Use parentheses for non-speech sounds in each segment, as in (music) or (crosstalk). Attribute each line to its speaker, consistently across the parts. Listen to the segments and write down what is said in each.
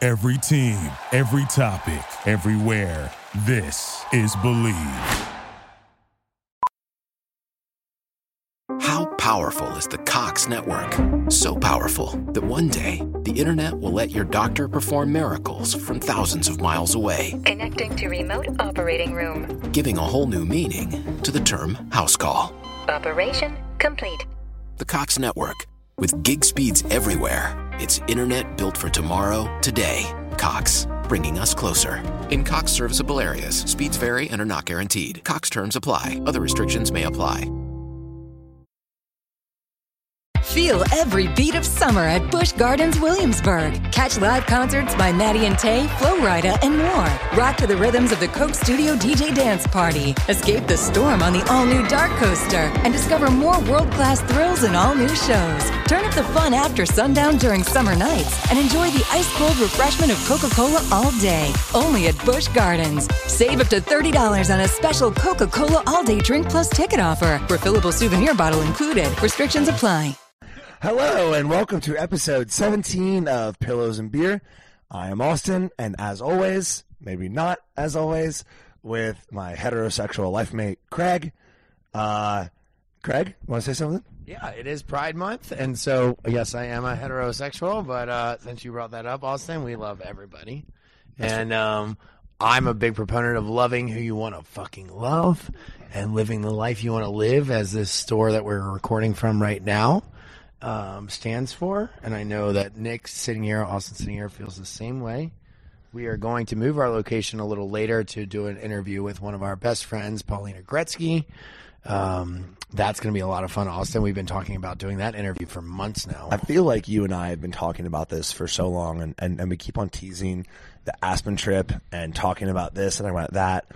Speaker 1: Every team, every topic, everywhere. This is Believe.
Speaker 2: How powerful is the Cox Network? So powerful that one day the internet will let your doctor perform miracles from thousands of miles away,
Speaker 3: Connecting to remote operating room.
Speaker 2: giving a whole new meaning to the term house call.
Speaker 3: Operation complete.
Speaker 2: The Cox Network. With gig speeds everywhere, it's internet built for tomorrow, today. Cox, bringing us closer. In Cox serviceable areas, speeds vary and are not guaranteed. Cox terms apply, other restrictions may apply.
Speaker 4: Feel every beat of summer at Busch Gardens Williamsburg. Catch live concerts by Maddie and Tay, Flo Rida, and more. Rock to the rhythms of the Coke Studio DJ Dance Party. Escape the storm on the all-new Dark Coaster and discover more world-class thrills and all-new shows. Turn up the fun after sundown during summer nights and enjoy the ice-cold refreshment of Coca-Cola all day. Only at Busch Gardens. Save up to $30 on a special Coca-Cola all-day drink plus ticket offer. Refillable souvenir bottle included. Restrictions apply.
Speaker 5: Hello and welcome to episode 17 of Pillows and Beer. I am Austin, and as always, maybe not as always, with my heterosexual life mate Craig. Uh, Craig, want to say something?
Speaker 6: Yeah, it is Pride Month, and so yes, I am a heterosexual. But uh, since you brought that up, Austin, we love everybody, and um, I'm a big proponent of loving who you want to fucking love and living the life you want to live, as this store that we're recording from right now um, stands for. And I know that Nick sitting here, Austin sitting here, feels the same way. We are going to move our location a little later to do an interview with one of our best friends, Paulina Gretzky. Um, that's going to be a lot of fun, Austin. We've been talking about doing that interview for months now.
Speaker 5: I feel like you and I have been talking about this for so long, and, and, and we keep on teasing the Aspen trip and talking about this and about that.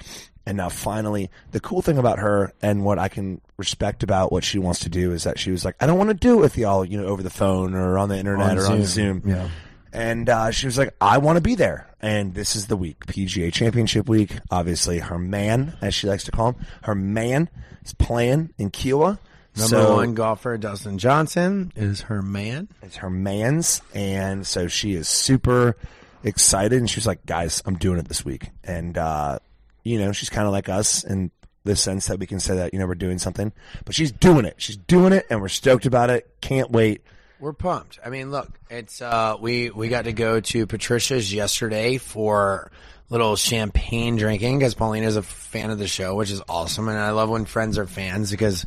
Speaker 5: And now finally, the cool thing about her and what I can respect about what she wants to do is that she was like, I don't want to do it with y'all, you know, over the phone or on the internet or on Zoom.
Speaker 6: Yeah.
Speaker 5: And uh, she was like, I want to be there. And this is the week, PGA Championship week. Obviously, her man, as she likes to call him, her man is playing in Kiowa.
Speaker 6: Number
Speaker 5: So-
Speaker 6: one golfer, Dustin Johnson, is her man.
Speaker 5: it's her man's, and so she is super excited. And she's like, "Guys, I'm doing it this week." And uh, you know, she's kind of like us in the sense that we can say that you know we're doing something, but she's doing it. She's doing it, and we're stoked about it. Can't wait.
Speaker 6: We're pumped. I mean, look, it's uh, we we got to go to Patricia's yesterday for little champagne drinking because Paulina's a fan of the show, which is awesome, and I love when friends are fans because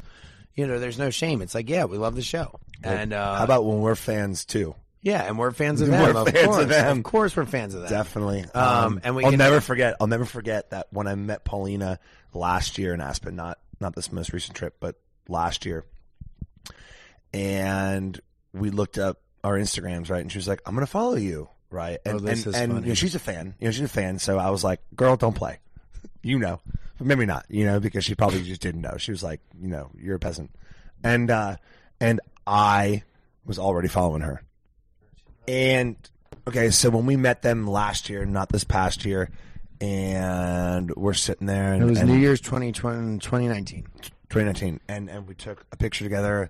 Speaker 6: you know there's no shame. It's like, yeah, we love the show, and uh,
Speaker 5: How about when we're fans too?
Speaker 6: yeah, and we're fans of
Speaker 5: We're
Speaker 6: them. of
Speaker 5: fans of
Speaker 6: course,
Speaker 5: them.
Speaker 6: Of course, we're fans of them.
Speaker 5: Definitely. Um,
Speaker 6: and we
Speaker 5: I'll
Speaker 6: can-
Speaker 5: never forget. I'll never forget that when I met Paulina last year in Aspen, not not this most recent trip, but last year, and we looked up our Instagrams, right? And she was like, "I'm gonna follow you." Right, and
Speaker 6: Oh, this
Speaker 5: and,
Speaker 6: is
Speaker 5: and
Speaker 6: funny.
Speaker 5: you know, she's a fan. You know, she's a fan. So I was like, "Girl, don't play," you know, but maybe not, you know, because she probably just didn't know. She was like, "You know, you're a peasant," and uh, and I was already following her. And okay, so when we met them last year, not this past year, and we're sitting there, and
Speaker 6: It was
Speaker 5: and
Speaker 6: New Year's 2020, 2019.
Speaker 5: 2019, and and we took a picture together,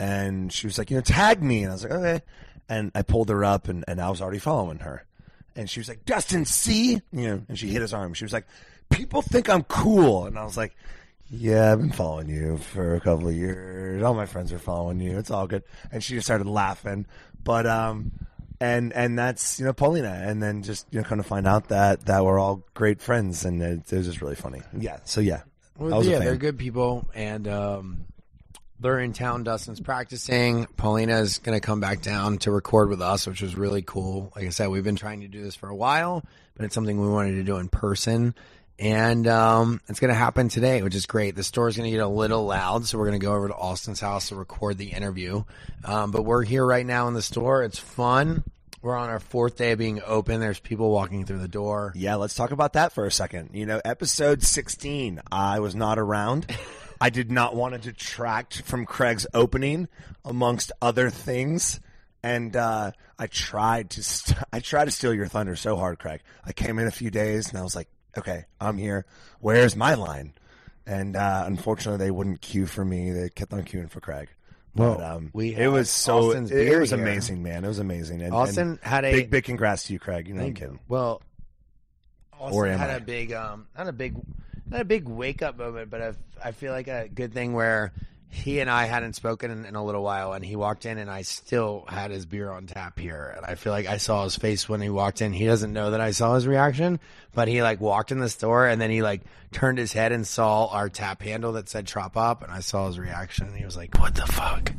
Speaker 5: and she was like, you know, tag me, and I was like, okay, and I pulled her up, and and I was already following her, and she was like, Dustin, see, you know, and she hit his arm. She was like, people think I'm cool, and I was like. Yeah, I've been following you for a couple of years. All my friends are following you. It's all good. And she just started laughing. But um and and that's you know Paulina, and then just you know kind of find out that that we're all great friends, and it, it was just really funny. Yeah, so yeah, I
Speaker 6: Well,
Speaker 5: was a
Speaker 6: yeah,
Speaker 5: fan.
Speaker 6: they're good people, and um, they're in town. Dustin's practicing. Paulina's going to come back down to record with us, which was really cool. Like I said, we've been trying to do this for a while, but it's something we wanted to do in person, and um, it's going to happen today, which is great. The store's going to get a little loud, so we're going to go over to Austin's house to record the interview. Um, but we're here right now in the store. It's fun. We're on our fourth day of being open. There's people walking through the door.
Speaker 5: Yeah, let's talk about that for a second. You know, episode 16, I was not
Speaker 6: (laughs)
Speaker 5: around. I did not want to detract from Craig's opening, amongst other things. And uh, I tried to st- (laughs) I tried to steal your thunder so hard, Craig. I came in a few days and I was like, okay, I'm here. Where's my line? And uh, unfortunately, they wouldn't queue for me. They kept on queuing for Craig.
Speaker 6: Well,
Speaker 5: But, um,
Speaker 6: we
Speaker 5: it was
Speaker 6: have
Speaker 5: so
Speaker 6: Austin's
Speaker 5: it, it
Speaker 6: beer
Speaker 5: was
Speaker 6: here.
Speaker 5: amazing, man. It was amazing. And,
Speaker 6: Austin
Speaker 5: and
Speaker 6: had a
Speaker 5: big big congrats to you, Craig. You know, I'm kidding.
Speaker 6: Well, Austin
Speaker 5: Or am
Speaker 6: had a
Speaker 5: I?
Speaker 6: big, um, not a big, not a big wake up moment, but I, I feel like a good thing where he and I hadn't spoken in, in a little while, and he walked in, and I still had his beer on tap here, and I feel like I saw his face when he walked in. He doesn't know that I saw his reaction, but he like walked in the store, and then he like turned his head and saw our tap handle that said Trop Up, and I saw his reaction, and he was like, "What the fuck?"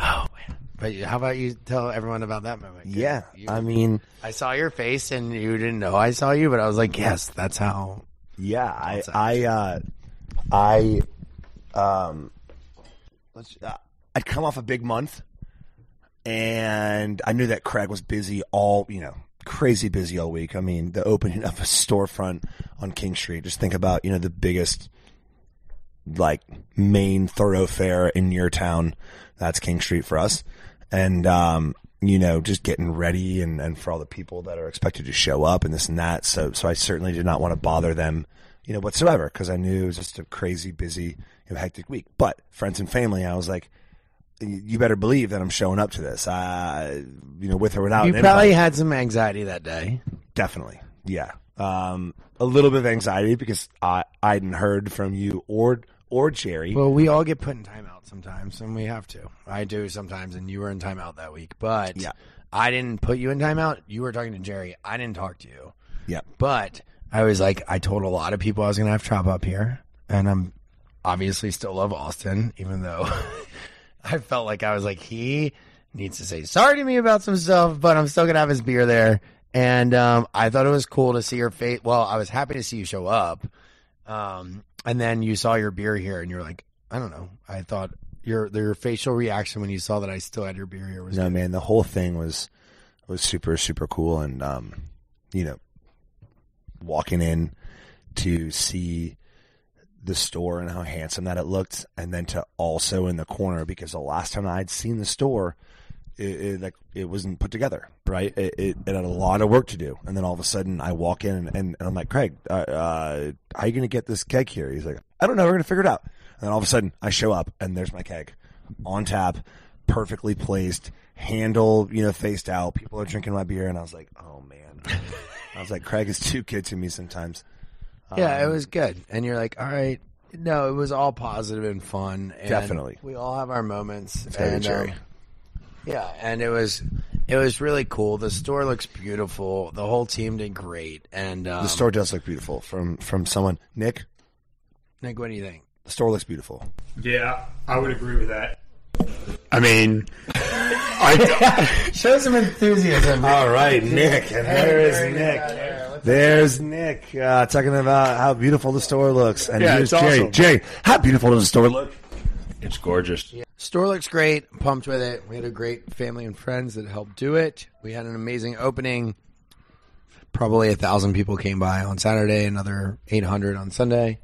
Speaker 6: Oh man. But how about you tell everyone about that moment? Gabe?
Speaker 5: Yeah,
Speaker 6: You-
Speaker 5: I mean,
Speaker 6: I saw your face and you didn't know I saw you, but I was like, yes, that's how.
Speaker 5: yeah, I
Speaker 6: Outside.
Speaker 5: I uh, I um, let's, uh, I'd come off a big month, and I knew that Craig was busy all you know. Crazy busy all week. I mean, the opening of a storefront on King Street. Just think about you know the biggest like main thoroughfare in your town. That's King Street for us. And, um, you know, just getting ready and, and for all the people that are expected to show up and this and that. So, so I certainly did not want to bother them, you know, whatsoever because I knew it was just a crazy, busy, you know, hectic week. But friends and family, I was like, you better believe that I'm showing up to this. Uh, you know, with or without.
Speaker 6: You
Speaker 5: an
Speaker 6: probably
Speaker 5: invite.
Speaker 6: had some anxiety that day.
Speaker 5: Definitely. Yeah. Um, a little bit of anxiety because I, I hadn't heard from you or, or Jerry.
Speaker 6: Well, we all get put in timeout sometimes, and we have to. I do sometimes, and you were in timeout that week, but
Speaker 5: Yeah.
Speaker 6: I didn't put you in timeout. You were talking to Jerry. I didn't talk to you,
Speaker 5: yeah.
Speaker 6: but I was like, I told a lot of people I was going to have Chop Up here, and I'm obviously still love Austin, even though (laughs) I felt like I was like, he needs to say sorry to me about some stuff, but I'm still gonna have his beer there. And um, I thought it was cool to see your face. Well, I was happy to see you show up, um, and then you saw your beer here, and you're like, I don't know. I thought your your facial reaction when you saw that I still had your beer here was
Speaker 5: No, man, the whole thing was was super super cool, and um, you know, walking in to see the store and how handsome that it looked, and then to also in the corner because the last time I'd seen the store, it, it like it wasn't put together right. It, it, it had a lot of work to do, and then all of a sudden I walk in and, and, I'm like, Craig, uh, uh, how you gonna get this keg here? He's like, I don't know, we're gonna figure it out. And then all of a sudden I show up and there's my keg on tap, perfectly placed, handle you know faced out. People are drinking my beer, and I was like, oh man. I was like, Craig is too good to me sometimes. Um,
Speaker 6: Yeah, it was good. And you're like, all right. No, it was all positive and fun. And
Speaker 5: Definitely.
Speaker 6: we all have our moments.
Speaker 5: gotta be
Speaker 6: And,
Speaker 5: Jerry.
Speaker 6: um, yeah, and it was it was really cool. The store looks beautiful. The whole team did great. And um,
Speaker 5: The store does look beautiful from from someone. Nick,
Speaker 6: Nick, what do you think?
Speaker 5: the store looks beautiful.
Speaker 7: Yeah, I would agree with that. I mean, I,
Speaker 6: Show some enthusiasm.
Speaker 5: All right, Nick, and there is Nick. There's Nick uh, talking about how beautiful the store looks, and
Speaker 7: Yeah,
Speaker 5: here's
Speaker 7: it's
Speaker 5: Jay.
Speaker 7: awesome.
Speaker 5: Jay, how beautiful does the store look?
Speaker 7: it's gorgeous.
Speaker 6: Store looks great. I'm pumped with it. We had a great family and friends that helped do it. We had an amazing opening. Probably a thousand people came by on Saturday, another 800 on Sunday.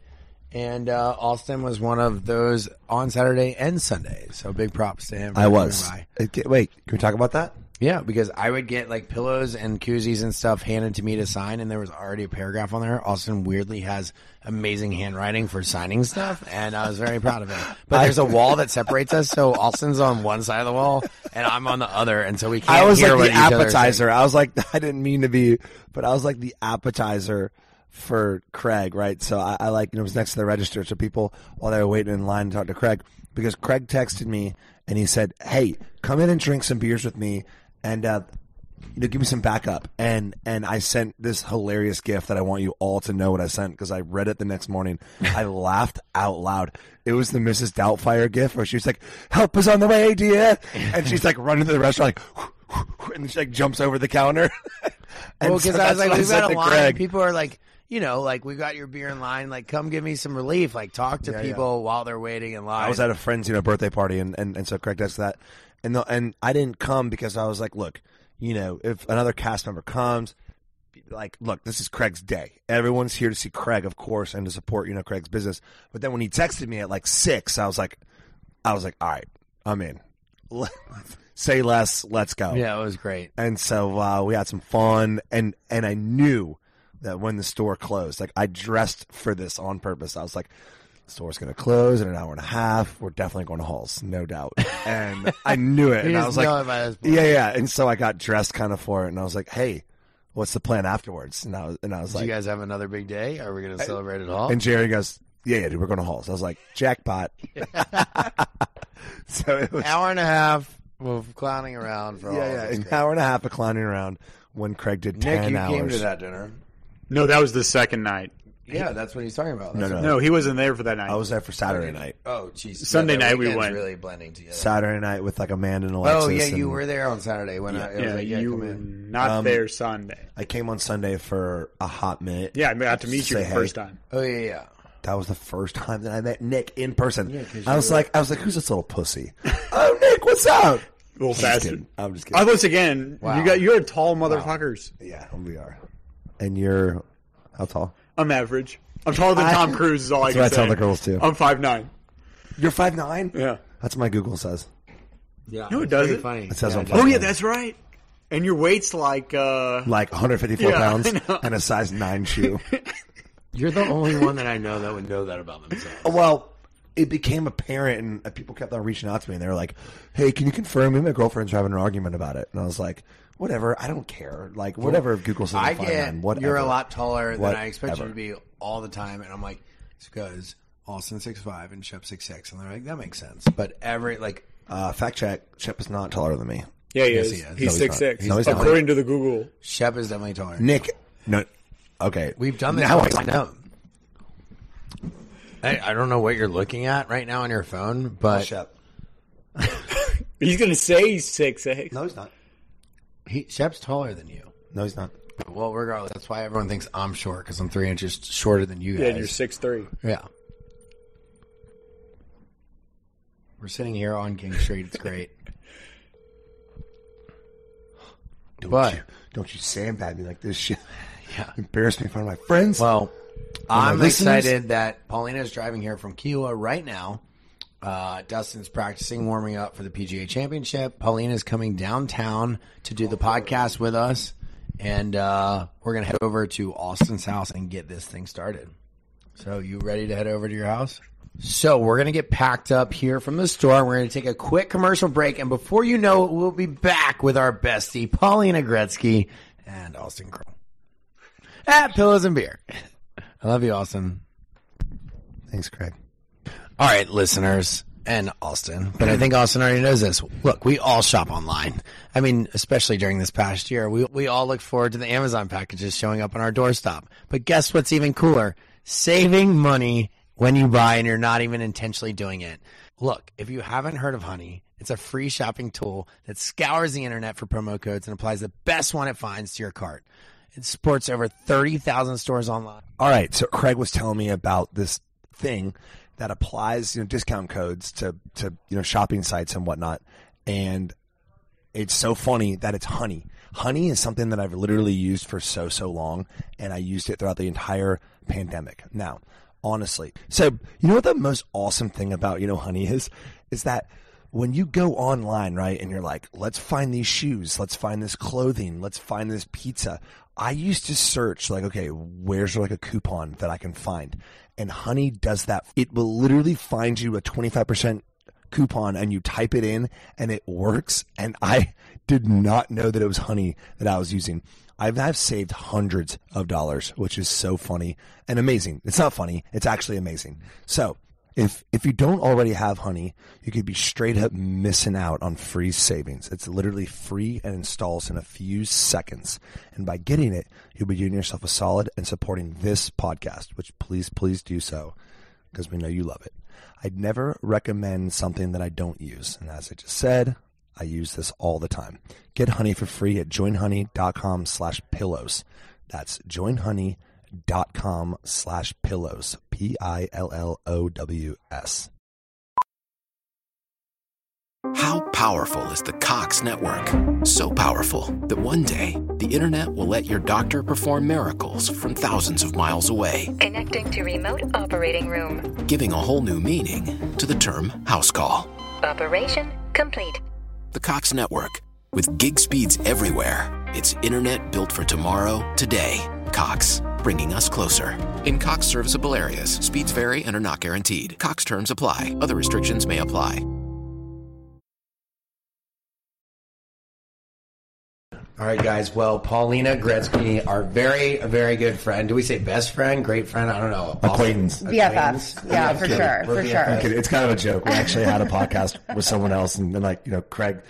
Speaker 6: And uh, Austin was one of those on Saturday and Sunday. So big props to him. for
Speaker 5: I was.
Speaker 6: coming by.
Speaker 5: Okay, wait, can we talk about that?
Speaker 6: Yeah, because I would get like pillows and koozies and stuff handed to me to sign, and there was already a paragraph on there. Austin weirdly has amazing handwriting for signing stuff, and I was very proud of him.
Speaker 5: (laughs)
Speaker 6: But there's a wall that separates us, so Austin's on one side of the wall, and I'm on the other, and so we can't.
Speaker 5: I was
Speaker 6: hear
Speaker 5: like
Speaker 6: what
Speaker 5: the
Speaker 6: each other is saying.
Speaker 5: appetizer. I was like, (laughs) I didn't mean to be, but I was like the appetizer for Craig, right? So I, I like, you know, it was next to the register. So people, while they were waiting in line to talk to Craig, because Craig texted me and he said, Hey, come in and drink some beers with me and, uh, you know, give me some backup. And, and I sent this hilarious gift that I want you all to know what I sent because I read it the next
Speaker 6: (laughs)
Speaker 5: morning. I laughed out loud. It was the Mrs. Doubtfire gift where she was like, help is on the way, dear. And she's like running to the restaurant like, (laughs) and she like jumps over the
Speaker 6: (laughs)
Speaker 5: counter. And
Speaker 6: Well, because
Speaker 5: so
Speaker 6: I
Speaker 5: that's
Speaker 6: was like,
Speaker 5: what
Speaker 6: we've
Speaker 5: said
Speaker 6: got a
Speaker 5: to
Speaker 6: line.
Speaker 5: Greg.
Speaker 6: People are like, you know, like we got your beer in line. Like, come give me some relief. Like, talk to people while they're waiting in line.
Speaker 5: I was at a friend's, you know, birthday party, and, and, and so Craig texted that, and the, and I didn't come because I was like, look, you know, if another cast member comes, like, look, this is Craig's day. Everyone's here to see Craig, of course, and to support, you know, Craig's business. But then when he texted me at like six, I was like, I was like, all right, I'm in. (laughs) Say less, let's go.
Speaker 6: yeah, it was great.
Speaker 5: and so uh, we had some fun and and i knew that when the store closed like i dressed for this on purpose i was like store's going to close in an hour and a half. We're definitely going to Hall's, no doubt. And I knew
Speaker 6: (laughs)
Speaker 5: it.
Speaker 6: You
Speaker 5: and I
Speaker 6: just
Speaker 5: was
Speaker 6: know
Speaker 5: like,
Speaker 6: it by this point.
Speaker 5: yeah, yeah. And so I got dressed kind of for it. And I was like, hey, what's the plan afterwards? And I was, and I was
Speaker 6: Do you
Speaker 5: like,
Speaker 6: guys have another big day? Are we going to celebrate at all?
Speaker 5: and Jerry goes, yeah, yeah, dude, we're going to Hall's. I was like,
Speaker 6: (laughs)
Speaker 5: jackpot. (laughs) so it was,
Speaker 6: hour and a half of clowning around for all
Speaker 5: yeah, yeah,
Speaker 6: this
Speaker 5: an
Speaker 6: crap.
Speaker 5: hour and a half of clowning around when Craig did 10
Speaker 6: Nick, you
Speaker 5: hours.
Speaker 6: came to that dinner.
Speaker 8: No, that was the second night.
Speaker 6: Yeah, that's what he's talking about.
Speaker 5: No,
Speaker 6: That's
Speaker 5: no.
Speaker 8: No, Oh, he wasn't there for that night.
Speaker 5: I was there for Saturday night.
Speaker 6: what- Oh, jeez.
Speaker 8: Sunday
Speaker 6: that
Speaker 8: night we
Speaker 6: weekend's
Speaker 8: went.
Speaker 6: Really blending together.
Speaker 5: Saturday night with like Amanda and Alexis.
Speaker 6: oh yeah, you
Speaker 5: and
Speaker 6: were there on Saturday when I, I was
Speaker 8: yeah,
Speaker 6: like, yeah,
Speaker 8: you
Speaker 6: come
Speaker 8: were
Speaker 6: in.
Speaker 8: not
Speaker 5: Um,
Speaker 8: there Sunday.
Speaker 5: I came on Sunday for a hot minute.
Speaker 8: Yeah, I got to meet you
Speaker 5: Say
Speaker 8: the
Speaker 5: hey.
Speaker 8: first time.
Speaker 6: Oh yeah, yeah.
Speaker 5: That was the first time that I met Nick in person.
Speaker 6: 'cause
Speaker 5: I
Speaker 6: you
Speaker 5: was like, I was like, who's this little pussy? (laughs) oh, Nick, what's up?
Speaker 8: Little
Speaker 5: I'm just
Speaker 8: bastard.
Speaker 5: kidding. I'm just
Speaker 8: I
Speaker 5: kidding.
Speaker 8: once again, you got you're tall motherfuckers.
Speaker 5: yeah, we are. And you're how tall?
Speaker 8: I'm average. I'm taller than
Speaker 5: I-
Speaker 8: Tom Cruise. Is all
Speaker 5: That's
Speaker 8: I can
Speaker 5: what I tell
Speaker 8: say.
Speaker 5: the girls, too.
Speaker 8: I'm five nine.
Speaker 5: You're five nine.
Speaker 8: Yeah.
Speaker 5: that's what my Google says.
Speaker 6: Yeah.
Speaker 8: No, it
Speaker 6: it's pretty
Speaker 8: doesn't.
Speaker 6: Funny.
Speaker 5: It says on
Speaker 8: Oh yeah,
Speaker 5: Fiverr.
Speaker 8: that's right. And your weight's like uh
Speaker 5: Like 154
Speaker 8: Yeah, I
Speaker 5: pounds
Speaker 8: know.
Speaker 5: and a size nine shoe.
Speaker 6: You're the only one that I know that would know that about themselves.
Speaker 5: well, it became apparent, and uh, people kept on reaching out to me, and they were like, "Hey, can you confirm? Me and my girlfriend's having an argument about it." And I was like, "Whatever, I don't care. Like, whatever. If Google says
Speaker 6: I
Speaker 5: I'm five
Speaker 6: get
Speaker 5: nine, whatever."
Speaker 6: you're a lot taller than I expect you
Speaker 5: Whatever.
Speaker 6: to be all the time, and I'm like, it's because Austin six five and Shep six six, and they're like, that makes sense. But every like,
Speaker 5: Uh, fact check: Shep is not taller than me.
Speaker 8: Yeah, he
Speaker 6: Yes,
Speaker 8: is.
Speaker 6: he is.
Speaker 5: No,
Speaker 8: He's
Speaker 5: he's
Speaker 8: six
Speaker 5: not.
Speaker 8: six.
Speaker 5: No, he's not.
Speaker 8: According to the Google.
Speaker 6: Shep is definitely taller.
Speaker 5: Nick, no. Okay,
Speaker 6: We've done this.
Speaker 5: Now
Speaker 6: once.
Speaker 5: I know.
Speaker 6: I, I don't know what you're looking at right now on your phone, but
Speaker 5: Shep.
Speaker 8: He's gonna say he's six six.
Speaker 5: No, he's not.
Speaker 6: he, Shep's taller than you.
Speaker 5: No, he's not.
Speaker 6: Well, regardless, that's why everyone thinks I'm short because I'm three inches shorter than you guys.
Speaker 8: Yeah, and you're six three.
Speaker 6: Yeah. We're sitting here on King Street. It's (laughs) great.
Speaker 5: Don't
Speaker 6: But-
Speaker 5: you, don't you sandbag me like this shit?
Speaker 6: (laughs) Yeah.
Speaker 5: Embarrass me in front of my friends.
Speaker 6: Well, I'm
Speaker 5: listeners-
Speaker 6: excited that Paulina is driving here from Kiowa right now. Uh, Dustin's practicing warming up for the PGA Championship. Paulina's coming downtown to do the podcast with us, and uh, we're gonna head over to Austin's house and get this thing started. So, you ready to head over to your house? So, we're going to get packed up here from the store. We're going to take a quick commercial break. And before you know it, we'll be back with our bestie, Paulina Gretzky and Austin Kroll at Pillows and Beer. I love you, Austin.
Speaker 5: thanks, Craig.
Speaker 6: All right, listeners and Austin, but I think Austin already knows this. Look, we all shop online. I mean, especially during this past year, we, we all look forward to the Amazon packages showing up on our doorstop. But guess what's even cooler? Saving money when you buy and you're not even intentionally doing it. Look, if you haven't heard of Honey, it's a free shopping tool that scours the internet for promo codes and applies the best one it finds to your cart. It supports over 30,000 stores online.
Speaker 5: All right. So Craig was telling me about this thing that applies, you know, discount codes to to you know shopping sites and whatnot, and it's so funny that it's honey. Honey is something that I've literally used for so so long, and I used it throughout the entire pandemic. Now, honestly, so you know what the most awesome thing about you know honey is, is that when you go online, right, and you're like, let's find these shoes, let's find this clothing, let's find this pizza. I used to search like, okay, where's like a coupon that I can find, and Honey does that. It will literally find you a twenty five percent coupon and you type it in and it works. And I did not know that it was honey that I was using. I've, I've saved hundreds of dollars, which is so funny and amazing. It's not funny. It's actually amazing. So if, if you don't already have honey, you could be straight up missing out on free savings. It's literally free and installs in a few seconds. And by getting it, you'll be doing yourself a solid and supporting this podcast, which please, please do so because we know you love it. I'd never recommend something that I don't use. And as I just said, I use this all the time. Get honey for free at joinhoney.com slash pillows. That's joinhoney.com slash pillows. P I L L O W S.
Speaker 2: How powerful is the Cox network? So powerful that one day the internet will let your doctor perform miracles from thousands of miles away,
Speaker 3: Connecting to remote operating room.
Speaker 2: giving a whole new meaning to the term house call.
Speaker 3: Operation complete.
Speaker 2: The Cox network with gig speeds everywhere. It's internet built for tomorrow, today. Cox, bringing us closer. In Cox serviceable areas, speeds vary and are not guaranteed. Cox terms apply, other restrictions may apply.
Speaker 6: All right, guys. Well, Paulina Gretzky, our very, very good friend. Do we say best friend, great friend? I don't know.
Speaker 5: Acquaintance.
Speaker 6: Acquaintance?
Speaker 8: BFFs. Yeah, for sure,
Speaker 6: We're
Speaker 8: for sure.
Speaker 6: BFFs.
Speaker 5: Okay, it's kind of a joke. We actually had a podcast with someone else, and then like you know, Craig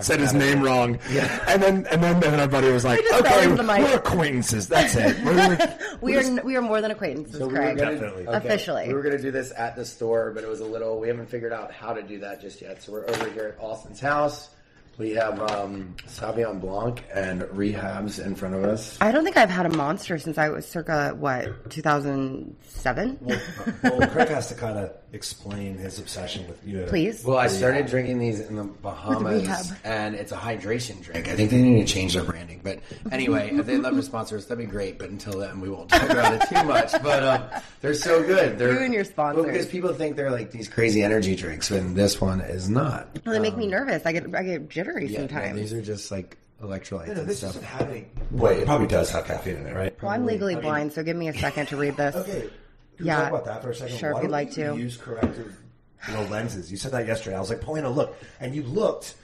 Speaker 5: said his name wrong. Yeah, and then and then, then our buddy was like,
Speaker 8: just fell
Speaker 5: "Okay,
Speaker 8: into the mic."
Speaker 5: we're acquaintances. That's it. We're, we're,
Speaker 8: (laughs) We are we are more than acquaintances,
Speaker 6: So we were
Speaker 8: Craig.
Speaker 6: gonna- okay.
Speaker 8: Officially.
Speaker 6: We were going to do this at the store, but it was a little, we haven't figured out how to do that just yet. So we're over here at Austin's house. We have um, Sauvignon Blanc and Rehabs in front of us.
Speaker 8: I don't think I've had a monster since I was circa what 2007.
Speaker 5: well, Craig has to kind of explain his obsession with you.
Speaker 8: Please.
Speaker 6: Well, I started drinking these in the Bahamas,
Speaker 8: Rehab.
Speaker 6: and it's a hydration drink. I think they need to change their branding. But anyway, if they'd love to sponsor us, that'd be great. But until then, we won't talk about it too much. But um, they're so good. They're,
Speaker 8: You and (laughs) your sponsors.
Speaker 6: Well, because people think they're like these crazy energy drinks, when this one is not.
Speaker 8: Well, they make
Speaker 5: Um,
Speaker 8: me nervous. I get I get jittery
Speaker 6: Yeah, no,
Speaker 8: sometimes.
Speaker 6: these are just like electrolytes and
Speaker 5: This
Speaker 6: stuff.
Speaker 5: doesn't have any. Wait, it probably does have caffeine in it, right?
Speaker 8: well, I'm legally blind, so give me a second to read this.
Speaker 5: Okay. Can
Speaker 8: Yeah.
Speaker 5: we talk about that for a second?
Speaker 8: Sure,
Speaker 5: Why don't
Speaker 8: if you'd like
Speaker 5: you
Speaker 8: to.
Speaker 5: Use corrective you know, lenses. You said that yesterday. I was like, Paulina, look. And you looked.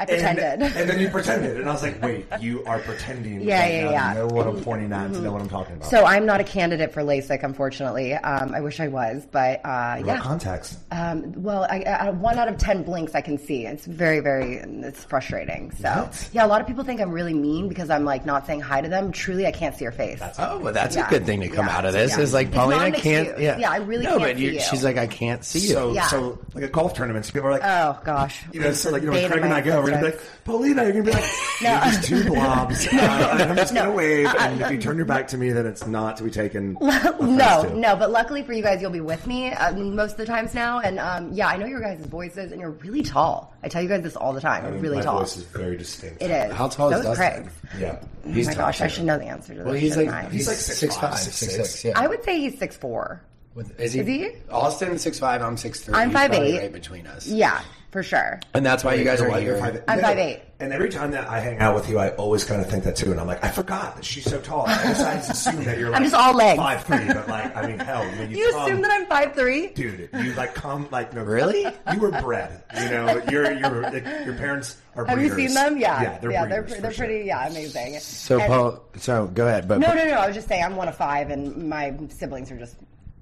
Speaker 8: I pretended.
Speaker 5: And, and then you pretended. And I was
Speaker 8: (laughs)
Speaker 5: like, wait, you are pretending.
Speaker 8: Yeah,
Speaker 5: right
Speaker 8: yeah,
Speaker 5: now
Speaker 8: yeah. Mm-hmm.
Speaker 5: To know what I'm pointing at, to know what I'm talking about.
Speaker 8: So I'm not a candidate for LASIK, unfortunately. Um, I wish I was, but uh,
Speaker 5: What about
Speaker 8: yeah.
Speaker 5: contacts.
Speaker 8: Um, well, I, I, one out of ten blinks I can see. It's very, very, it's frustrating. So
Speaker 5: What?
Speaker 8: yeah, a lot of people think I'm really mean because I'm like not saying hi to them. Truly, I can't see your face.
Speaker 6: Oh, well, that's
Speaker 8: Yeah.
Speaker 6: a good thing to come
Speaker 8: Yeah.
Speaker 6: out of this.
Speaker 8: Yeah.
Speaker 6: Is like
Speaker 8: It's not
Speaker 6: Paulina
Speaker 8: an
Speaker 6: can't.
Speaker 8: excuse.
Speaker 6: Yeah,
Speaker 8: Yeah, I really
Speaker 6: no,
Speaker 8: can't
Speaker 6: but you,
Speaker 8: see you.
Speaker 6: she's like, I can't see you.
Speaker 5: So,
Speaker 8: Yeah.
Speaker 5: so like at golf tournaments, people are like,
Speaker 8: Oh gosh.
Speaker 5: you know, so like, you know, when
Speaker 8: Bane of
Speaker 5: Craig and
Speaker 8: my
Speaker 5: I go, we're gonna be like,
Speaker 8: existence.
Speaker 5: Paulina, you're gonna be
Speaker 8: (laughs)
Speaker 5: like,
Speaker 8: No.
Speaker 5: "You're just two blobs. uh, and I'm just gonna
Speaker 8: No. Uh,
Speaker 5: wave, and if you turn your back to me, then it's not to be
Speaker 8: (laughs)
Speaker 5: taken.
Speaker 8: no,
Speaker 5: to.
Speaker 8: no, but luckily for you guys, you'll be with me uh, most of the times now. And um, yeah, I know your guys' voices, and you're really tall. I tell you guys this all the time.
Speaker 5: I
Speaker 8: You're
Speaker 5: mean,
Speaker 8: really
Speaker 5: my
Speaker 8: tall.
Speaker 5: voice is very distinct.
Speaker 8: It is.
Speaker 6: How tall
Speaker 8: so
Speaker 6: is Dustin?
Speaker 8: Craig's.
Speaker 5: Yeah,
Speaker 8: oh my gosh, I should know the answer to this.
Speaker 6: Well, he's
Speaker 8: shouldn't
Speaker 6: like
Speaker 8: I?
Speaker 6: he's like six five, six six. Yeah.
Speaker 8: I would say he's six four.
Speaker 6: With, is, he,
Speaker 8: Is he?
Speaker 6: Austin six five? I'm six three.
Speaker 8: I'm 5'8".
Speaker 6: Right between us.
Speaker 8: Yeah, for sure.
Speaker 6: and that's why you guys are
Speaker 5: Why you're
Speaker 6: here.
Speaker 5: five-
Speaker 8: I'm
Speaker 5: No,
Speaker 8: 5'8".
Speaker 5: And every time that I hang out with you, I always kind of think that too. And I'm like, I forgot that she's so tall. I just I just assume that you're like
Speaker 8: I'm just all legs.
Speaker 5: five three. But like, I mean, hell, you, know, you,
Speaker 8: You
Speaker 5: come-
Speaker 8: assume that I'm five three?
Speaker 5: dude. You like come like no,
Speaker 6: Really?
Speaker 5: You were bred. You know, your your like, your parents are.
Speaker 8: Have you
Speaker 5: breeders.
Speaker 8: seen them? Yeah,
Speaker 5: yeah, they're
Speaker 8: they're,
Speaker 5: breeders
Speaker 8: pre-
Speaker 5: for
Speaker 8: they're
Speaker 5: sure.
Speaker 8: pretty. Yeah, amazing.
Speaker 6: So
Speaker 8: And-
Speaker 6: Paul, so go ahead. But
Speaker 8: No, no, no. I was just saying I'm one of five, and my siblings are just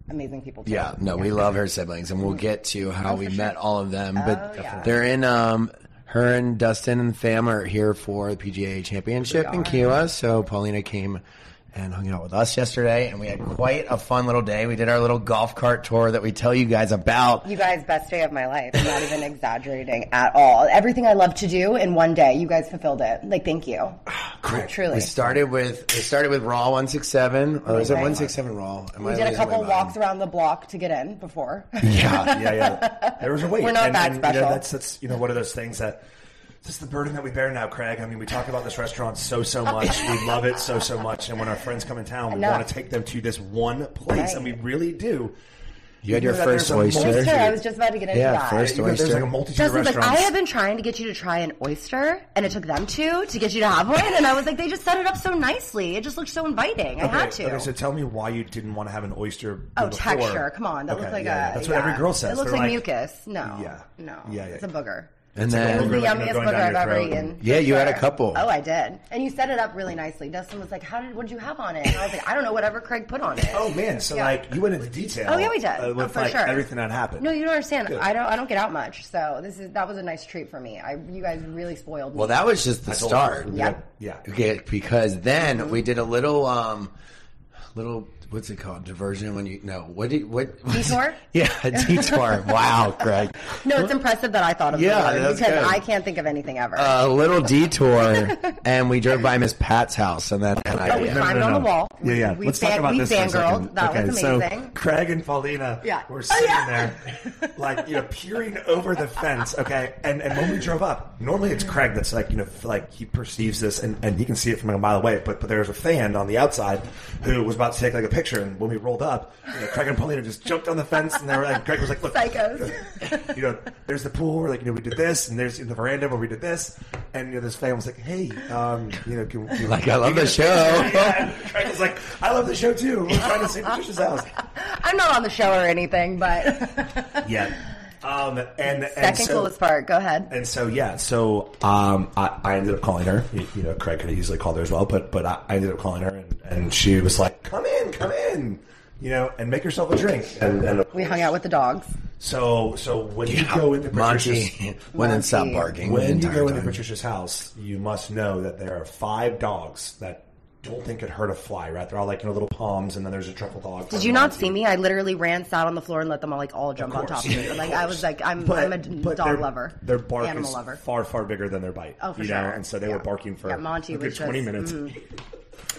Speaker 8: amazing people. Too.
Speaker 6: yeah, no, we love her siblings, and we'll get to how
Speaker 8: Oh,
Speaker 6: we met all of them. But
Speaker 8: yeah.
Speaker 6: they're in. um Her and Dustin and the fam are here for the PGA Championship in Kiowa. So Paulina came. And hung out with us yesterday, and we had quite a fun little day. We did our little golf cart tour that we tell you guys about.
Speaker 8: You guys, best day of my life. I'm not even exaggerating at all. Everything I love to do in one day, you guys fulfilled it. Like, thank you. Truly.
Speaker 6: We started with we started with Raw one six seven, or is it
Speaker 8: Okay.
Speaker 6: one six seven Raw? Am
Speaker 8: We did a couple walks around the block to get in before.
Speaker 6: Yeah,
Speaker 5: Ah, yeah, yeah. There was a wait.
Speaker 8: We're not
Speaker 5: and,
Speaker 8: that
Speaker 5: and, You
Speaker 8: special.
Speaker 5: know, that's that's you know one of those things that this is the burden that we bear now, Craig. I mean, we talk about this restaurant so so much. we love it so so much, and when our friends come in town, we
Speaker 8: Enough.
Speaker 5: want to take them to this one place, and we really do.
Speaker 6: You had your
Speaker 5: know that
Speaker 6: first
Speaker 5: there's a
Speaker 6: oyster.
Speaker 5: multitude-
Speaker 8: Oyster, I was just about to get into
Speaker 6: Yeah,
Speaker 8: that.
Speaker 6: first
Speaker 5: You know, there's
Speaker 6: oyster.
Speaker 5: like a multitude of
Speaker 8: Justin's like,
Speaker 5: restaurants.
Speaker 8: I have been trying to get you to try an oyster, and it took them two to get you to have one. And I was like, they just set it up so nicely. It just looked so inviting. I
Speaker 5: okay,
Speaker 8: had to.
Speaker 5: Okay, so tell me why you didn't want to have an oyster.
Speaker 8: Oh,
Speaker 5: before.
Speaker 8: texture! Come on, that
Speaker 5: Okay,
Speaker 8: looks like
Speaker 5: yeah,
Speaker 8: a.
Speaker 5: yeah. That's what
Speaker 8: yeah.
Speaker 5: every girl says.
Speaker 8: It looks
Speaker 5: They're
Speaker 8: like, mucus. No,
Speaker 5: Yeah.
Speaker 8: no,
Speaker 5: Yeah, yeah.
Speaker 8: it's a booger.
Speaker 6: and
Speaker 8: It was
Speaker 5: Over,
Speaker 8: the
Speaker 5: like,
Speaker 6: then
Speaker 5: you know,
Speaker 8: yummiest
Speaker 5: going
Speaker 8: booger
Speaker 5: down
Speaker 8: I've
Speaker 5: your
Speaker 8: ever
Speaker 5: throat.
Speaker 8: eaten.
Speaker 6: Yeah,
Speaker 8: for
Speaker 6: you had a
Speaker 8: sure.
Speaker 6: couple.
Speaker 8: Oh, I did, and you set it up really nicely. Dustin was like, "How did? What did you have on it?" And I was like, "I don't know. Whatever Craig put on it."
Speaker 5: Oh man, so
Speaker 8: Yeah.
Speaker 5: like you went into detail.
Speaker 8: Oh, yeah, we did.
Speaker 5: uh,
Speaker 8: Oh,
Speaker 5: with
Speaker 8: for
Speaker 5: like
Speaker 8: sure.
Speaker 5: everything that happened.
Speaker 8: No, you don't understand.
Speaker 5: Good.
Speaker 8: I don't. I don't get out much, so this is that was a nice treat for me. I, you guys really spoiled me.
Speaker 6: well, that was just the
Speaker 5: told
Speaker 6: start.
Speaker 5: you.
Speaker 8: Yeah.
Speaker 5: Yeah.
Speaker 6: Okay, because then we did a little um, little what's it called diversion when you no what do you, what
Speaker 8: Detour?
Speaker 6: (laughs) yeah a detour. wow, Greg.
Speaker 8: no, it's impressive that I thought of
Speaker 6: Yeah,
Speaker 8: the word
Speaker 6: that's
Speaker 8: because
Speaker 6: good.
Speaker 8: I can't think of anything ever.
Speaker 6: A little
Speaker 8: (laughs)
Speaker 6: detour, and we drove by Miss Pat's house, and then and
Speaker 8: Oh, we
Speaker 6: I,
Speaker 8: climbed on the wall.
Speaker 5: Yeah, yeah.
Speaker 8: We,
Speaker 5: Let's
Speaker 8: fan,
Speaker 5: talk about
Speaker 8: we
Speaker 5: this for a
Speaker 8: fangirled.
Speaker 5: second.
Speaker 8: That
Speaker 5: okay,
Speaker 8: was
Speaker 5: So
Speaker 8: amazing.
Speaker 5: Craig and Paulina
Speaker 8: Yeah.
Speaker 5: were
Speaker 8: Oh,
Speaker 5: sitting
Speaker 8: yeah.
Speaker 5: there, like you know, peering over the fence. Okay, and and when we drove up, normally it's Craig that's like you know, like he perceives this and, and he can see it from like a mile away. But but there was a fan on the outside who was about to take like a picture, and when we rolled up, you know, Craig and Paulina just jumped on the fence, and they were like, Craig was like, "Look,
Speaker 8: Psychos.
Speaker 5: you know, there's the pool where like you know we did this, and there's in the veranda where we did this, and you know this fan was like, hey, um, you know, can, can,
Speaker 6: Like, I love the (laughs)
Speaker 5: (laughs)
Speaker 6: show.
Speaker 5: yeah, and Craig was like, I love the show too. We're trying to save Patricia's
Speaker 8: (laughs)
Speaker 5: house.
Speaker 8: I'm not on the show or anything, but (laughs)
Speaker 5: Yeah, um, and and
Speaker 8: second
Speaker 5: so,
Speaker 8: coolest part. Go ahead.
Speaker 5: and so yeah, so um, I, I ended up calling her. You, you know, Craig could have easily called her as well, but but I, I ended up calling her, and, and she was like, "Come in, come in," you know, and make yourself a drink. And, and
Speaker 8: we hung out with the dogs.
Speaker 5: so so when you go into Patricia's,
Speaker 6: Monty went and stopped
Speaker 8: Monty.
Speaker 6: barking. the
Speaker 5: when you
Speaker 6: entire
Speaker 5: go into
Speaker 6: time.
Speaker 5: Patricia's house, you must know that there are five dogs that don't think could hurt a fly. Right? They're all like you know little palms, and then there's a truffle dog.
Speaker 8: Did you not see me? I literally ran, sat on the floor, and let them all like all jump on top of me. Like I was like, I'm I'm a d-
Speaker 5: but
Speaker 8: dog
Speaker 5: their-
Speaker 8: lover,
Speaker 5: Their bark
Speaker 8: animal
Speaker 5: is
Speaker 8: lover.
Speaker 5: far far bigger than their bite.
Speaker 8: Oh, for
Speaker 5: you know?
Speaker 8: sure.
Speaker 5: And so they
Speaker 8: Yeah.
Speaker 5: were barking for
Speaker 8: Yeah, Monty
Speaker 5: a
Speaker 8: was
Speaker 5: good
Speaker 8: just- mm.
Speaker 5: twenty minutes.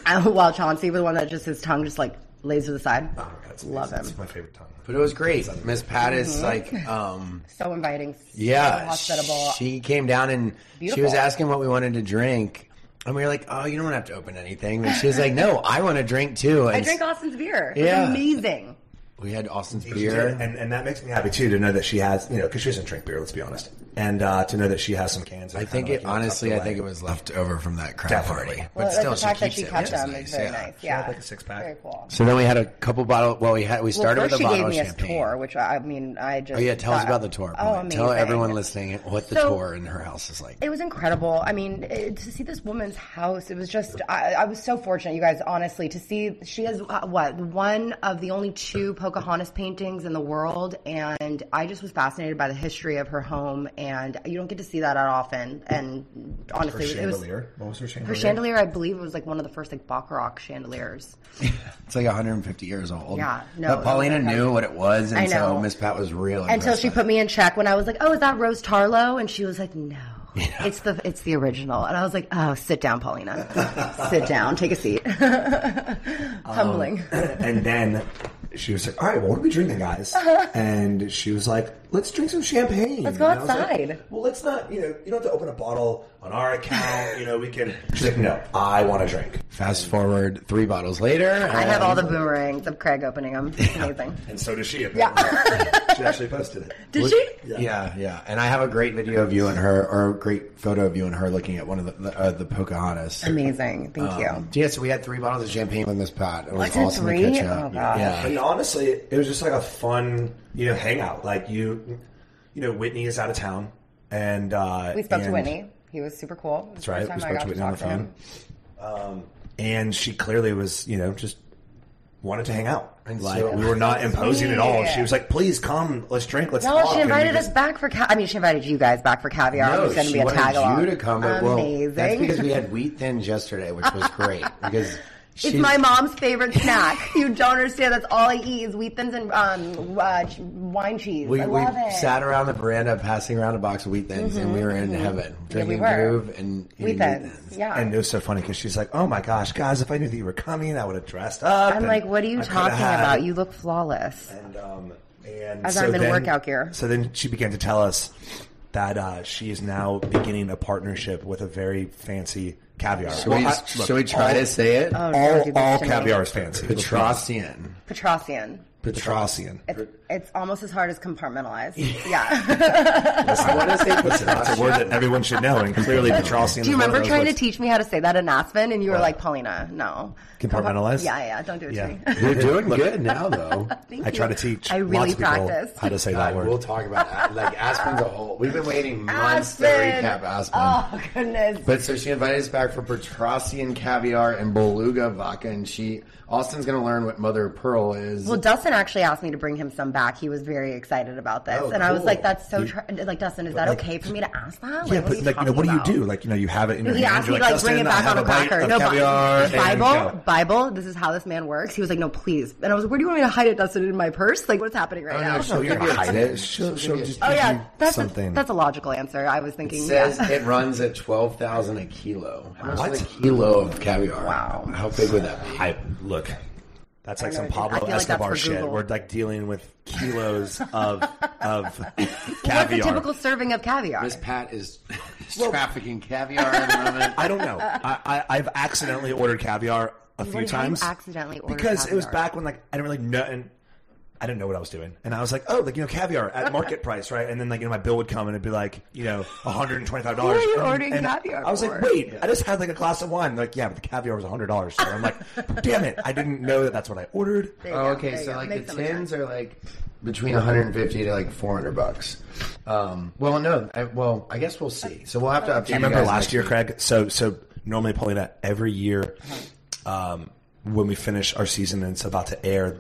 Speaker 8: Oh, (laughs) while Chauncey was the one that just his tongue just like lays to the side.
Speaker 5: That's
Speaker 8: Love
Speaker 5: amazing.
Speaker 8: him.
Speaker 5: That's my favorite tongue.
Speaker 6: But it was great. Miss Pat is like,
Speaker 8: (laughs)
Speaker 6: um,
Speaker 8: Mm-hmm. So inviting. so
Speaker 6: yeah,
Speaker 8: hospitable.
Speaker 6: she came down and she was
Speaker 8: Beautiful.
Speaker 6: asking what we wanted to drink, and we were like, oh, you don't have to open anything. And she was like, no, I want to drink too. And
Speaker 8: (laughs) I drank Austin's beer. It was
Speaker 6: Yeah.
Speaker 8: amazing.
Speaker 6: we had Austin's
Speaker 5: She
Speaker 6: beer.
Speaker 5: did, And, and that makes me happy too to know that she has, you know, because she doesn't drink beer, let's be honest. And uh, to know that she has some cans.
Speaker 6: I think it honestly. I think it was left over from that crowd
Speaker 5: Definitely.
Speaker 6: party, but
Speaker 8: Well,
Speaker 6: still,
Speaker 8: like the
Speaker 6: she
Speaker 8: fact that
Speaker 6: keeps
Speaker 8: she
Speaker 6: it,
Speaker 8: kept
Speaker 6: which is
Speaker 8: them is very nice. Yeah,
Speaker 5: like a six pack.
Speaker 8: Very cool.
Speaker 6: So then we had a couple bottle. Well, we had we
Speaker 8: Well,
Speaker 6: started
Speaker 8: first
Speaker 6: with a
Speaker 8: she
Speaker 6: bottle
Speaker 8: gave me
Speaker 6: of
Speaker 8: a
Speaker 6: champagne.
Speaker 8: tour, which I mean, I just
Speaker 6: Oh yeah, tell us
Speaker 8: thought-
Speaker 6: about the tour.
Speaker 8: Oh,
Speaker 6: Pauline. tell
Speaker 8: amazing.
Speaker 6: everyone listening what the
Speaker 8: So-
Speaker 6: tour in her house is like.
Speaker 8: It was incredible. I mean, it, to see this woman's house, it was just, I, I was so fortunate, you guys, honestly, to see, she has, uh, what, one of the only two Pocahontas paintings in the world. And I just was fascinated by the history of her home. And you don't get to see that that often. And honestly, it was- it was.
Speaker 5: chandelier. What was her chandelier?
Speaker 8: Her chandelier, I believe, was like one of the first like Baccarat chandeliers.
Speaker 6: It's like 150 years old.
Speaker 8: Yeah, no,
Speaker 6: but Paulina
Speaker 8: it was-
Speaker 6: knew what it was, and
Speaker 8: I
Speaker 6: so
Speaker 8: know.
Speaker 6: Miss Pat was real
Speaker 8: Until
Speaker 6: impressed
Speaker 8: she
Speaker 6: by
Speaker 8: put me in check when I was like, "Oh, is that Rose Tarlow?" And she was like, "No, it's the it's the original." And I was like, "Oh, sit
Speaker 5: (laughs)
Speaker 8: down, Paulina, sit down, take a seat." (laughs) Humbling.
Speaker 5: and then she was like, "All right, well, what are we drinking,
Speaker 8: (laughs)
Speaker 5: guys?" And she was like, "Let's drink some champagne. Let's
Speaker 8: go outside.
Speaker 5: well, let's not. You know, you don't have to open a bottle on our account. You know, we can." She's like, "No, I want to drink."
Speaker 6: it. Fast forward three bottles later,
Speaker 8: I have all the boomerangs of Craig opening them. It's amazing.
Speaker 5: And so does she.
Speaker 8: (laughs)
Speaker 5: Yeah. she actually posted it.
Speaker 8: Did she?
Speaker 6: Yeah. yeah, and I have a great video of you and her, or a great photo of you and her looking at one of the the, uh, the Pocahontas.
Speaker 8: Amazing. Thank you.
Speaker 6: um, Yeah, so we had three bottles of champagne with Miss Pat. It was
Speaker 8: Was it
Speaker 6: awesome
Speaker 8: three?
Speaker 6: to catch up.
Speaker 8: Oh, gosh.
Speaker 6: Yeah,
Speaker 5: And honestly, it was just like a fun, you know, hangout. Like you, you know, Whitney is out of town, and uh,
Speaker 8: We spoke to
Speaker 5: and-
Speaker 8: Whitney. He was super cool. That's
Speaker 5: right. We spoke to Whitney on the phone, um, and she clearly was, you know, just wanted to hang out.
Speaker 6: And
Speaker 5: like
Speaker 6: so-
Speaker 5: we were not imposing at all.
Speaker 8: Sweet.
Speaker 5: She was like, "Please come, let's drink, let's
Speaker 8: No,
Speaker 5: talk." And
Speaker 8: she
Speaker 5: we
Speaker 8: invited us
Speaker 5: just-
Speaker 8: back for. Ca- I mean, she invited you guys back for caviar. it was going to be a
Speaker 6: wanted
Speaker 8: tag along.
Speaker 6: you to come, but well,
Speaker 8: Amazing.
Speaker 6: that's because we had wheat thins yesterday, which
Speaker 8: (laughs)
Speaker 6: was great because she's,
Speaker 8: It's my mom's
Speaker 5: (laughs)
Speaker 8: favorite snack. You don't understand. That's all I eat is wheat thins and um, uh, ch- wine cheese.
Speaker 6: We,
Speaker 8: I
Speaker 6: we
Speaker 8: love it.
Speaker 6: sat around the veranda passing around a box of wheat thins, and we were in heaven drinking
Speaker 8: Mm-hmm. were.
Speaker 6: move and eating
Speaker 8: wheat thins. Yeah.
Speaker 5: And it was so funny because she's like, "Oh my gosh, guys! If I knew that you were coming, I would have dressed up."
Speaker 8: I'm
Speaker 5: and
Speaker 8: like, what are you
Speaker 5: I coulda
Speaker 8: talking
Speaker 5: had-
Speaker 8: about? You look flawless.
Speaker 5: And, um, and
Speaker 8: As
Speaker 5: so
Speaker 8: I'm in
Speaker 5: then-
Speaker 8: workout gear.
Speaker 5: So then she began to tell us that uh, she is now beginning a partnership with a very fancy caviar.
Speaker 6: Should, we, should we try to say it?
Speaker 8: Oh,
Speaker 5: all
Speaker 8: don't do this
Speaker 5: all
Speaker 8: to me.
Speaker 5: caviar is fancy.
Speaker 6: Petrosian.
Speaker 8: (laughs) Petrosian.
Speaker 5: Petrosian.
Speaker 8: It's, it's almost as hard as compartmentalized. Yeah.
Speaker 5: (laughs) That's a word that everyone should know, and clearly Petrosian.
Speaker 8: Do you remember trying to teach me how to say that in Aspen? And you were like, Paulina, no.
Speaker 5: Compartmentalized?
Speaker 8: Yeah, yeah. Don't do it
Speaker 5: Yeah.
Speaker 8: to me.
Speaker 6: You're doing good now, though.
Speaker 8: (laughs) Thank
Speaker 5: I try
Speaker 8: you.
Speaker 5: to teach.
Speaker 8: I really
Speaker 5: lots of people
Speaker 8: practiced.
Speaker 5: how to say that
Speaker 6: God,
Speaker 5: word.
Speaker 6: we'll talk about that.
Speaker 8: (laughs)
Speaker 6: like Aspen's a whole. We've been waiting months
Speaker 8: Aspen.
Speaker 6: to recap Aspen.
Speaker 8: Oh, goodness.
Speaker 6: But so she invited us back for Petrosian caviar and Beluga vodka, and she Austin's going to learn what Mother of Pearl is.
Speaker 8: Well, Dustin actually asked me to bring him some back. He was very excited about this,
Speaker 6: Oh,
Speaker 8: and I was
Speaker 6: cool.
Speaker 8: like, "That's so tr- like Dustin. Is that okay for me to ask that? Like,
Speaker 5: yeah,
Speaker 8: what are
Speaker 5: but like,
Speaker 8: you
Speaker 5: you know,
Speaker 8: talking
Speaker 5: what do you
Speaker 8: about?
Speaker 5: do? Like, you know, you have it in your
Speaker 8: He
Speaker 5: hand.
Speaker 8: asked me
Speaker 5: you're
Speaker 8: to like
Speaker 5: "Dustin,
Speaker 8: bring it
Speaker 5: I
Speaker 8: back
Speaker 5: have
Speaker 8: on a
Speaker 5: bite
Speaker 8: cracker.
Speaker 5: of
Speaker 8: No, but-
Speaker 5: caviar and
Speaker 8: Bible,
Speaker 5: go.
Speaker 8: Bible. This is how this man works. He was like, "No, please." And I was like, "Where do you want me to hide it, Dustin? In my purse? Like, what's happening right
Speaker 6: Oh,
Speaker 8: now?"
Speaker 6: no, she'll
Speaker 5: You're
Speaker 6: give
Speaker 5: gonna
Speaker 6: you
Speaker 5: hide it. She'll, she'll just
Speaker 8: oh
Speaker 5: give
Speaker 8: yeah,
Speaker 5: you
Speaker 8: that's
Speaker 5: something.
Speaker 8: A, that's a logical answer. I was thinking.
Speaker 6: It says
Speaker 8: yeah.
Speaker 6: it runs at twelve thousand a kilo. How much is a kilo of caviar?
Speaker 8: Wow.
Speaker 6: How big would that be?
Speaker 5: I look. That's like some
Speaker 8: know, dude. I
Speaker 5: Pablo
Speaker 8: feel like that's
Speaker 5: Escobar
Speaker 8: for
Speaker 5: shit.
Speaker 8: Google.
Speaker 5: We're like dealing with kilos of of
Speaker 8: (laughs) What's a
Speaker 5: caviar.
Speaker 8: typical serving of caviar?
Speaker 6: Miss Pat is (laughs) is trafficking caviar at the moment.
Speaker 5: I don't know. I, I I've accidentally ordered caviar a few
Speaker 8: What do you- how do you
Speaker 5: times
Speaker 8: accidentally order
Speaker 5: because it was
Speaker 8: caviar?
Speaker 5: back when like I didn't really know and I didn't know what I was doing, and I was like, oh, like you know, caviar at market price, right? And then like you know, my bill would come and it'd be like you know, one hundred and twenty five dollars.
Speaker 8: (laughs) What are you ordering caviar
Speaker 5: I was like,
Speaker 8: for?
Speaker 5: wait, I just had like a glass of wine. Like, yeah, but the caviar was hundred dollars. So I'm like, (laughs) damn it, I didn't know that that's what I ordered.
Speaker 8: There you
Speaker 6: Oh,
Speaker 8: go,
Speaker 6: okay.
Speaker 8: there you
Speaker 6: So
Speaker 8: go.
Speaker 6: like
Speaker 8: Make
Speaker 6: the
Speaker 8: some of that.
Speaker 6: tins are like between 150 to like 400 bucks. Um, well, no. I, well, I guess we'll see. So we'll have to update.
Speaker 5: Do you remember last year, Craig? So so normally Paulina, every year,
Speaker 8: Uh-huh.
Speaker 5: um, when we finish our season and it's about to air,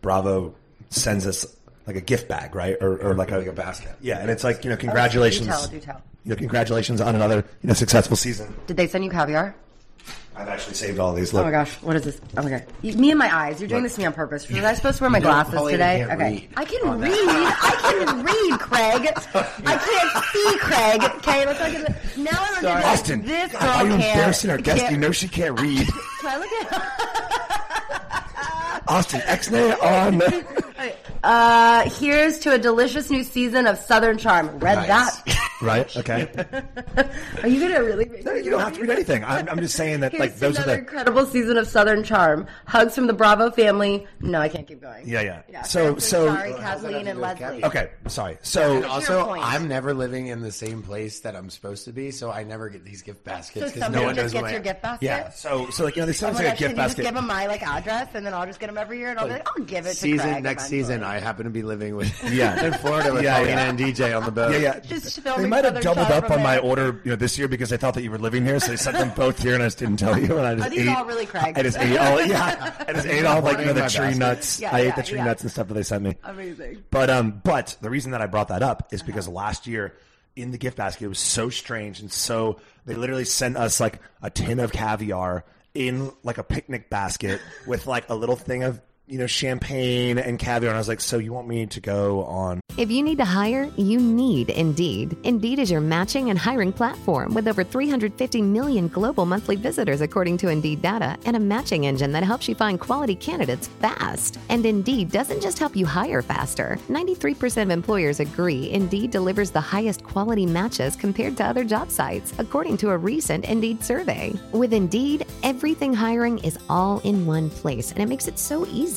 Speaker 5: Bravo sends us like a gift bag, right, or, or like, a,
Speaker 6: Like a basket.
Speaker 5: Yeah, and it's like you know, congratulations,
Speaker 8: do tell, do tell.
Speaker 5: you know, congratulations on another you know successful season.
Speaker 8: Did they send you caviar?
Speaker 5: I've actually saved all these.
Speaker 8: Oh
Speaker 5: Look,
Speaker 8: my gosh, what is this? Oh my god, you, me and my eyes. You're doing this to me on purpose. Was I supposed to wear my
Speaker 6: You know,
Speaker 8: glasses
Speaker 6: Pauline
Speaker 8: today?
Speaker 6: can't
Speaker 8: Okay,
Speaker 6: read
Speaker 8: I can read. I can read, Craig.
Speaker 5: (laughs)
Speaker 8: I can't see, Craig. Okay, let's look at the. Now I look at this.
Speaker 5: Austin,
Speaker 8: This girl
Speaker 5: God, why are you
Speaker 8: can't.
Speaker 5: embarrassing our guest?
Speaker 8: can't-
Speaker 5: You know she can't read.
Speaker 8: (laughs) Can I look at?
Speaker 5: Austin, X-nay on.
Speaker 8: Uh, here's to a delicious new season of Southern Charm. Read that.
Speaker 5: (laughs) right? Okay.
Speaker 8: Are you gonna really? Read
Speaker 5: No, you don't have to read anything. I'm, I'm just saying that
Speaker 8: Here's
Speaker 5: like
Speaker 8: to
Speaker 5: those are
Speaker 8: another
Speaker 5: the
Speaker 8: incredible season of Southern Charm. Hugs from the Bravo family. No, I can't keep going.
Speaker 5: Yeah, yeah. So-
Speaker 8: Franklin,
Speaker 5: so-
Speaker 8: sorry,
Speaker 5: How's
Speaker 8: Kathleen and Leslie.
Speaker 5: Okay, sorry. So
Speaker 8: your
Speaker 6: Also,
Speaker 8: point.
Speaker 6: I'm never living in the same place that I'm supposed to be, so I never get these gift
Speaker 8: So
Speaker 6: baskets because no
Speaker 8: somebody
Speaker 6: one knows
Speaker 8: just
Speaker 6: what
Speaker 8: gets
Speaker 6: I
Speaker 8: your gift basket.
Speaker 5: yeah, so so like you know, they
Speaker 8: Oh
Speaker 5: sound
Speaker 8: my
Speaker 5: like
Speaker 8: gosh,
Speaker 5: a gift
Speaker 8: can you just
Speaker 5: basket.
Speaker 8: give them my like address and then I'll just get them every year and I'll be like, I'll give it to
Speaker 6: Season
Speaker 8: Craig
Speaker 6: next
Speaker 8: eventually.
Speaker 6: season, I happen to be living with (laughs)
Speaker 5: Yeah.
Speaker 6: in Florida with
Speaker 5: Yeah,
Speaker 6: Paulina
Speaker 5: yeah.
Speaker 6: and DJ on the boat.
Speaker 5: yeah, yeah.
Speaker 8: Just filming
Speaker 5: they might have
Speaker 8: Southern
Speaker 5: doubled
Speaker 8: Charm
Speaker 5: up
Speaker 8: from
Speaker 5: on my
Speaker 8: there.
Speaker 5: order, you know, this year because they thought that you were living here, so they sent
Speaker 8: (laughs)
Speaker 5: them both here, and I just didn't tell you. And I just
Speaker 8: Are these
Speaker 5: ate,
Speaker 8: all really Craig's?
Speaker 5: I just ate all, yeah. I just ate all like you know, the
Speaker 6: My
Speaker 5: tree
Speaker 6: basket.
Speaker 5: nuts.
Speaker 8: Yeah,
Speaker 5: I
Speaker 8: yeah,
Speaker 5: ate the tree
Speaker 8: yeah.
Speaker 5: nuts and stuff that they sent me.
Speaker 8: Amazing. Uh-huh.
Speaker 5: But um, but the reason that I brought that up is because last year in the gift basket it was so strange and so they literally sent us like a tin of caviar in like a picnic basket with like a little thing of you know champagne and caviar and I was like, so you want me to go on
Speaker 9: If you need to hire, you need Indeed. Indeed is your matching and hiring platform with over 350 million global monthly visitors, according to Indeed data, and a matching engine that helps you find quality candidates fast. And Indeed doesn't just help you hire faster. 93% of employers agree Indeed delivers the highest quality matches compared to other job sites, according to a recent Indeed survey. With Indeed, everything hiring is all in one place, and it makes it so easy.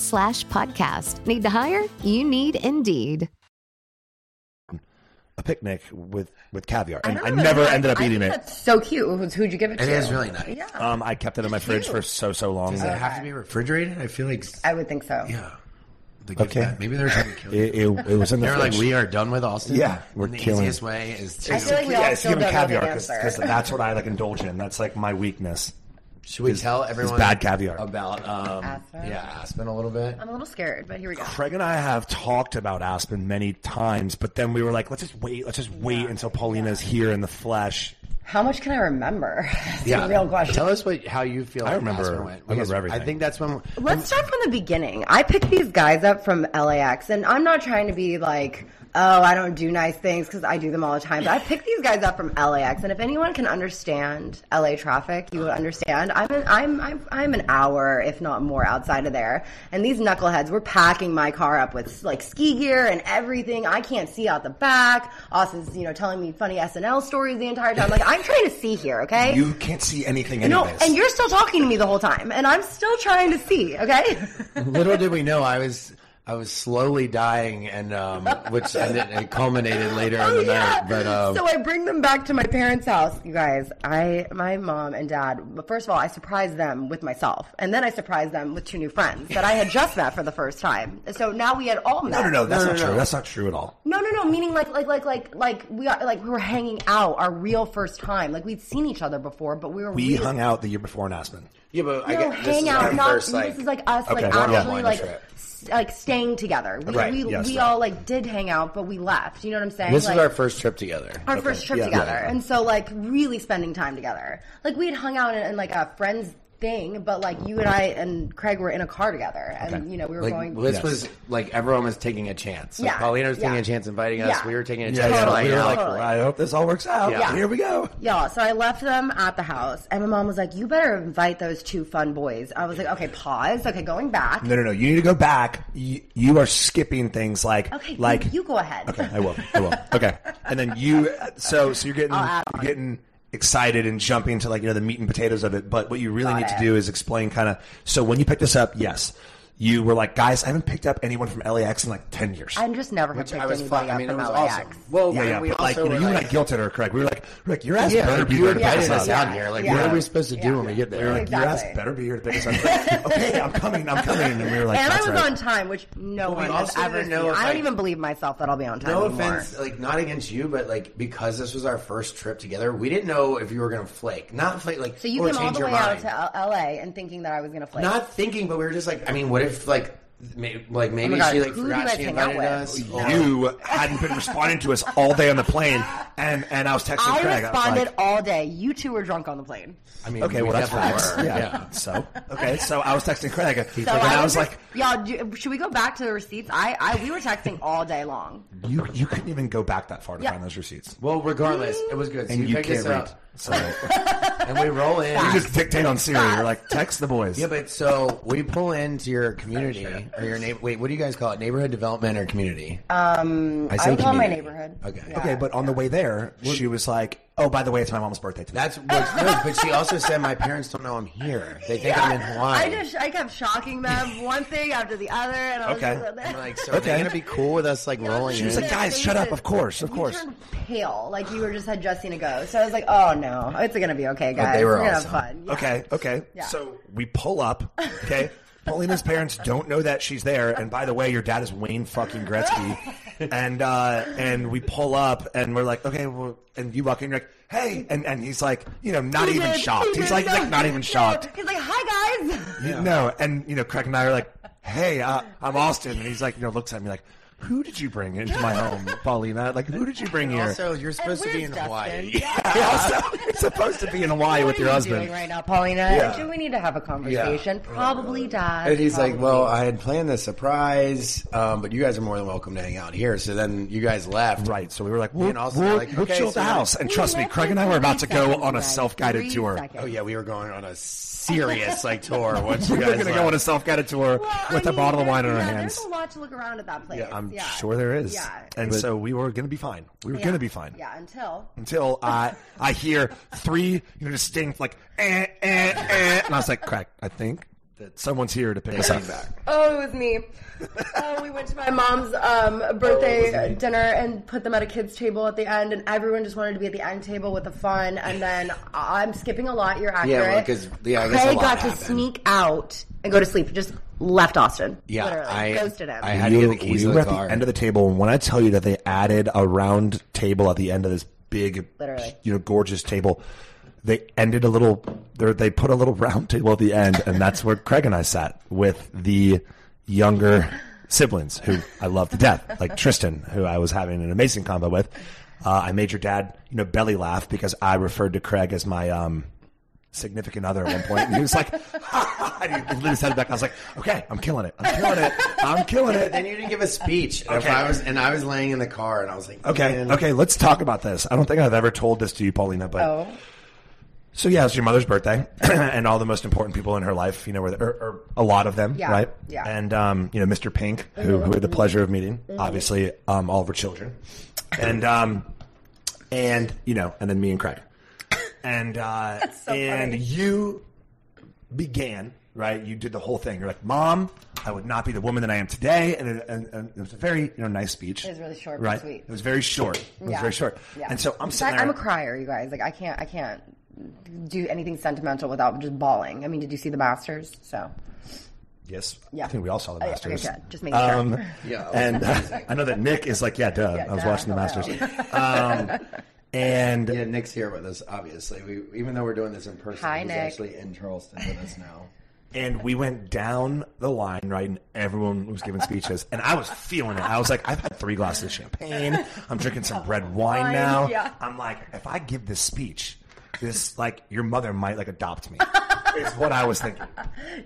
Speaker 9: slash podcast. Need to hire? You need Indeed.
Speaker 5: a picnic with with caviar? And
Speaker 8: don't
Speaker 5: I
Speaker 8: know
Speaker 5: never
Speaker 8: that-
Speaker 5: ended up
Speaker 8: I
Speaker 5: eating
Speaker 8: think
Speaker 5: it.
Speaker 8: That's so cute. Who'd, who'd you give it to?
Speaker 6: It is really nice.
Speaker 8: Yeah,
Speaker 5: Um, I kept it in my fridge for so so long.
Speaker 6: Does it have to be refrigerated? I feel like
Speaker 8: I would think so.
Speaker 6: yeah. The gift
Speaker 5: Okay.
Speaker 6: bag- Maybe they're trying to kill you.
Speaker 5: It, it, it was in the
Speaker 6: They're like,
Speaker 5: fridge.
Speaker 6: we are done with Austin.
Speaker 5: Yeah, we're
Speaker 6: and the
Speaker 5: killing
Speaker 6: easiest
Speaker 5: it.
Speaker 6: way is
Speaker 8: I feel
Speaker 6: to.
Speaker 8: like we all
Speaker 5: yeah, it's
Speaker 8: still
Speaker 5: give
Speaker 8: don't know
Speaker 5: him caviar
Speaker 8: the answer.
Speaker 5: because that's what I like indulge in. That's like my weakness.
Speaker 6: Should we
Speaker 5: It's-
Speaker 6: tell
Speaker 5: it's
Speaker 6: everyone
Speaker 5: bad caviar.
Speaker 6: about um,
Speaker 8: Aspen?
Speaker 6: yeah Aspen a little bit?
Speaker 8: I'm a little scared, but here we go.
Speaker 5: Craig and I have talked about Aspen many times, but then we were like, let's just wait, let's just wait until Paulina's here in the flesh.
Speaker 8: How much can I remember? That's a real question.
Speaker 6: Tell us what how you feel.
Speaker 5: I
Speaker 6: about
Speaker 5: remember-
Speaker 6: Aspen went,
Speaker 5: I remember
Speaker 6: because
Speaker 5: everything.
Speaker 6: I think that's when.
Speaker 8: Let's start from the beginning. I picked these guys up from LAX, and I'm not trying to be like, oh, I don't do nice things because I do them all the time. But I picked these guys up from LAX, and if anyone can understand LA traffic, you would understand. I'm an, I'm, I'm I'm an hour, if not more, outside of there, and these knuckleheads were packing my car up with like ski gear and everything. I can't see out the back. Austin's you know telling me funny SNL stories the entire time. Like I'm trying to see here, okay?
Speaker 5: You can't see anything
Speaker 8: no,
Speaker 5: anyways.
Speaker 8: and you're still talking to me the whole time, and I'm still trying to see, okay? (laughs)
Speaker 6: little did we know, I was I was slowly dying, and um, which and it, it culminated later in
Speaker 8: (laughs) Oh,
Speaker 6: the
Speaker 8: yeah.
Speaker 6: night. But um,
Speaker 8: so I bring them back to my parents' house. You guys, I, my mom and dad. But first of all, I surprised them with myself, and then I surprised them with two new friends that I had just met for the first time. So now we had all met.
Speaker 5: no, no, no, that's not true. That's not true at all.
Speaker 8: No, no, no. Meaning like, like, like, like, like we are like we were hanging out our real first time. Like we'd seen each other before, but we were
Speaker 5: We
Speaker 8: really-
Speaker 5: hung out the year before in Aspen.
Speaker 6: yeah, but I
Speaker 8: No,
Speaker 6: get, this
Speaker 8: hang
Speaker 6: is
Speaker 8: out.
Speaker 6: our
Speaker 8: not,
Speaker 6: first, like,
Speaker 8: this is like us,
Speaker 5: Okay,
Speaker 8: like
Speaker 5: one-on-one
Speaker 8: actually, like
Speaker 6: trip.
Speaker 8: s- like staying together. We
Speaker 5: Right,
Speaker 8: we,
Speaker 5: yes,
Speaker 8: we
Speaker 5: right.
Speaker 8: all like did hang out, but we left. You know what I'm saying?
Speaker 6: this
Speaker 8: like,
Speaker 6: is our first trip together.
Speaker 8: our first trip
Speaker 5: yeah.
Speaker 8: together,
Speaker 5: Yeah.
Speaker 8: and so like really spending time together. Like we had hung out in, in like a friends thing, but like you and I and Craig were in a car together, and you know we were
Speaker 6: like,
Speaker 8: going.
Speaker 6: This was like everyone was taking a chance. Like
Speaker 8: Yeah,
Speaker 6: Paulina was taking
Speaker 8: yeah.
Speaker 6: a chance, inviting us.
Speaker 8: Yeah.
Speaker 6: We were taking a
Speaker 5: Yeah,
Speaker 6: chance.
Speaker 5: yeah,
Speaker 6: like,
Speaker 5: we were
Speaker 6: yeah,
Speaker 5: like,
Speaker 6: like,
Speaker 5: "Well, I hope this all works out.
Speaker 8: Yeah.
Speaker 5: Here we go.
Speaker 8: Y'all, so I left them at the house, and my mom was like, "You better invite those two fun boys." I was like, "Okay, pause. Okay, going back.
Speaker 5: No, no, no. You need to go back. You, you are skipping things like
Speaker 8: Okay,
Speaker 5: like
Speaker 8: you, you go ahead."
Speaker 5: Okay, I will. I will. Okay, and then you. So so you're getting
Speaker 8: I'll add
Speaker 5: you're getting excited and jumping to like you know the meat and potatoes of it. But what you really
Speaker 8: Got
Speaker 5: need to
Speaker 8: it.
Speaker 5: do is explain kind of. So when you picked this up, yes, you were like, guys, I haven't picked up anyone from LAX in like ten years.
Speaker 8: (laughs) I just never have
Speaker 6: Which
Speaker 8: picked
Speaker 6: I was
Speaker 8: anybody
Speaker 6: fun.
Speaker 8: up
Speaker 6: I mean, it
Speaker 8: from
Speaker 6: was
Speaker 8: LAX.
Speaker 6: awesome. Well,
Speaker 5: yeah,
Speaker 6: we-
Speaker 5: yeah,
Speaker 6: we
Speaker 5: but like
Speaker 6: also
Speaker 5: you know,
Speaker 6: were
Speaker 5: you and I
Speaker 6: like-
Speaker 5: guilted her, Craig. We were like, Rick, your ass
Speaker 6: Yeah,
Speaker 5: better
Speaker 6: like,
Speaker 5: be
Speaker 6: you
Speaker 5: there to pick
Speaker 6: invited
Speaker 5: us
Speaker 6: us
Speaker 5: up.
Speaker 6: out here. Like,
Speaker 8: Yeah.
Speaker 6: what are we supposed to do
Speaker 8: Yeah.
Speaker 6: when we get
Speaker 5: We were
Speaker 6: there?
Speaker 5: like, your ass
Speaker 8: Exactly.
Speaker 5: better be here to pick us up. Like, okay, I'm coming. I'm coming. And we were like,
Speaker 8: and I
Speaker 5: that's
Speaker 8: was
Speaker 5: right.
Speaker 8: on time, which
Speaker 6: Well,
Speaker 8: no
Speaker 6: we
Speaker 8: one has
Speaker 6: also
Speaker 8: ever
Speaker 6: didn't
Speaker 8: seen.
Speaker 6: know if,
Speaker 8: I
Speaker 6: like-
Speaker 8: don't even believe myself that I'll be on time.
Speaker 6: No
Speaker 8: anymore.
Speaker 6: offense, like not against you, but like because this was our first trip together, we didn't know if you were gonna flake. Not flake, like
Speaker 8: So you
Speaker 6: or
Speaker 8: came all
Speaker 6: change
Speaker 8: the
Speaker 6: your
Speaker 8: way
Speaker 6: mind.
Speaker 8: out to L- LA and thinking that I was gonna flake.
Speaker 6: not thinking, but we were just like, I mean, what if like, may, like maybe
Speaker 8: Oh my God,
Speaker 6: she like
Speaker 8: who do you
Speaker 6: forgot
Speaker 8: guys
Speaker 6: she
Speaker 8: hang out
Speaker 6: invited
Speaker 8: with? Oh,
Speaker 6: us? or-
Speaker 5: you hadn't been responding to us all day on the plane, and and I was texting
Speaker 8: I
Speaker 5: Craig. was
Speaker 8: responded
Speaker 5: like,
Speaker 8: all day. You two were drunk on the plane.
Speaker 6: I mean,
Speaker 5: okay,
Speaker 6: we
Speaker 5: well that's
Speaker 6: definitely
Speaker 5: facts.
Speaker 6: were.
Speaker 5: Yeah. So okay, so I was texting Craig, and
Speaker 8: So
Speaker 5: I,
Speaker 8: I
Speaker 5: was
Speaker 8: just-
Speaker 5: like,
Speaker 8: "Y'all, do, should we go back to the receipts?" I, I, we were texting all day long.
Speaker 5: you you couldn't even go back that far to
Speaker 8: Yeah.
Speaker 5: find those receipts,
Speaker 6: (laughs) Well, regardless, it was good. So
Speaker 5: and
Speaker 6: you,
Speaker 5: you,
Speaker 6: pick
Speaker 5: can't
Speaker 6: us
Speaker 5: read.
Speaker 6: up,
Speaker 5: So you
Speaker 6: and we roll in.
Speaker 5: just dictate on Siri. You're like, text the boys.
Speaker 6: Yeah, but so we pull into your community or your neighbor. Wait, what do you guys call it? Neighborhood development or community?
Speaker 8: Uh,
Speaker 6: Um, I, say
Speaker 8: would call my
Speaker 6: community.
Speaker 8: neighborhood.
Speaker 6: Okay,
Speaker 8: Yeah.
Speaker 5: okay, but on the way there, she was like, oh, by the way, it's my mom's birthday today.
Speaker 6: that's what's no, but she also said my parents don't know I'm here. They think I'm in Hawaii.
Speaker 8: (laughs) I just, I kept
Speaker 5: (laughs)
Speaker 8: shocking them one thing after the other, and I was
Speaker 5: Okay.
Speaker 8: just
Speaker 6: I'm like, so
Speaker 5: Okay.
Speaker 6: are they gonna be cool with us like rolling
Speaker 5: She
Speaker 6: in?
Speaker 5: was like, guys, shut up. Of course, of
Speaker 8: You
Speaker 5: course.
Speaker 8: turned pale, like you were just had just seen a ghost. So I was like, "Oh no, it's gonna be okay, guys.
Speaker 6: they were
Speaker 8: are gonna
Speaker 6: awesome.
Speaker 8: have fun." Yeah.
Speaker 5: Okay, okay.
Speaker 8: Yeah.
Speaker 5: So we pull up,
Speaker 8: (laughs)
Speaker 5: okay? Paulina's parents don't know that she's there, and by the way, your dad is Wayne fucking Gretzky.
Speaker 8: (laughs)
Speaker 5: And uh, and we pull up, and we're like, okay, well, and you walk in, you're like, hey, and, and he's like, you know, not
Speaker 8: He
Speaker 5: even
Speaker 8: did,
Speaker 5: shocked.
Speaker 8: he
Speaker 5: He's
Speaker 8: did,
Speaker 5: like,
Speaker 8: no,
Speaker 5: like, not
Speaker 8: he (laughs)
Speaker 5: even
Speaker 8: did.
Speaker 5: shocked.
Speaker 8: He's like, "Hi guys."
Speaker 5: No, and you know, Craig and I are like, hey, uh, I'm Austin, and he's like, you know, looks at me like, who did you bring into my
Speaker 8: (laughs)
Speaker 5: home, Paulina? Like, who did you bring here?
Speaker 6: Also, you're supposed to be in
Speaker 8: where's
Speaker 6: Hawaii.
Speaker 8: Dustin?
Speaker 5: (laughs) Yeah, also, you're supposed to be in Hawaii
Speaker 8: What
Speaker 5: with
Speaker 8: are
Speaker 5: your
Speaker 8: you
Speaker 5: husband.
Speaker 8: doing right now, Paulina? Do we need to have a conversation? Probably, Dad.
Speaker 6: And he's like,
Speaker 8: probably.
Speaker 6: "Well, I had planned this surprise, um, but you guys are more than welcome to hang out here." So then you guys left,
Speaker 5: Right. So we were like,
Speaker 6: Me
Speaker 5: we'll,
Speaker 6: and Austin
Speaker 5: we'll,
Speaker 6: were like,
Speaker 5: we'll
Speaker 6: okay,
Speaker 5: chill at
Speaker 6: so
Speaker 5: the house. And trust me,
Speaker 8: left
Speaker 5: Craig and I
Speaker 8: in
Speaker 5: were about to
Speaker 8: three
Speaker 5: go
Speaker 8: seconds,
Speaker 5: on a
Speaker 8: guys.
Speaker 5: self-guided
Speaker 8: Three
Speaker 5: tour.
Speaker 8: seconds.
Speaker 6: Oh yeah, we were going on a serious
Speaker 5: (laughs)
Speaker 6: like tour. Once you
Speaker 5: We
Speaker 6: guys
Speaker 5: were going to
Speaker 6: left.
Speaker 5: go on a self-guided tour
Speaker 8: Well, I
Speaker 5: with a
Speaker 8: mean,
Speaker 5: bottle of
Speaker 8: there's-
Speaker 5: wine in our
Speaker 8: yeah,
Speaker 5: hands.
Speaker 8: There's a lot to look around at that place.
Speaker 5: Yeah, I'm
Speaker 8: Yeah.
Speaker 5: sure there is.
Speaker 8: Yeah.
Speaker 5: And so we were going to be fine. We were
Speaker 8: Yeah.
Speaker 5: going to be fine.
Speaker 8: Yeah, until
Speaker 5: Until I I hear three you know, distinct like eh, eh, eh, and I was like, Craig, I think that someone's here to pick us up.
Speaker 8: oh, it
Speaker 6: (laughs)
Speaker 8: was me. oh, we went to my mom's um,
Speaker 6: Oh,
Speaker 8: birthday dinner and put them at a kids' table at the end, and everyone just wanted to be at the end table with the fun. And then I- I'm skipping a lot. You're accurate.
Speaker 6: Yeah, well, 'cause- yeah, I guess a
Speaker 8: Craig
Speaker 6: lot
Speaker 8: got
Speaker 6: happened.
Speaker 8: to sneak out and go to sleep. Just left Austin.
Speaker 6: Yeah,
Speaker 8: Literally.
Speaker 6: I-
Speaker 8: ghosted him.
Speaker 6: I had to get the keys
Speaker 5: we
Speaker 6: to
Speaker 5: were
Speaker 6: the
Speaker 5: at
Speaker 6: car.
Speaker 5: the end of the table, and when I tell you that they added a round table at the end of this big,
Speaker 8: Literally.
Speaker 5: you know, gorgeous table, they ended a little. they're- They put a little (laughs) round table at the end, and that's where Craig and I sat with the younger siblings who I love to death, like Tristan, who I was having an amazing combo with. Uh, I made your dad, you know, belly laugh because I referred to Craig as my um, significant other at one point, and he was like, (laughs) and he literally said it back. I was like, okay, I'm killing it, I'm killing it, I'm killing it.
Speaker 6: (laughs) Then you didn't give a speech. Okay.
Speaker 5: Okay.
Speaker 6: I was, and I was laying in the car, and I was like,
Speaker 5: Okay,
Speaker 6: "Man."
Speaker 5: okay, let's talk about this. I don't think I've ever told this to you, Paulina, but
Speaker 8: Oh.
Speaker 5: so yeah, it's your mother's birthday, (clears throat) and all the most important people in her life, you know, were there, or, or a lot of them,
Speaker 8: Yeah,
Speaker 5: right?
Speaker 8: yeah. Mm-hmm.
Speaker 5: And um, you know, Mr. Pink, who, who had the pleasure of meeting, obviously, um, all of her children, and um, and you know, and then me and Craig, and
Speaker 8: (laughs)
Speaker 5: uh, and you began, right? You did the whole thing. You're like, Mom, I would not be the woman that I am today. And, and, and it was a very, you know, nice speech. It
Speaker 8: was really short but
Speaker 5: right?
Speaker 8: sweet.
Speaker 5: It was very short. It was
Speaker 8: Yeah.
Speaker 5: very short.
Speaker 8: Yeah.
Speaker 5: And so I'm
Speaker 8: In
Speaker 5: sitting
Speaker 8: fact,
Speaker 5: there.
Speaker 8: I'm a crier, you guys. Like I can't, I can't do anything sentimental without just bawling. I mean, did you see the Masters? So
Speaker 5: Yes.
Speaker 8: Yeah.
Speaker 5: I think we all saw the
Speaker 8: Okay,
Speaker 5: Masters.
Speaker 8: okay, good. Just making sure.
Speaker 5: Yeah. And
Speaker 8: (laughs)
Speaker 5: uh, (laughs) I know that Nick is like, yeah, duh. I was
Speaker 8: duh,
Speaker 5: watching the Masters.
Speaker 8: hello. (laughs)
Speaker 5: Um, and
Speaker 6: Yeah, Nick's here with us. Obviously, we even though we're doing this in person,
Speaker 8: Hi,
Speaker 6: he's
Speaker 8: Nick.
Speaker 6: actually in Charleston with us now.
Speaker 5: and we went down the line, right? And everyone was giving speeches, and I was feeling it. I was like, I've had three glasses of champagne. I'm drinking some
Speaker 8: (laughs)
Speaker 5: red wine now.
Speaker 8: yeah.
Speaker 5: I'm like, if I give this speech, this like your mother might like adopt me. is what I was thinking.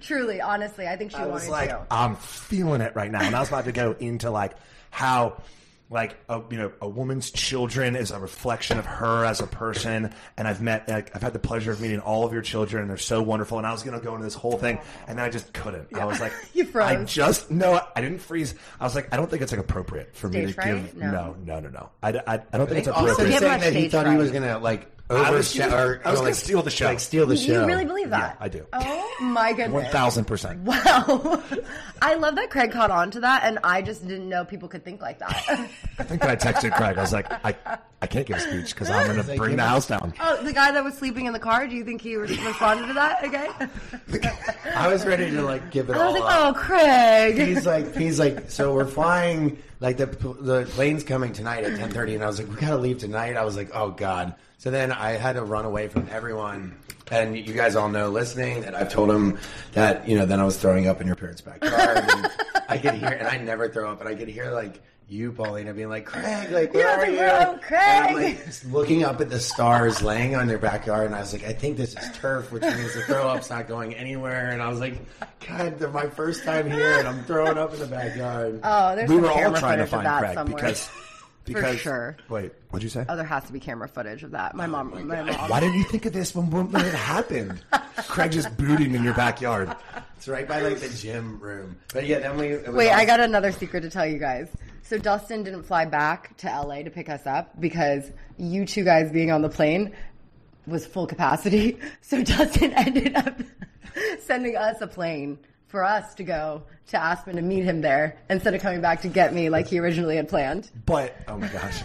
Speaker 8: Truly, honestly, I think she
Speaker 5: I
Speaker 8: wanted
Speaker 5: was like,
Speaker 8: to.
Speaker 5: I'm feeling it right now. And I was about to go into like how like a, you know a woman's children is a reflection of her as a person and i've met like, i've had the pleasure of meeting all of your children and they're so wonderful and i was going to go into this whole thing and then i just couldn't i was like
Speaker 8: (laughs) You froze.
Speaker 5: i just no i didn't freeze i was like i don't think it's like appropriate for me
Speaker 8: Stage
Speaker 5: to
Speaker 8: fright?
Speaker 5: give
Speaker 8: No.
Speaker 5: no no no no i, I, I don't think it's
Speaker 6: Also,
Speaker 5: appropriate
Speaker 6: he
Speaker 8: Give him
Speaker 6: said
Speaker 8: a
Speaker 6: that he
Speaker 8: stage
Speaker 6: thought he
Speaker 8: fright.
Speaker 6: was gonna like
Speaker 5: I was
Speaker 6: overshadow.
Speaker 5: gonna-
Speaker 6: or-
Speaker 5: I was
Speaker 6: or,
Speaker 5: gonna
Speaker 6: like,
Speaker 5: steal the show.
Speaker 6: Like steal the
Speaker 8: You-
Speaker 6: show.
Speaker 8: You really believe that?
Speaker 5: Yeah, I do.
Speaker 8: Oh my goodness.
Speaker 5: 1000%
Speaker 8: Wow. (laughs) I love that Craig caught on to that, and I just didn't know people could think like that. (laughs)
Speaker 5: i think that i texted craig i was like i, I can't give a speech because i'm going to bring the house down
Speaker 8: oh, the guy that was sleeping in the car, do you think he re- responded to that? (laughs) Okay.
Speaker 6: I was ready to like give it
Speaker 8: I
Speaker 6: all
Speaker 8: was like,
Speaker 6: up.
Speaker 5: uh,
Speaker 8: oh,
Speaker 6: (laughs)
Speaker 8: Craig.
Speaker 6: He's like, he's like, so we're flying. Like the the plane's coming tonight at ten thirty, and I was like, we gotta leave tonight. I was like, oh god. So then I had to run away from everyone, and you guys all know listening that I've told him that you know. Then I was throwing up in your parents' backyard. and I could hear, and I never throw up, but I could hear like you, Paulina, being like, Craig, like where
Speaker 8: Yeah, I
Speaker 6: are
Speaker 8: was like,
Speaker 6: you?
Speaker 8: "Where am Craig?"
Speaker 6: And I'm like, just looking up at the stars laying on their backyard, and I was like, I think this is turf, which means the throw up's not going anywhere. And I was like, God, they're my first time here, and I'm throwing up in the backyard.
Speaker 8: (laughs) Oh, there's
Speaker 5: we
Speaker 8: some
Speaker 5: were all
Speaker 8: camera
Speaker 5: trying to
Speaker 8: footage of
Speaker 5: find
Speaker 8: that
Speaker 5: Craig
Speaker 8: somewhere. (laughs)
Speaker 5: because because
Speaker 8: sure.
Speaker 5: Wait, what'd you say?
Speaker 8: oh, there has to be camera footage of that. My mom. My, mom.
Speaker 5: Oh Why didn't you think of this when, when it
Speaker 8: (laughs)
Speaker 5: happened? Craig just booted him in your backyard.
Speaker 6: It's right by like the gym room. But yeah, then we. It was
Speaker 8: Wait,
Speaker 6: all-
Speaker 8: I got another secret to tell you guys. So Dustin didn't fly back to LA to pick us up because you two guys being on the plane was full capacity. (laughs) So Dustin ended up (laughs) sending us a plane for us to go to Aspen to meet him there instead of coming back to get me like he originally had planned.
Speaker 5: But oh my gosh,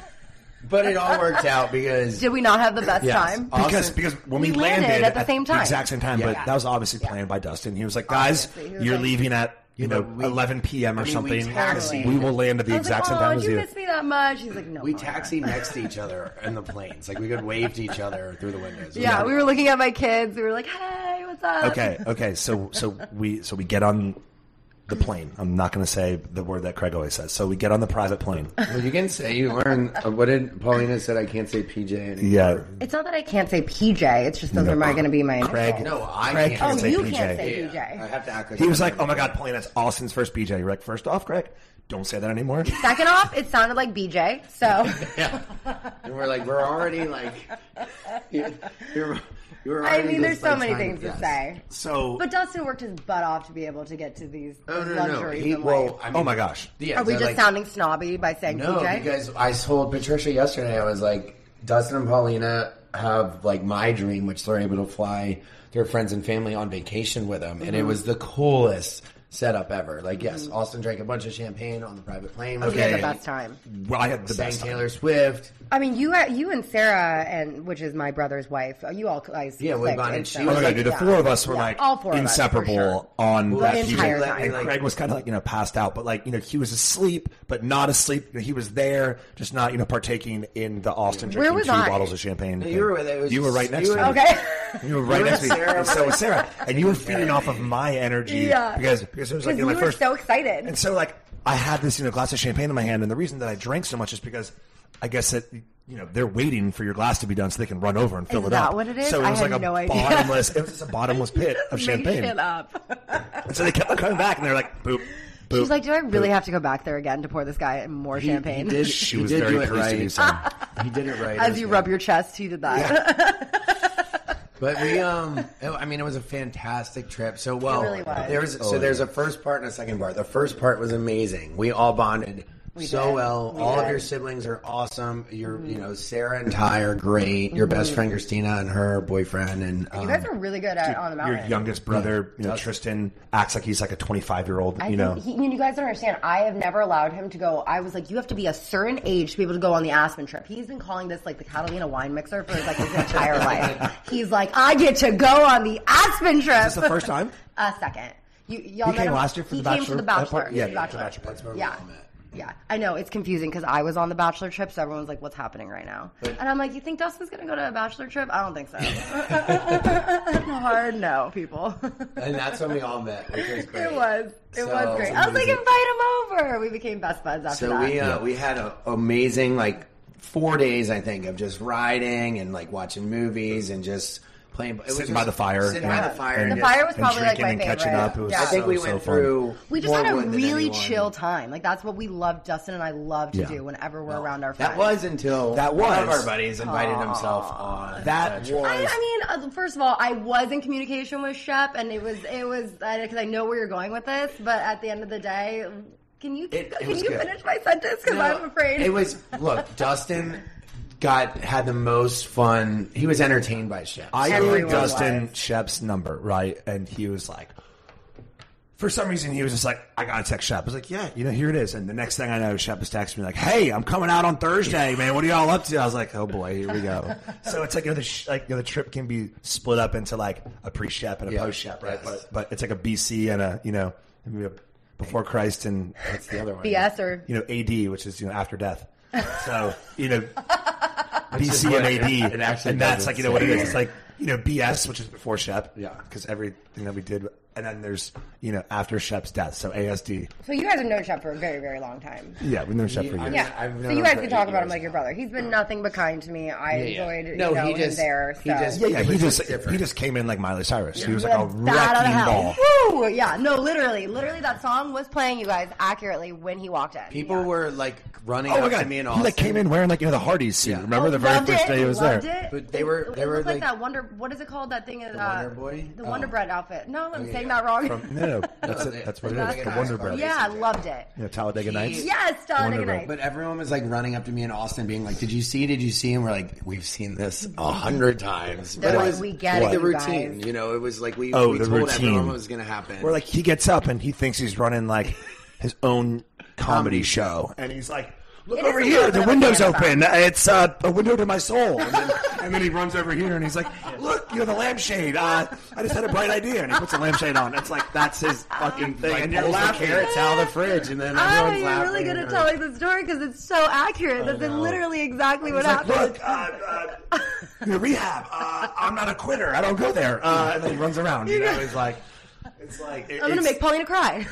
Speaker 6: But it all worked out because
Speaker 8: Did we not have the best
Speaker 6: Yes.
Speaker 8: time?
Speaker 6: Awesome.
Speaker 5: because because when we,
Speaker 8: We landed at the same time.
Speaker 5: exact same time. But
Speaker 6: Yeah.
Speaker 5: that was obviously planned by Dustin. He was like, guys,
Speaker 8: Obviously, he was
Speaker 5: you're
Speaker 8: like-
Speaker 5: leaving at you know
Speaker 6: but we-
Speaker 5: 11 p.m. or
Speaker 6: I mean, we
Speaker 5: something.
Speaker 6: taxied.
Speaker 5: We will land at the
Speaker 8: I was
Speaker 5: exact
Speaker 8: like,
Speaker 5: same
Speaker 8: oh,
Speaker 5: time as
Speaker 8: you
Speaker 5: you.
Speaker 8: miss me that much? He's like, no.
Speaker 6: we
Speaker 8: Mom, I'm not."
Speaker 6: taxied next to each other in the planes. Like we could wave to each other through the windows.
Speaker 8: Yeah, we were looking at my kids. We were like, hey, what's up?
Speaker 5: Okay,
Speaker 8: (laughs)
Speaker 5: okay. So so we so we get on the plane. I'm not going to say the word that Craig always says. So we get on the private
Speaker 6: (laughs)
Speaker 5: plane.
Speaker 6: Well, you can say you learned. uh, What did Paulina said? I can't say PJ anymore.
Speaker 5: Yeah,
Speaker 8: It's not that I can't say PJ. It's just those are my going to be my
Speaker 5: Craig.
Speaker 8: initials.
Speaker 6: No, uh, I
Speaker 5: Craig
Speaker 6: can't
Speaker 5: can't
Speaker 8: Oh,
Speaker 5: say
Speaker 8: you
Speaker 5: PJ.
Speaker 8: can't say PJ.
Speaker 6: I have to act like
Speaker 5: He was like, "Oh my god, Pauline, that's Austin's first BJ." You're like, first off, Craig, don't say that anymore."
Speaker 8: Second off, it sounded like BJ.
Speaker 6: (laughs)
Speaker 8: So
Speaker 6: And we're like, we're already
Speaker 8: (laughs)
Speaker 6: like, you're, you're, you're
Speaker 8: I
Speaker 6: already
Speaker 8: mean, there's
Speaker 6: just,
Speaker 8: so
Speaker 6: like,
Speaker 8: many
Speaker 6: trying
Speaker 8: things to
Speaker 6: yes.
Speaker 8: say.
Speaker 5: So,
Speaker 8: But Dustin worked his butt off to be able to get to these
Speaker 6: Oh, no, no, no.
Speaker 8: luxuries.
Speaker 6: He,
Speaker 8: in
Speaker 6: well,
Speaker 8: life.
Speaker 6: I mean,
Speaker 5: oh my gosh,
Speaker 6: Yeah,
Speaker 8: are we
Speaker 6: they're
Speaker 8: just
Speaker 6: like-
Speaker 8: sounding snobby by saying
Speaker 6: No,
Speaker 8: PJ?
Speaker 6: because I told Patricia yesterday, I was like, Dustin and Paulina have like my dream, which they're able to fly their friends and family on vacation with them,
Speaker 8: Mm-hmm.
Speaker 6: and it was the coolest setup ever. Like, yes, Austin drank a bunch of champagne on the private plane.
Speaker 8: we had Mm-hmm. the
Speaker 5: Okay.
Speaker 8: best time.
Speaker 5: well, I had the
Speaker 6: Sang
Speaker 5: best. time.
Speaker 6: Taylor Swift.
Speaker 8: I mean, you you and Sarah, and which is my brother's wife, you all guys.
Speaker 6: Yeah, we
Speaker 8: clicked,
Speaker 6: bonded.
Speaker 8: and
Speaker 6: She
Speaker 8: so-
Speaker 5: Oh
Speaker 6: was
Speaker 5: my god,
Speaker 6: like,
Speaker 5: dude! The
Speaker 8: yeah.
Speaker 5: four of us were
Speaker 8: Yeah.
Speaker 5: like
Speaker 8: all four of us, for
Speaker 5: inseparable
Speaker 8: sure.
Speaker 5: on that
Speaker 8: the
Speaker 5: PJ.
Speaker 8: entire
Speaker 5: And
Speaker 8: time.
Speaker 5: Craig was kind of like you know passed out, but like you know he was asleep, but not asleep. You know, he was there, just not you know partaking in the Austin
Speaker 8: Where
Speaker 5: drinking
Speaker 8: was
Speaker 5: two
Speaker 8: I?
Speaker 5: bottles of champagne.
Speaker 6: you were with- it was
Speaker 5: You were
Speaker 6: just-
Speaker 5: right next
Speaker 6: you
Speaker 5: to
Speaker 6: were-
Speaker 5: me.
Speaker 8: Okay.
Speaker 5: You were right
Speaker 6: You
Speaker 5: next
Speaker 6: and
Speaker 5: to me,
Speaker 6: Sarah
Speaker 5: and so was Sarah, and you were feeding off of my energy
Speaker 8: (laughs) Yeah.
Speaker 5: because because it was like you know,
Speaker 8: you
Speaker 5: my
Speaker 8: were
Speaker 5: first
Speaker 8: so excited.
Speaker 5: And so like I had this, you know, glass of champagne in my hand, and the reason that I drank so much is because I guess that you know they're waiting for your glass to be done so they can run over and fill
Speaker 8: Is
Speaker 5: it
Speaker 8: that
Speaker 5: up.
Speaker 8: what it is?
Speaker 5: So it
Speaker 8: I
Speaker 5: was
Speaker 8: had
Speaker 5: like a
Speaker 8: no idea.
Speaker 5: bottomless. It was just a
Speaker 8: (laughs)
Speaker 5: bottomless pit of
Speaker 8: Make
Speaker 5: champagne.
Speaker 8: shit up.
Speaker 5: And so they kept on coming back, and they're like, boop, boop.
Speaker 8: She's like, do I really
Speaker 5: boop.
Speaker 8: have to go back there again to pour this guy more champagne? (laughs)
Speaker 6: He did,
Speaker 5: She
Speaker 6: he
Speaker 5: was
Speaker 6: did
Speaker 5: very
Speaker 6: do it
Speaker 5: pleased to
Speaker 6: right.
Speaker 5: do so.
Speaker 6: (laughs) he did it right.
Speaker 8: As you rub your chest, he did that.
Speaker 6: But we, um, (laughs) it- I mean, it was a fantastic trip. So well,
Speaker 8: really was.
Speaker 6: there was
Speaker 5: Oh,
Speaker 6: so there's a first part and a second part. The first part was amazing. We all bonded so
Speaker 8: did.
Speaker 6: well.
Speaker 8: We
Speaker 6: all
Speaker 8: did. Mm-hmm.
Speaker 6: of your siblings are awesome. Your, you know, Sarah and Ty are great. Your best friend Christina and her boyfriend, and um,
Speaker 8: you guys are really good at on the mountain.
Speaker 5: Your youngest brother, you know, Tristan, acts like he's like a 25 year old.
Speaker 8: I
Speaker 5: You
Speaker 8: think
Speaker 5: know,
Speaker 8: he, I mean, you guys don't understand. I have never allowed him to go. I was like, you have to be a certain age to be able to go on the Aspen trip. He's been calling this like the Catalina wine mixer for like his
Speaker 5: (laughs)
Speaker 8: entire life. He's like, I get to go on the Aspen trip.
Speaker 5: this the first time?
Speaker 8: (laughs) A second. You, y'all
Speaker 5: He
Speaker 8: met
Speaker 5: came
Speaker 8: him-
Speaker 5: last year for
Speaker 8: he
Speaker 5: The
Speaker 8: came for
Speaker 5: Bachelor?
Speaker 8: the
Speaker 5: That
Speaker 8: Bachelor.
Speaker 5: part? Yeah, yeah,
Speaker 8: Bachelor.
Speaker 5: Bachelor.
Speaker 6: that's where we
Speaker 8: Yeah.
Speaker 6: all met.
Speaker 8: Yeah, I know it's confusing because I was on the bachelor trip, so everyone's like, "What's happening right now?" and I'm like, "You think Dustin's gonna go to a bachelor trip? I don't
Speaker 5: (laughs)
Speaker 8: think so." (laughs) Hard no, people.
Speaker 6: And that's when we all met, which was great.
Speaker 8: (laughs) it was, it
Speaker 6: So-
Speaker 8: was great. I was like, "Invite him over." We became best buds after
Speaker 6: So
Speaker 8: that.
Speaker 6: we uh, we had an amazing like four days I think of just riding and like watching movies and just playing. It
Speaker 5: Sitting by the fire,
Speaker 6: Sitting
Speaker 5: yeah.
Speaker 6: by the fire.
Speaker 5: And
Speaker 6: and
Speaker 5: the
Speaker 6: just-
Speaker 8: fire was
Speaker 5: and
Speaker 8: probably like
Speaker 5: drinking
Speaker 8: my
Speaker 5: and
Speaker 8: favorite.
Speaker 5: catching up. It was
Speaker 8: Yeah.
Speaker 6: I think we
Speaker 5: so
Speaker 6: went
Speaker 5: fun.
Speaker 6: through.
Speaker 8: We just
Speaker 6: more
Speaker 8: had a
Speaker 6: wood than
Speaker 8: really
Speaker 6: anyone.
Speaker 8: chill time. Like that's what we love. Justin and I love to
Speaker 6: Yeah.
Speaker 8: do whenever we're around our friends.
Speaker 6: That was until
Speaker 5: That
Speaker 6: one of
Speaker 5: was.
Speaker 6: our buddies invited himself on.
Speaker 5: That
Speaker 6: the trip.
Speaker 5: was.
Speaker 8: I, I mean, uh, first of all, I was in communication with Shep, and it was it was because I know where you're going with this. But at the end of the day, can you
Speaker 6: It- it
Speaker 8: can
Speaker 6: was
Speaker 8: you
Speaker 6: good.
Speaker 8: finish my sentence? Because
Speaker 6: No,
Speaker 8: I'm afraid
Speaker 6: It was
Speaker 8: (laughs)
Speaker 6: look, Dustin got had the most fun. He was entertained by Chef.
Speaker 5: I gave
Speaker 8: Everyone
Speaker 5: Dustin Shep's number, right? And he was like, for some reason, he was just like, I gotta text Shep. I was like, yeah, you know, here it is. And the next thing I know, Shep is texting me like, hey, I'm coming out on Thursday, man. What are y'all up to? I was like, oh boy, here we
Speaker 6: (laughs)
Speaker 5: go. so it's like, you know, the, sh- like, you know, the trip can be split up into like a pre Shep and a
Speaker 6: Yeah.
Speaker 5: post Shep, right?
Speaker 6: Yes.
Speaker 5: But, but it's like a BC and a, you know, maybe a before Christ and what's the other one?
Speaker 8: BS or
Speaker 5: You know, AD, which is, you know, after death. So, you (laughs) know, BC and AD.
Speaker 6: It actually
Speaker 5: and that's
Speaker 6: doesn't
Speaker 5: like, you know, what it
Speaker 6: say
Speaker 5: is. It's
Speaker 6: anymore.
Speaker 5: like, you know, BS, which is before Shep.
Speaker 6: Yeah.
Speaker 5: Because everything that we did. And then there's, you know, after Shep's death. So ASD.
Speaker 8: so. You guys have known Shep for a very very long time.
Speaker 5: Yeah, we've known Shep for years.
Speaker 8: Yeah,
Speaker 6: I've
Speaker 8: so
Speaker 6: known
Speaker 8: you guys
Speaker 6: for
Speaker 8: can talk
Speaker 6: eight
Speaker 8: about
Speaker 6: years
Speaker 8: him like your brother. He's been nothing but kind to me. I
Speaker 6: yeah.
Speaker 8: enjoyed,
Speaker 6: No,
Speaker 8: you know,
Speaker 6: he
Speaker 8: him
Speaker 6: just-
Speaker 8: there.
Speaker 6: he
Speaker 8: so.
Speaker 6: just-
Speaker 5: Yeah, yeah. He
Speaker 6: Which
Speaker 5: just,
Speaker 6: is different.
Speaker 5: he just came in like Miley Cyrus. He was like a
Speaker 8: With that out of
Speaker 5: wrecking
Speaker 8: hell.
Speaker 5: ball.
Speaker 8: Woo! Yeah, no, literally, literally, that song was playing you guys accurately when he walked in.
Speaker 6: People
Speaker 8: Yeah.
Speaker 6: were like running
Speaker 5: Oh my
Speaker 6: up to
Speaker 5: god!
Speaker 6: me
Speaker 5: He
Speaker 6: and
Speaker 5: like came in wearing like you know the Hardee's suit.
Speaker 6: Yeah.
Speaker 5: Remember
Speaker 8: Oh,
Speaker 5: the very
Speaker 8: loved
Speaker 5: first
Speaker 8: it,
Speaker 5: day he was
Speaker 8: loved
Speaker 5: there.
Speaker 8: it.
Speaker 6: But they were-
Speaker 8: It-
Speaker 6: they
Speaker 8: it
Speaker 6: were
Speaker 8: looked like,
Speaker 6: like-
Speaker 8: that Wonder. What is it called? That thing is uh,
Speaker 6: The Wonder Boy?
Speaker 8: The
Speaker 6: Oh.
Speaker 8: Wonder Bread outfit. No, I'm saying
Speaker 6: yeah.
Speaker 8: that wrong. (laughs)
Speaker 5: No, no, that's it. That's what it is.
Speaker 6: That's
Speaker 5: The
Speaker 6: nice.
Speaker 5: Wonder Bread.
Speaker 8: yeah, I loved it.
Speaker 5: You know, Talladega Nights.
Speaker 8: Yes, Talladega
Speaker 5: Wonder Bread.
Speaker 8: Nights.
Speaker 6: But everyone was like running up to me in Austin, being like, "Did you see? Did you see?" And we're like, "We've seen this a hundred times."
Speaker 8: They're
Speaker 6: But
Speaker 8: like, "We get
Speaker 6: like
Speaker 8: it,
Speaker 6: The
Speaker 8: you
Speaker 6: routine,
Speaker 8: guys."
Speaker 6: you know, it was like we,
Speaker 5: Oh,
Speaker 6: we
Speaker 5: the
Speaker 6: told
Speaker 5: routine.
Speaker 6: everyone what was going to happen.
Speaker 5: Where like he gets up and he thinks he's running like his own comedy show, and he's like, "Look
Speaker 8: It is
Speaker 5: over
Speaker 8: a
Speaker 5: here,
Speaker 8: little
Speaker 5: the
Speaker 8: bit of a
Speaker 5: window's
Speaker 8: canvas.
Speaker 5: open. It's uh, a window to my soul." And then, (laughs) and then he runs over here and he's like, "Look, you're the lampshade. Uh, I just had a bright idea," and he puts a lampshade on. It's like that's his fucking thing, and you're
Speaker 6: pulls the
Speaker 5: laughing.
Speaker 6: carrots out of the fridge, and then
Speaker 8: Oh,
Speaker 6: everyone's
Speaker 8: you're
Speaker 6: laughing.
Speaker 8: really good at telling the story because it's so accurate. That's literally exactly what
Speaker 5: He's like,
Speaker 8: happened.
Speaker 5: look, uh, uh, the rehab. Uh, I'm not a quitter. I don't go there. Uh, and then he runs around. You
Speaker 8: (laughs)
Speaker 5: know, he's like, it's like it,
Speaker 8: I'm gonna make
Speaker 5: (laughs)
Speaker 8: Paulina cry.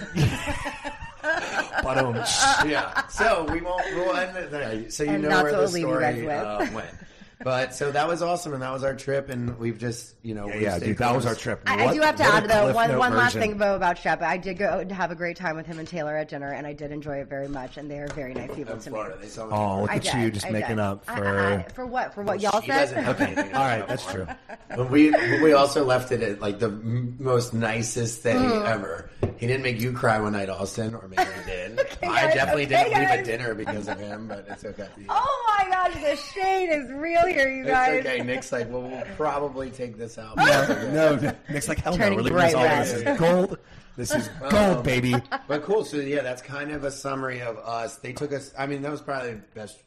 Speaker 5: Ba-dum.
Speaker 8: Uh,
Speaker 6: yeah. So we won't. We'll end it there. So you
Speaker 8: And
Speaker 6: know
Speaker 8: that's
Speaker 6: where
Speaker 8: what
Speaker 6: the
Speaker 8: we'll leave you guys
Speaker 6: story
Speaker 8: with.
Speaker 6: uh, went. But so that was awesome, and that was our trip, and we've just you know
Speaker 5: Yeah,
Speaker 6: we've
Speaker 5: yeah,
Speaker 6: stayed
Speaker 5: dude, that was
Speaker 6: close.
Speaker 5: our trip.
Speaker 8: I, I
Speaker 5: What-
Speaker 8: do have to
Speaker 5: what a
Speaker 8: add though
Speaker 5: Cliff
Speaker 8: one
Speaker 5: Note
Speaker 8: one last
Speaker 5: version.
Speaker 8: thing though about Shep. I did go to have a great time with him and Taylor at dinner, and I did enjoy it very much. And they are very nice people to me.
Speaker 6: They saw me.
Speaker 5: Oh, look
Speaker 8: I
Speaker 5: at
Speaker 8: did,
Speaker 5: you just
Speaker 8: I
Speaker 5: making
Speaker 8: did.
Speaker 5: up
Speaker 8: I- I-
Speaker 5: for.
Speaker 8: I- for what for what y'all
Speaker 6: She doesn't
Speaker 8: said.
Speaker 6: have anything.
Speaker 5: All right, that's true.
Speaker 6: But we but we also left it at like the m- most nicest thing
Speaker 8: Hmm.
Speaker 6: ever. He didn't make you cry one night, Austin, or maybe he did. I
Speaker 8: guys,
Speaker 6: definitely
Speaker 8: (laughs) okay,
Speaker 6: didn't leave
Speaker 8: guys.
Speaker 6: a dinner because of him, but it's okay.
Speaker 8: (laughs) (laughs) Oh my gosh, the shade is real here, you guys.
Speaker 6: It's okay. Nick's like, well, we'll probably take this out.
Speaker 5: No, no, Nick's like hell no.
Speaker 8: Turning
Speaker 5: We're leaving
Speaker 8: bright
Speaker 5: this all.
Speaker 8: red.
Speaker 5: This is gold. This
Speaker 6: (laughs)
Speaker 5: is gold, baby.
Speaker 6: But cool. So yeah, that's kind of a summary of us. They took us. I mean, that was probably the best.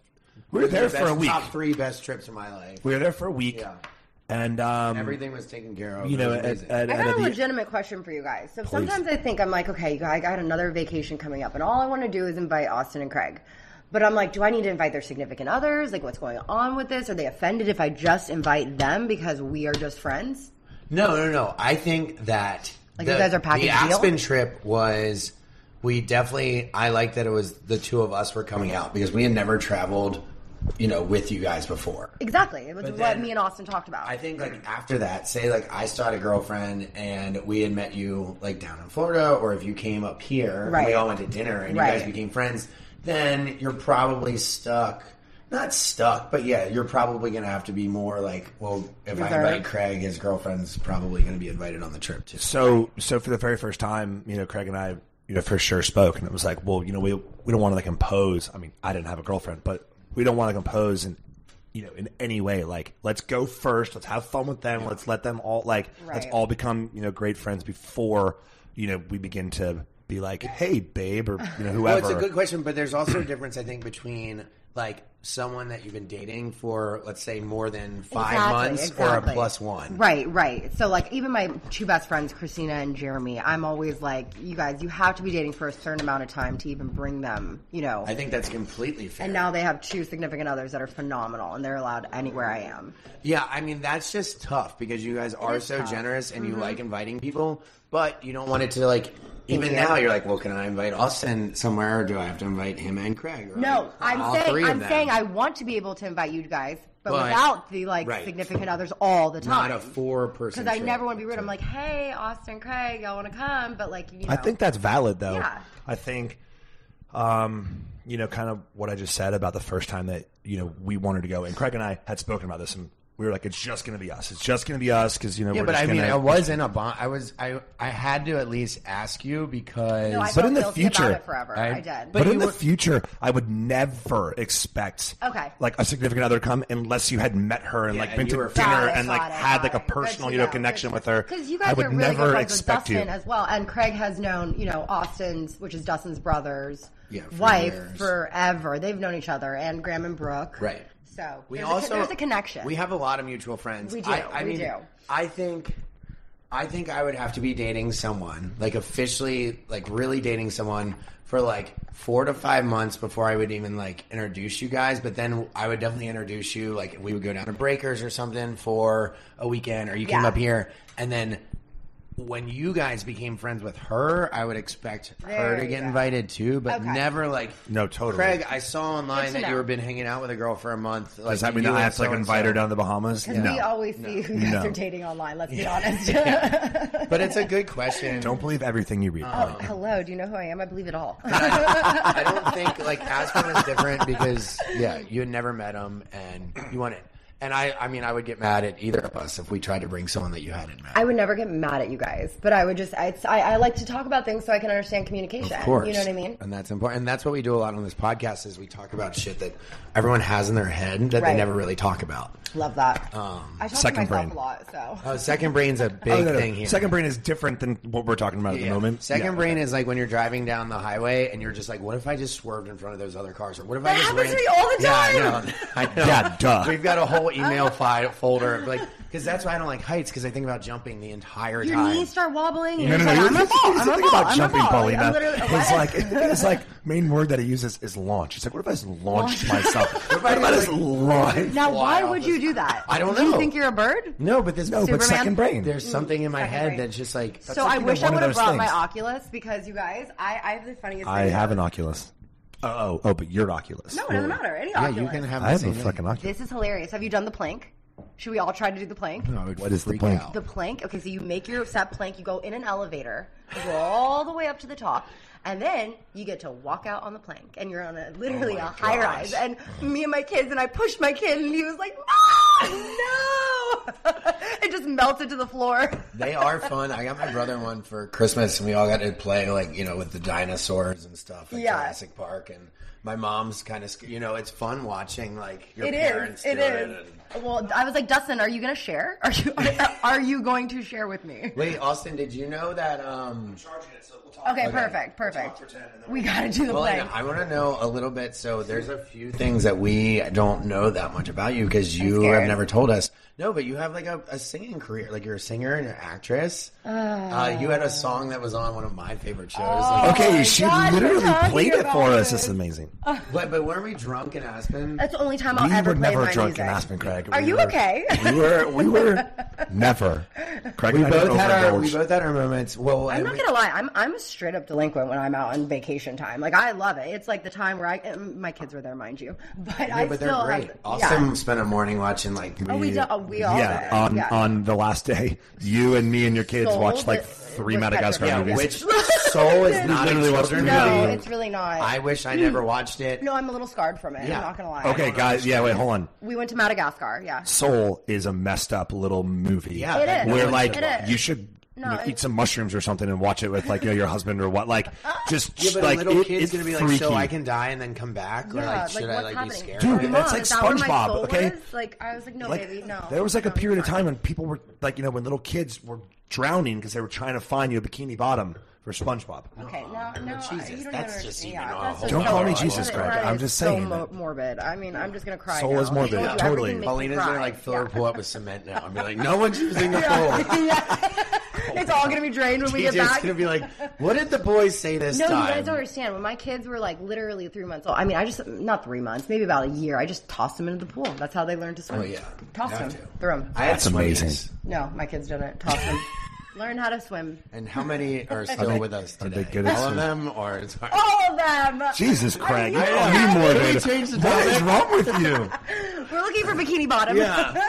Speaker 5: We were
Speaker 6: the
Speaker 5: there for
Speaker 6: best-
Speaker 5: a week.
Speaker 6: Top three best trips of my life.
Speaker 5: We were there for a week,
Speaker 6: Yeah.
Speaker 5: and um,
Speaker 6: Everything was taken care of.
Speaker 5: you know, at,
Speaker 6: It was amazing.
Speaker 5: at,
Speaker 8: I
Speaker 5: at
Speaker 8: got a
Speaker 5: the
Speaker 8: legitimate question for you guys. So sometimes I think I'm like, okay, I got another vacation coming up, and all I want to do is invite Austin and Craig. But I'm like, do I need to invite their significant others? Like, what's going on with this? Are they offended if I just invite them because we are just friends?
Speaker 6: No, no, no. I think that
Speaker 8: Like you guys are package
Speaker 6: the
Speaker 8: deal?
Speaker 6: Aspen trip was we definitely. I like that it was the two of us were coming out because we had never traveled, you know, with you guys before.
Speaker 8: Exactly. It was what
Speaker 6: then-
Speaker 8: me and Austin talked about.
Speaker 6: I think like after that, say like I started a girlfriend and we had met you like down in Florida, or if you came up here, and
Speaker 8: Right.
Speaker 6: we all went to dinner and you
Speaker 8: Right.
Speaker 6: guys became friends, then you're probably stuck. Not stuck, but yeah, you're probably gonna have to be more like, well, if I
Speaker 8: Reserved.
Speaker 6: invite Craig, his girlfriend's probably gonna be invited on the trip too.
Speaker 5: so so for the very first time, you know, Craig and I, you know, for sure spoke, and it was like, well, you know, we we don't want to like impose. I mean, I didn't have a girlfriend, but we don't want to impose and. You know, in any way, like let's go first. Let's have fun with them. Let's let them all like let's
Speaker 8: Right.
Speaker 5: all become you know great friends before you know we begin to be like, hey, babe, or you know
Speaker 6: (laughs) Well,
Speaker 5: whoever.
Speaker 6: it's a good question, but there's also a difference, I think, between like someone that you've been dating for, let's say, more than five
Speaker 8: Exactly,
Speaker 6: months or
Speaker 8: exactly.
Speaker 6: a plus one.
Speaker 8: Right, right. So, like, even my two best friends, Christina and Jeremy, I'm always like, you guys, you have to be dating for a certain amount of time to even bring them, you know.
Speaker 6: I think that's completely fair.
Speaker 8: and now they have two significant others that are phenomenal, and they're allowed anywhere I am.
Speaker 6: Yeah, I mean that's
Speaker 8: Mm-hmm.
Speaker 6: just tough because you guys are so generous and you like inviting people, but you don't want it to like Even now, you're like, well, can I invite Austin somewhere, or do I have to invite him and Craig? Or
Speaker 8: No, I'm
Speaker 6: all three
Speaker 8: saying
Speaker 6: of
Speaker 8: I'm
Speaker 6: them?
Speaker 8: saying I want to be able to invite you guys, but
Speaker 6: But-
Speaker 8: without the like
Speaker 6: right.
Speaker 8: significant others all the time.
Speaker 6: not a four person.
Speaker 8: because I never want to be rude. I'm like, hey, Austin, Craig, y'all want to come? But like, you know,
Speaker 5: I think that's valid though.
Speaker 8: Yeah.
Speaker 5: I think um, you know, kind of what I just said about the first time that, you know, we wanted to go and Craig and I had spoken about this and we were like, it's just going to be us. It's just going to be us because, you know,
Speaker 6: Yeah,
Speaker 5: we're
Speaker 6: but
Speaker 5: just
Speaker 6: I mean,
Speaker 5: gonna-
Speaker 6: I was in a bond. I was, I, I had to at least ask you because.
Speaker 8: No, I
Speaker 5: but
Speaker 8: felt
Speaker 5: in the
Speaker 8: guilty
Speaker 5: future,
Speaker 8: about it forever. I,
Speaker 6: I-
Speaker 8: did.
Speaker 5: But,
Speaker 6: But
Speaker 5: in
Speaker 6: you
Speaker 5: the
Speaker 6: were-
Speaker 5: future, I would never expect
Speaker 8: Okay.
Speaker 5: like a significant other come unless you had met her and like
Speaker 6: and
Speaker 5: been
Speaker 6: you
Speaker 5: to
Speaker 6: were-
Speaker 5: dinner
Speaker 8: Got it,
Speaker 5: and like
Speaker 8: got it,
Speaker 5: had
Speaker 8: got
Speaker 5: like a
Speaker 8: it. Good
Speaker 5: personal
Speaker 8: to
Speaker 5: you know
Speaker 8: know.
Speaker 5: connection with her.
Speaker 8: because you
Speaker 5: I
Speaker 8: guys
Speaker 5: would
Speaker 8: are really
Speaker 5: never
Speaker 8: good friends
Speaker 5: expect
Speaker 8: with
Speaker 5: you.
Speaker 8: Dustin as well, and Craig has known you know Austin's, which is Dustin's brother's
Speaker 6: Yeah, for
Speaker 8: wife
Speaker 6: years.
Speaker 8: forever. They've known each other, and Graham and Brooke,
Speaker 6: Right.
Speaker 8: So
Speaker 6: We
Speaker 8: there's, a,
Speaker 6: also
Speaker 8: con- there's a connection.
Speaker 6: We have a lot of mutual friends.
Speaker 8: We do,
Speaker 6: I, I
Speaker 8: we
Speaker 6: mean,
Speaker 8: do.
Speaker 6: I think. I think I would have to be dating someone, like officially, like really dating someone for like four to five months before I would even like introduce you guys. But then I would definitely introduce you, like we would go down to Breakers or something for a weekend, or you came
Speaker 8: Yeah.
Speaker 6: up here, and then when you guys became friends with her, I would expect her
Speaker 8: There
Speaker 6: to
Speaker 8: you
Speaker 6: get
Speaker 8: go.
Speaker 6: invited too, but
Speaker 8: Okay.
Speaker 6: never like
Speaker 5: No, totally.
Speaker 6: Craig, I saw online
Speaker 8: Good to
Speaker 6: that you
Speaker 8: know.
Speaker 6: were been hanging out with a girl for a month. Like,
Speaker 5: Does that mean
Speaker 6: you
Speaker 5: that I
Speaker 6: and
Speaker 5: have to like
Speaker 6: so-and-so.
Speaker 5: invite her down to the Bahamas?
Speaker 8: because we always see who guys
Speaker 5: No.
Speaker 8: are dating online. Let's
Speaker 6: (laughs)
Speaker 8: be honest.
Speaker 6: But it's a good question.
Speaker 5: Don't believe everything you read.
Speaker 8: oh, (laughs) hello. Do you know who I am? I believe it all.
Speaker 6: I don't think like Aspen is different because yeah, you had never met him and you want it. And I, I mean, I would get mad at either of us if we tried to bring someone that you hadn't met.
Speaker 8: I would never get mad at you guys, but I would just I, it's- I, I like to talk about things so I can understand communication.
Speaker 6: Of course.
Speaker 8: You know what I mean?
Speaker 6: And that's important. And that's what we do a lot on this podcast is we talk about shit that everyone has in their head that
Speaker 8: Right.
Speaker 6: they never really talk about.
Speaker 8: Love that.
Speaker 6: Um,
Speaker 8: I talk to
Speaker 5: second
Speaker 8: myself
Speaker 5: brain.
Speaker 8: a lot, so
Speaker 6: Oh, second brain's a big
Speaker 5: Oh, no, no.
Speaker 6: thing here.
Speaker 5: Second brain is different than what we're talking about at
Speaker 6: Yeah.
Speaker 5: the moment.
Speaker 6: Second
Speaker 5: Yeah.
Speaker 6: brain is like when you're driving down the highway and you're just like, what if I just swerved in front of those other cars? Or what if I
Speaker 8: That
Speaker 6: just
Speaker 8: happens
Speaker 6: ran-
Speaker 8: to me all the time.
Speaker 6: Yeah, I know. (laughs) I know.
Speaker 5: Yeah, duh.
Speaker 6: We've got a (laughs) whole email file folder of like, because that's why I don't like heights because I think about jumping the entire
Speaker 8: your
Speaker 6: time.
Speaker 8: knees start wobbling. And
Speaker 5: No, no,
Speaker 8: you're
Speaker 5: no. you
Speaker 8: like, I'm a
Speaker 5: just-
Speaker 8: ball.
Speaker 5: you just
Speaker 8: I'm a
Speaker 5: think
Speaker 8: ball.
Speaker 5: about
Speaker 8: I'm a
Speaker 5: jumping,
Speaker 8: ball.
Speaker 5: Paulina.
Speaker 8: I'm literally-
Speaker 5: It's
Speaker 8: what?
Speaker 5: like it's like main word that he uses is launch. It's like what if I just launched
Speaker 8: (laughs)
Speaker 5: myself? what if I just launch?
Speaker 8: now,
Speaker 6: fly
Speaker 8: why
Speaker 6: off
Speaker 8: would
Speaker 6: the-
Speaker 8: you do that?
Speaker 6: I don't
Speaker 8: Do you
Speaker 6: know.
Speaker 8: think you're a bird?
Speaker 6: No, but this
Speaker 5: No, but
Speaker 8: Superman?
Speaker 5: second brain.
Speaker 6: There's something in my
Speaker 8: Second
Speaker 6: head
Speaker 8: brain.
Speaker 6: that's just like.
Speaker 8: so I
Speaker 5: like
Speaker 8: wish I
Speaker 5: one of
Speaker 8: would have
Speaker 5: those
Speaker 8: brought my
Speaker 5: things.
Speaker 8: Oculus because you guys, I, I have the funniest.
Speaker 5: I
Speaker 8: thing
Speaker 5: have an
Speaker 8: ever.
Speaker 5: Oculus. Oh, oh, oh, but you're Oculus.
Speaker 8: No, it doesn't matter. Any
Speaker 6: yeah,
Speaker 8: Oculus.
Speaker 6: you can have.
Speaker 5: I
Speaker 6: the
Speaker 5: have a
Speaker 6: same thing.
Speaker 5: fucking Oculus.
Speaker 8: This is hilarious. Have you done the plank? Should we all try to do the plank?
Speaker 6: I would
Speaker 5: What is the
Speaker 6: freak
Speaker 5: point?
Speaker 6: out.
Speaker 8: The plank. Okay, so you make your set plank. You go in an elevator, you go all the way up to the top, and then you get to walk out on the plank, and you're on a
Speaker 6: Oh
Speaker 8: literally a high rise. And me and my kids, and I pushed my kid, and he was like, "No, (laughs) no!" it just melted to the floor.
Speaker 6: They are fun. I got my brother one for Christmas, and we all got to play like you know with the dinosaurs and stuff, like
Speaker 8: Yeah.
Speaker 6: Jurassic Park. And my mom's kind of you know it's fun watching like your
Speaker 8: It
Speaker 6: parents
Speaker 8: is. It
Speaker 6: do it.
Speaker 8: is.
Speaker 6: and-
Speaker 8: Well, I was like, Dustin, are you going to share? Are you (laughs) are, are you going to share with me?
Speaker 6: Wait, Austin, did you know that? um
Speaker 8: Okay, perfect, perfect. We got to do
Speaker 6: (laughs)
Speaker 8: the
Speaker 6: Well,
Speaker 8: plank.
Speaker 6: I want to know a little bit. So there's a few things that we don't know that much about you because you
Speaker 8: scared.
Speaker 6: have never told us. No, but you have like a, a singing career. Like you're a singer and an actress. Uh, you had a song that was on one of my favorite shows.
Speaker 8: Oh.
Speaker 6: like-
Speaker 5: Okay, she
Speaker 8: God, you're
Speaker 5: literally
Speaker 8: talking
Speaker 5: played it for
Speaker 8: about
Speaker 5: us. This is amazing.
Speaker 6: But, but weren't we drunk in Aspen?
Speaker 8: That's the only time I'll
Speaker 5: we
Speaker 8: ever
Speaker 5: were
Speaker 8: play
Speaker 5: never
Speaker 8: my
Speaker 5: drunk
Speaker 8: music.
Speaker 5: in Aspen, Craig.
Speaker 8: Are
Speaker 5: We
Speaker 8: you
Speaker 5: were- (laughs)
Speaker 8: okay?
Speaker 5: We were. We
Speaker 8: (laughs)
Speaker 5: were never. Craig
Speaker 6: We
Speaker 5: and I
Speaker 6: both had our we
Speaker 5: overindulged.
Speaker 6: both had our moments. Well,
Speaker 8: I'm not gonna lie. I'm I'm a straight up delinquent when I'm out on vacation time. Like I love it. It's like the time where I and my kids were there, mind you, (laughs) but I
Speaker 6: Yeah, but they're
Speaker 8: still
Speaker 6: great.
Speaker 8: have.
Speaker 6: Austin spent a morning watching like
Speaker 8: Oh, we do, oh, we all
Speaker 5: yeah,
Speaker 8: did.
Speaker 5: on
Speaker 8: yeah.
Speaker 5: on the last day, you and me and your kids
Speaker 8: Sold
Speaker 5: watched like
Speaker 8: it
Speaker 5: three
Speaker 8: with
Speaker 5: Madagascar
Speaker 8: Petra.
Speaker 6: yeah,
Speaker 5: movies.
Speaker 6: which (laughs) soul
Speaker 8: (laughs)
Speaker 6: is not
Speaker 5: Literally
Speaker 6: literally
Speaker 5: watched
Speaker 6: children.
Speaker 5: the
Speaker 8: No,
Speaker 5: movie.
Speaker 8: it's really not.
Speaker 6: I wish I
Speaker 8: (clears throat)
Speaker 6: never watched it.
Speaker 8: no, I'm a little scarred from it.
Speaker 6: Yeah.
Speaker 8: I'm not gonna lie.
Speaker 5: okay, guys. Yeah, wait, hold on.
Speaker 8: We went to Madagascar. Yeah.
Speaker 5: Soul is a messed up little movie.
Speaker 6: Yeah, It
Speaker 8: that is.
Speaker 5: Where
Speaker 8: no
Speaker 5: like
Speaker 8: one should watch.
Speaker 5: you should
Speaker 8: No,
Speaker 5: you know,
Speaker 8: it-
Speaker 5: eat some mushrooms or something and watch it with like you know, your husband or what.
Speaker 8: (laughs)
Speaker 5: Like just
Speaker 6: Yeah, but
Speaker 5: like
Speaker 6: a little
Speaker 5: it-
Speaker 6: kid's
Speaker 5: it's
Speaker 6: gonna be like,
Speaker 5: freaky.
Speaker 6: so I can die and then come back, or
Speaker 8: Yeah,
Speaker 6: like, should I
Speaker 8: what's
Speaker 6: like
Speaker 8: happening?
Speaker 6: be scared?
Speaker 5: Dude,
Speaker 8: Mom,
Speaker 5: that's like
Speaker 8: is that where my
Speaker 5: SpongeBob,
Speaker 8: soul
Speaker 5: okay?
Speaker 8: was? Like I was like, no,
Speaker 5: Like,
Speaker 8: baby, no.
Speaker 5: There was like a
Speaker 8: No,
Speaker 5: period of
Speaker 8: sorry.
Speaker 5: time when people were like you know when little kids were drowning because they were trying to find you a bikini bottom for SpongeBob. (laughs)
Speaker 8: Okay, no, no,
Speaker 6: Uh, Jesus,
Speaker 8: you don't
Speaker 6: that's
Speaker 8: even
Speaker 6: just
Speaker 8: understand.
Speaker 6: even a
Speaker 8: Yeah, that's
Speaker 6: whole
Speaker 5: Don't
Speaker 8: just so
Speaker 5: call me
Speaker 8: morbid.
Speaker 5: Jesus
Speaker 8: Right,
Speaker 5: Christ.
Speaker 8: right,
Speaker 5: I'm just
Speaker 8: it's
Speaker 5: saying
Speaker 8: So mo-
Speaker 5: that.
Speaker 8: morbid. I mean, I'm just gonna cry.
Speaker 5: Soul
Speaker 8: now.
Speaker 5: is morbid,
Speaker 8: I told you,
Speaker 5: totally.
Speaker 8: everything makes me
Speaker 6: Paulina's
Speaker 8: cry.
Speaker 6: gonna like fill her
Speaker 8: Yeah.
Speaker 6: pool up with cement now. I'm gonna be like, no one's using the
Speaker 5: Oh.
Speaker 6: pool.
Speaker 8: (laughs) Yeah. it's all gonna be drained when we get
Speaker 6: TJ's
Speaker 8: back.
Speaker 6: gonna be like, what did the boys say this
Speaker 8: no,
Speaker 6: time?
Speaker 8: you guys don't understand. When my kids were like literally three months old, I mean, I just not three months, maybe about a year. I just tossed them into the pool. That's how they learned to swim.
Speaker 6: Oh yeah,
Speaker 8: tossed
Speaker 6: You
Speaker 8: them,
Speaker 6: have to.
Speaker 8: threw them.
Speaker 6: I had
Speaker 5: That's amazing.
Speaker 6: swimmies. (laughs)
Speaker 8: no, my kids didn't toss them. Learn how to swim.
Speaker 6: And how many are still
Speaker 5: they-
Speaker 6: with us
Speaker 5: are
Speaker 6: today?
Speaker 5: they good at
Speaker 6: All of
Speaker 5: swimming?
Speaker 6: them, or it's hard.
Speaker 8: All of them.
Speaker 5: Jesus, Craig, you don't
Speaker 6: know.
Speaker 5: need more
Speaker 6: Can we
Speaker 5: data.
Speaker 6: change the
Speaker 5: What is
Speaker 6: topic?
Speaker 5: wrong with you?
Speaker 8: We're looking for bikini (laughs) bottom.
Speaker 6: Yeah.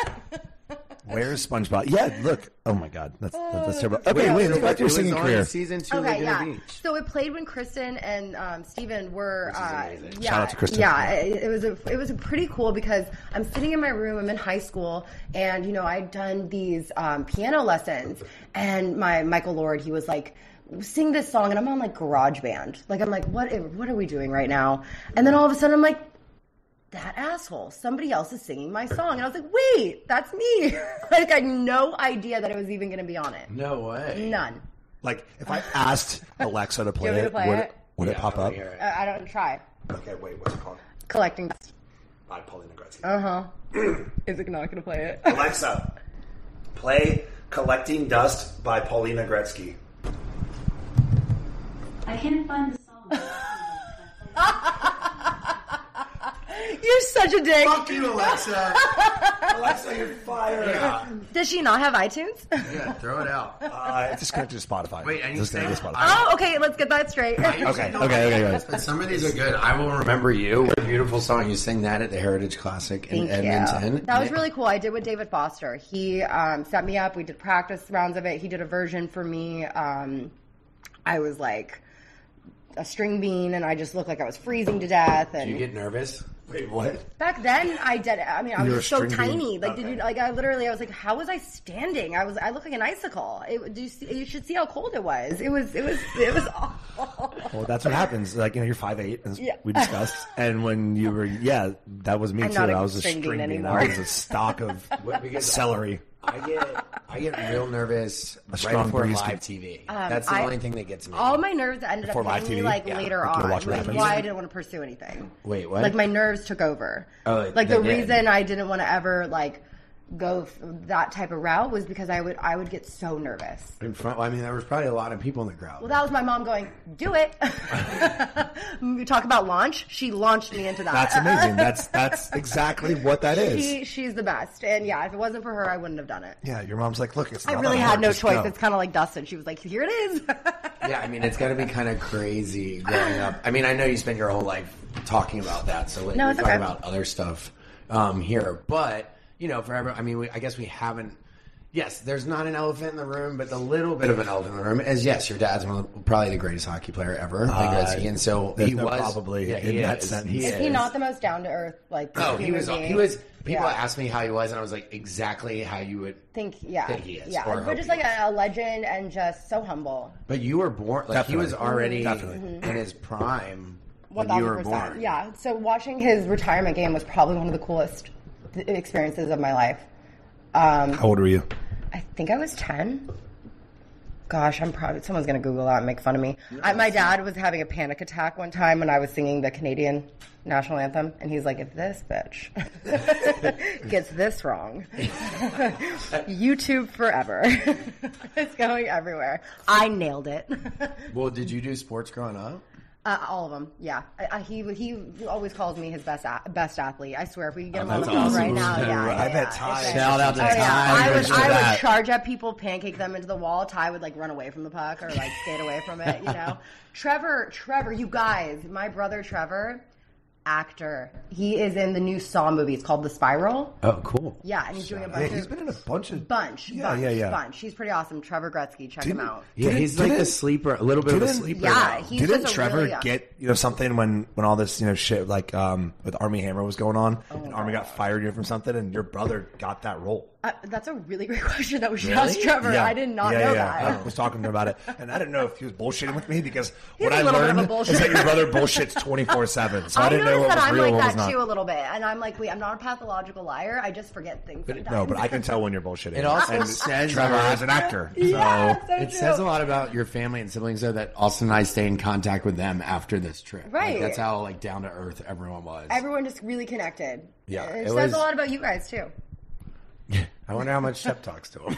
Speaker 5: Where's SpongeBob? Yeah, look. Oh my God, that's that's terrible. Okay, wait. Let's go back to your
Speaker 6: It was
Speaker 5: singing
Speaker 6: on
Speaker 5: career.
Speaker 6: Season two,
Speaker 8: Okay,
Speaker 6: Laguna
Speaker 8: yeah.
Speaker 6: Beach.
Speaker 8: So it played when Kristen and um, Steven were. Uh, yeah,
Speaker 5: Shout out to Kristen.
Speaker 8: Yeah, it, it was a it was a pretty cool because I'm sitting in my room. I'm in high school, and you know I'd done these um, piano lessons, and my Michael Lord he was like. Sing this song, and I'm on like Garage Band. Like I'm like, what? What are we doing right now? And then all of a sudden, I'm like, that asshole. Somebody else is singing my song, and I was like, wait, that's me. (laughs) like I had no idea that I was even going to be on it.
Speaker 6: No way.
Speaker 8: None.
Speaker 5: Like, if I asked
Speaker 8: (laughs)
Speaker 5: Alexa to play
Speaker 8: want me to
Speaker 5: it,
Speaker 8: play
Speaker 5: would
Speaker 8: it?
Speaker 5: would it pop up?
Speaker 8: I, I don't try
Speaker 5: Okay, wait. What's it called?
Speaker 8: collecting.
Speaker 5: By Paulina Gretzky.
Speaker 8: Uh huh. (clears throat) Is it not gonna play it?
Speaker 5: Alexa, play "Collecting Dust" by Paulina Gretzky.
Speaker 10: I can't find the song.
Speaker 8: (laughs) You're such a dick.
Speaker 5: Fuck you, Alexa.
Speaker 8: (laughs)
Speaker 5: Alexa, you're fired.
Speaker 8: Does she not have iTunes?
Speaker 6: Yeah, throw it out.
Speaker 5: Uh, it's just connected to Spotify.
Speaker 6: Wait, and you
Speaker 5: Just connected
Speaker 6: said-
Speaker 5: to Spotify.
Speaker 8: (laughs) oh, okay. Let's get that straight. (laughs)
Speaker 6: Uh,
Speaker 5: Okay, okay, okay, guys.
Speaker 6: But some of these are good. (laughs) I will remember you. What a beautiful song you sing that at the Heritage Classic in
Speaker 8: Thank
Speaker 6: Edmonton.
Speaker 8: you. That was really cool. I did with David Foster. He um, set me up. We did practice rounds of it. He did a version for me. Um, I was like a string bean, and I just looked like I was freezing to death. And
Speaker 6: Do you get nervous?
Speaker 5: Wait, what?
Speaker 8: Back then, I did. I mean, I
Speaker 5: You're a
Speaker 8: was so
Speaker 5: string bean.
Speaker 8: tiny. Like, did you? Like, I literally, I was like, how was I standing? I was. I looked like an icicle. It, do you see? You should see how cold it was. It was. It was. It was awful.
Speaker 5: Well, that's what happens. Like, you know, you're five eight, as
Speaker 8: Yeah.
Speaker 5: we
Speaker 8: (laughs)
Speaker 5: discussed. And when you were, yeah, that was me
Speaker 8: I'm
Speaker 5: too.
Speaker 8: not a
Speaker 5: I was a
Speaker 8: string
Speaker 5: string
Speaker 8: bean
Speaker 5: bean.
Speaker 8: anymore.
Speaker 5: I was a stock of
Speaker 6: (laughs) What, because-
Speaker 5: celery.
Speaker 6: I get I get real nervous right
Speaker 5: strong
Speaker 6: before
Speaker 5: breeze
Speaker 6: live
Speaker 5: could-
Speaker 6: TV. That's the
Speaker 8: Um, I-
Speaker 6: only thing that gets me.
Speaker 8: All my nerves ended
Speaker 5: Before
Speaker 8: up
Speaker 5: live
Speaker 8: hitting me
Speaker 5: TV?
Speaker 8: like
Speaker 5: Yeah.
Speaker 8: later
Speaker 5: Like, you
Speaker 8: on.
Speaker 5: watch what
Speaker 8: Like,
Speaker 5: happens.
Speaker 8: why I didn't want to pursue anything.
Speaker 6: Wait, what?
Speaker 8: Like my nerves took over.
Speaker 6: Oh, like,
Speaker 8: like the
Speaker 6: they did.
Speaker 8: reason I didn't want to ever like go f- that type of route was because I would I would get so nervous.
Speaker 6: in front. I mean, there was probably a lot of people in the crowd.
Speaker 8: Well, that was my mom going, "Do it." (laughs) we talk about launch. She launched me into that.
Speaker 5: That's
Speaker 8: (laughs)
Speaker 5: amazing. That's that's exactly what that is.
Speaker 8: She, she's the best. And yeah, if it wasn't for her, I wouldn't have done it.
Speaker 5: Yeah, your mom's like, look, it's.
Speaker 8: I
Speaker 5: not
Speaker 8: really
Speaker 5: that
Speaker 8: had
Speaker 5: hard,
Speaker 8: no
Speaker 5: just
Speaker 8: choice.
Speaker 5: go.
Speaker 8: It's kind of like Dustin. She was like, here it is.
Speaker 6: yeah, I mean, it's got to be kind of crazy growing up. I mean, I know you spend your whole life talking about that, so like,
Speaker 8: No,
Speaker 6: we
Speaker 8: it's
Speaker 6: talk
Speaker 8: okay.
Speaker 6: about other stuff um, here. But you know, forever. I mean, we, I guess we haven't. Yes, there's not an elephant in the room, but the little bit of an elephant in the room is yes, your dad's one of, probably the greatest hockey player ever, like Gretzky, and so
Speaker 5: there's
Speaker 6: he
Speaker 5: no
Speaker 6: was
Speaker 5: Uh, probably
Speaker 6: yeah, he
Speaker 5: in that
Speaker 6: is.
Speaker 5: sentence.
Speaker 6: He
Speaker 5: Is
Speaker 8: (laughs) Is he not the most down to earth? Like,
Speaker 6: Oh, he
Speaker 8: human
Speaker 6: was.
Speaker 8: being?
Speaker 6: He was. People
Speaker 8: Yeah.
Speaker 6: asked me how he was, and I was like, exactly how you would.
Speaker 8: Think, yeah,
Speaker 6: Think he is,
Speaker 8: yeah.
Speaker 6: or
Speaker 8: But
Speaker 6: hope
Speaker 8: just
Speaker 6: he
Speaker 8: like a, a legend and just so humble.
Speaker 6: But you were born. Like he was
Speaker 5: Definitely.
Speaker 6: already
Speaker 5: Definitely.
Speaker 6: in his prime
Speaker 8: One
Speaker 6: when you were
Speaker 8: thousand
Speaker 6: born.
Speaker 8: percent. Yeah. So watching his retirement game was probably one of the coolest th- experiences of my life. Um,
Speaker 5: How old were you?
Speaker 8: I think I was 10. Gosh, I'm probably someone's gonna Google that and make fun of me. I, my dad was having a panic attack one time when I was singing the Canadian national anthem, and he's like, "If this bitch (laughs) gets this wrong, (laughs) YouTube forever. (laughs) it's going everywhere." I nailed it.
Speaker 6: Well, did you do sports growing up?
Speaker 8: Uh, all of them, yeah. I, I, he he always calls me his best a- best athlete. I swear, if we could get him on the
Speaker 6: Oh, that's awesome.
Speaker 8: phone right now, yeah. yeah,
Speaker 5: I bet
Speaker 8: yeah.
Speaker 5: Ty-
Speaker 8: It's-
Speaker 6: Shout out to
Speaker 8: Oh, yeah.
Speaker 6: Ty
Speaker 8: I would
Speaker 6: for
Speaker 8: I
Speaker 6: that.
Speaker 8: would charge at people, pancake them into the wall. Ty would like run away from the puck or like skate away from it.
Speaker 6: (laughs)
Speaker 8: You know, Trevor, Trevor, you guys, my brother Trevor, actor. He is in the new Saw movie. It's called The Spiral.
Speaker 6: Oh, cool.
Speaker 8: Yeah, and he's doing a
Speaker 5: Yeah,
Speaker 8: bunch
Speaker 5: Uh, he's
Speaker 8: of
Speaker 5: been in a bunch of
Speaker 8: bunch,
Speaker 5: Yeah,
Speaker 8: bunch,
Speaker 5: yeah, yeah.
Speaker 8: bunch. He's pretty awesome. Trevor Gretzky, check him out.
Speaker 6: Yeah,
Speaker 5: Didn't-
Speaker 6: he's like a
Speaker 5: didn't-
Speaker 6: sleeper, a little bit of a
Speaker 5: didn't-
Speaker 6: sleeper.
Speaker 8: Yeah,
Speaker 6: though.
Speaker 8: he's
Speaker 5: Didn't
Speaker 8: just a
Speaker 5: Trevor
Speaker 8: really,
Speaker 5: get you know something when when all this you know shit like um with Army Hammer was going on
Speaker 8: Oh
Speaker 5: and Army got fired you know, from something and your brother got that role.
Speaker 8: Uh, that's a really great (laughs) question that we should
Speaker 6: Really?
Speaker 8: ask Trevor. I did not
Speaker 5: Yeah,
Speaker 8: know
Speaker 5: yeah, yeah.
Speaker 8: that.
Speaker 5: I was talking to him about it, and I didn't know if he was bullshitting with me because what
Speaker 8: a
Speaker 5: I
Speaker 8: little bit of
Speaker 5: learned
Speaker 8: a
Speaker 5: is that
Speaker 8: bullshitter.
Speaker 5: your brother bullshits twenty four seven. So I,
Speaker 8: I,
Speaker 5: didn't know
Speaker 8: noticed
Speaker 5: what
Speaker 8: that
Speaker 5: was
Speaker 8: I'm
Speaker 5: real,
Speaker 8: like
Speaker 5: what was
Speaker 8: that
Speaker 5: not.
Speaker 8: too a little bit, and I'm like, wait, I'm not a pathological liar. I just forget things. sometimes.
Speaker 5: no, but I
Speaker 8: (laughs)
Speaker 5: can tell when you're bullshitting.
Speaker 6: It also
Speaker 5: and
Speaker 6: says
Speaker 5: Trevor
Speaker 6: you're-
Speaker 5: is an actor. So
Speaker 8: yeah, so
Speaker 6: It
Speaker 8: true.
Speaker 6: says a lot about your family and siblings, though, that Austin and I stay in contact with them after this trip. Like,
Speaker 8: Right.
Speaker 6: that's how like down to earth everyone was.
Speaker 8: Everyone just really connected.
Speaker 6: Yeah,
Speaker 8: it,
Speaker 6: it
Speaker 8: says
Speaker 5: (laughs)
Speaker 6: was-
Speaker 8: a lot about you guys too.
Speaker 6: I wonder how much Shep talks to him.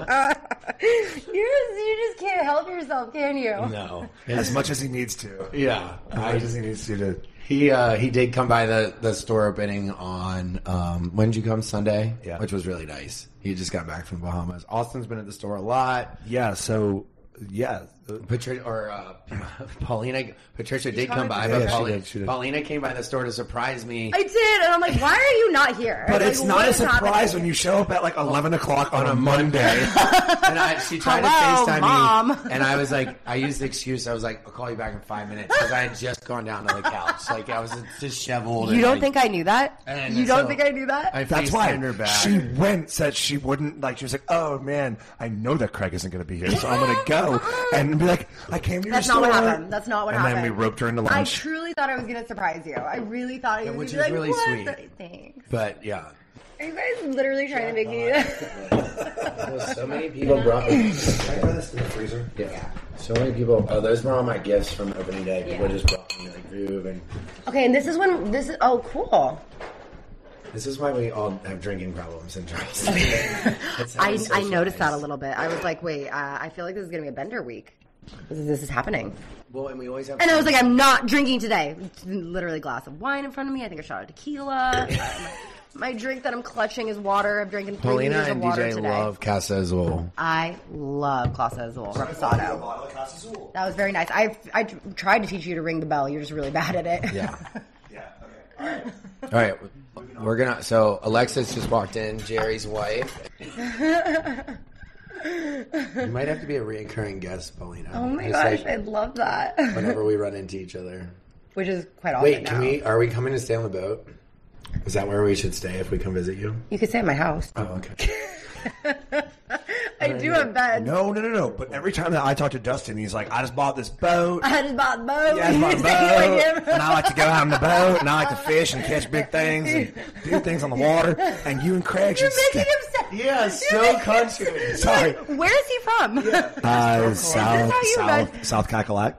Speaker 8: you just, you just can't help yourself, can you?
Speaker 6: (laughs)
Speaker 8: (laughs)
Speaker 6: No.
Speaker 5: as much as he needs to.
Speaker 6: Yeah.
Speaker 5: as much as he needs to. to
Speaker 6: He uh, he did come by the, the store opening on um, when did you come Sunday?
Speaker 5: Yeah.
Speaker 6: which was really nice. He just got back from the Bahamas. Austin's been at the store a lot.
Speaker 5: yeah. So yeah, uh,
Speaker 6: Patricia or uh, (laughs) Paulina Patricia did
Speaker 8: come
Speaker 6: come by,
Speaker 8: to
Speaker 6: but
Speaker 5: Yeah, she
Speaker 6: Pauli-
Speaker 5: did, she did.
Speaker 6: Paulina came by the store to surprise me.
Speaker 8: I did, and I'm like, why are you not here?
Speaker 5: but
Speaker 8: Like,
Speaker 5: it's not
Speaker 8: what
Speaker 5: a
Speaker 8: is happening? Oh.
Speaker 5: surprise when you show up at like eleven o'clock on a
Speaker 8: (laughs)
Speaker 5: Monday.
Speaker 6: and I, she tried
Speaker 8: Hello,
Speaker 6: to FaceTime
Speaker 8: Mom.
Speaker 6: me, and I was like, I used the excuse. I was like, I'll call you back in five minutes because I had just gone down to the couch. Like I was disheveled.
Speaker 8: You
Speaker 6: and,
Speaker 8: don't
Speaker 6: like,
Speaker 8: think I knew that?
Speaker 6: And
Speaker 8: You don't
Speaker 6: so-
Speaker 8: think I knew that?
Speaker 6: I
Speaker 5: That's
Speaker 6: FaceTimed
Speaker 5: why
Speaker 6: her back.
Speaker 5: she went said she wouldn't like. She was like, "Oh man, I know that Craig isn't going to be here, so I'm
Speaker 8: (laughs)
Speaker 5: going to go and be like, I came to
Speaker 8: That's
Speaker 5: your
Speaker 8: not what
Speaker 5: store."
Speaker 8: happened. That's not what
Speaker 5: and
Speaker 8: happened.
Speaker 5: then we roped her into
Speaker 8: I
Speaker 5: lunch.
Speaker 8: truly thought I was going to surprise you. I really thought I was
Speaker 6: which
Speaker 8: going to be
Speaker 6: is
Speaker 8: like,
Speaker 6: really
Speaker 8: what
Speaker 6: sweet.
Speaker 8: the thing?
Speaker 6: But yeah,
Speaker 8: Are you guys literally trying to make (laughs) me...
Speaker 6: so many people brought
Speaker 8: (laughs)
Speaker 6: me. Can I throw this in the freezer? Yeah. So many people. Oh, those were all my gifts from opening day. People
Speaker 8: Yeah.
Speaker 6: just brought me like boob, and
Speaker 8: okay, and this is when... This is... Oh, cool.
Speaker 6: this is why we all have drinking problems in
Speaker 8: (laughs)
Speaker 6: Charleston. That's how we
Speaker 8: I, I
Speaker 6: socialize.
Speaker 8: noticed that a little bit. I was like, wait, uh, I feel like this is going to be a bender week. This is, this is happening.
Speaker 6: Well, and we always have.
Speaker 8: And I was like, I'm not drinking today. Literally a glass of wine in front of me. I think a shot
Speaker 6: (laughs)
Speaker 8: of tequila. Uh, My drink that I'm clutching is water. I'm drinking three
Speaker 6: Paulina
Speaker 8: liters of
Speaker 6: and
Speaker 8: water
Speaker 6: DJ
Speaker 8: today.
Speaker 6: love Casa Azul.
Speaker 8: I love Casa Azul, Reposado.
Speaker 5: Yeah.
Speaker 8: That was very nice. I, I tried to teach you to ring the bell. You're just really bad at
Speaker 6: (laughs)
Speaker 8: it.
Speaker 6: Yeah.
Speaker 5: Okay. All right.
Speaker 6: All right, we're gonna. So Alexis just walked in, Jerry's
Speaker 8: (laughs)
Speaker 6: wife. you might have to be a reoccurring guest, Paulina.
Speaker 8: (laughs) Oh my
Speaker 6: Just
Speaker 8: gosh,
Speaker 6: like
Speaker 8: I love that.
Speaker 6: whenever we run into each other.
Speaker 8: (laughs) Which is quite often
Speaker 6: Wait,
Speaker 8: now.
Speaker 6: can we? Are we coming to stay on the boat? Is that where we should stay if we come visit you?
Speaker 8: You could stay at my house.
Speaker 6: Oh, okay.
Speaker 8: I do have bed.
Speaker 5: No, no, no, no. But every time that I talk to Dustin, he's like, "I just bought this boat."
Speaker 8: I just bought the boat.
Speaker 5: Yeah, I
Speaker 8: (laughs)
Speaker 5: bought a
Speaker 8: Stay
Speaker 5: boat,
Speaker 8: with
Speaker 5: and
Speaker 8: him.
Speaker 5: I like to go out on the boat, and I like to fish and catch big things and do things on the water. And you and Craig
Speaker 8: You're
Speaker 5: should
Speaker 8: making
Speaker 5: stay.
Speaker 8: him sad.
Speaker 6: Yeah, so country.
Speaker 5: Sorry,
Speaker 8: Where is he from? (laughs)
Speaker 5: uh,
Speaker 8: how
Speaker 5: South
Speaker 8: you Uh,
Speaker 5: South South Cackalack.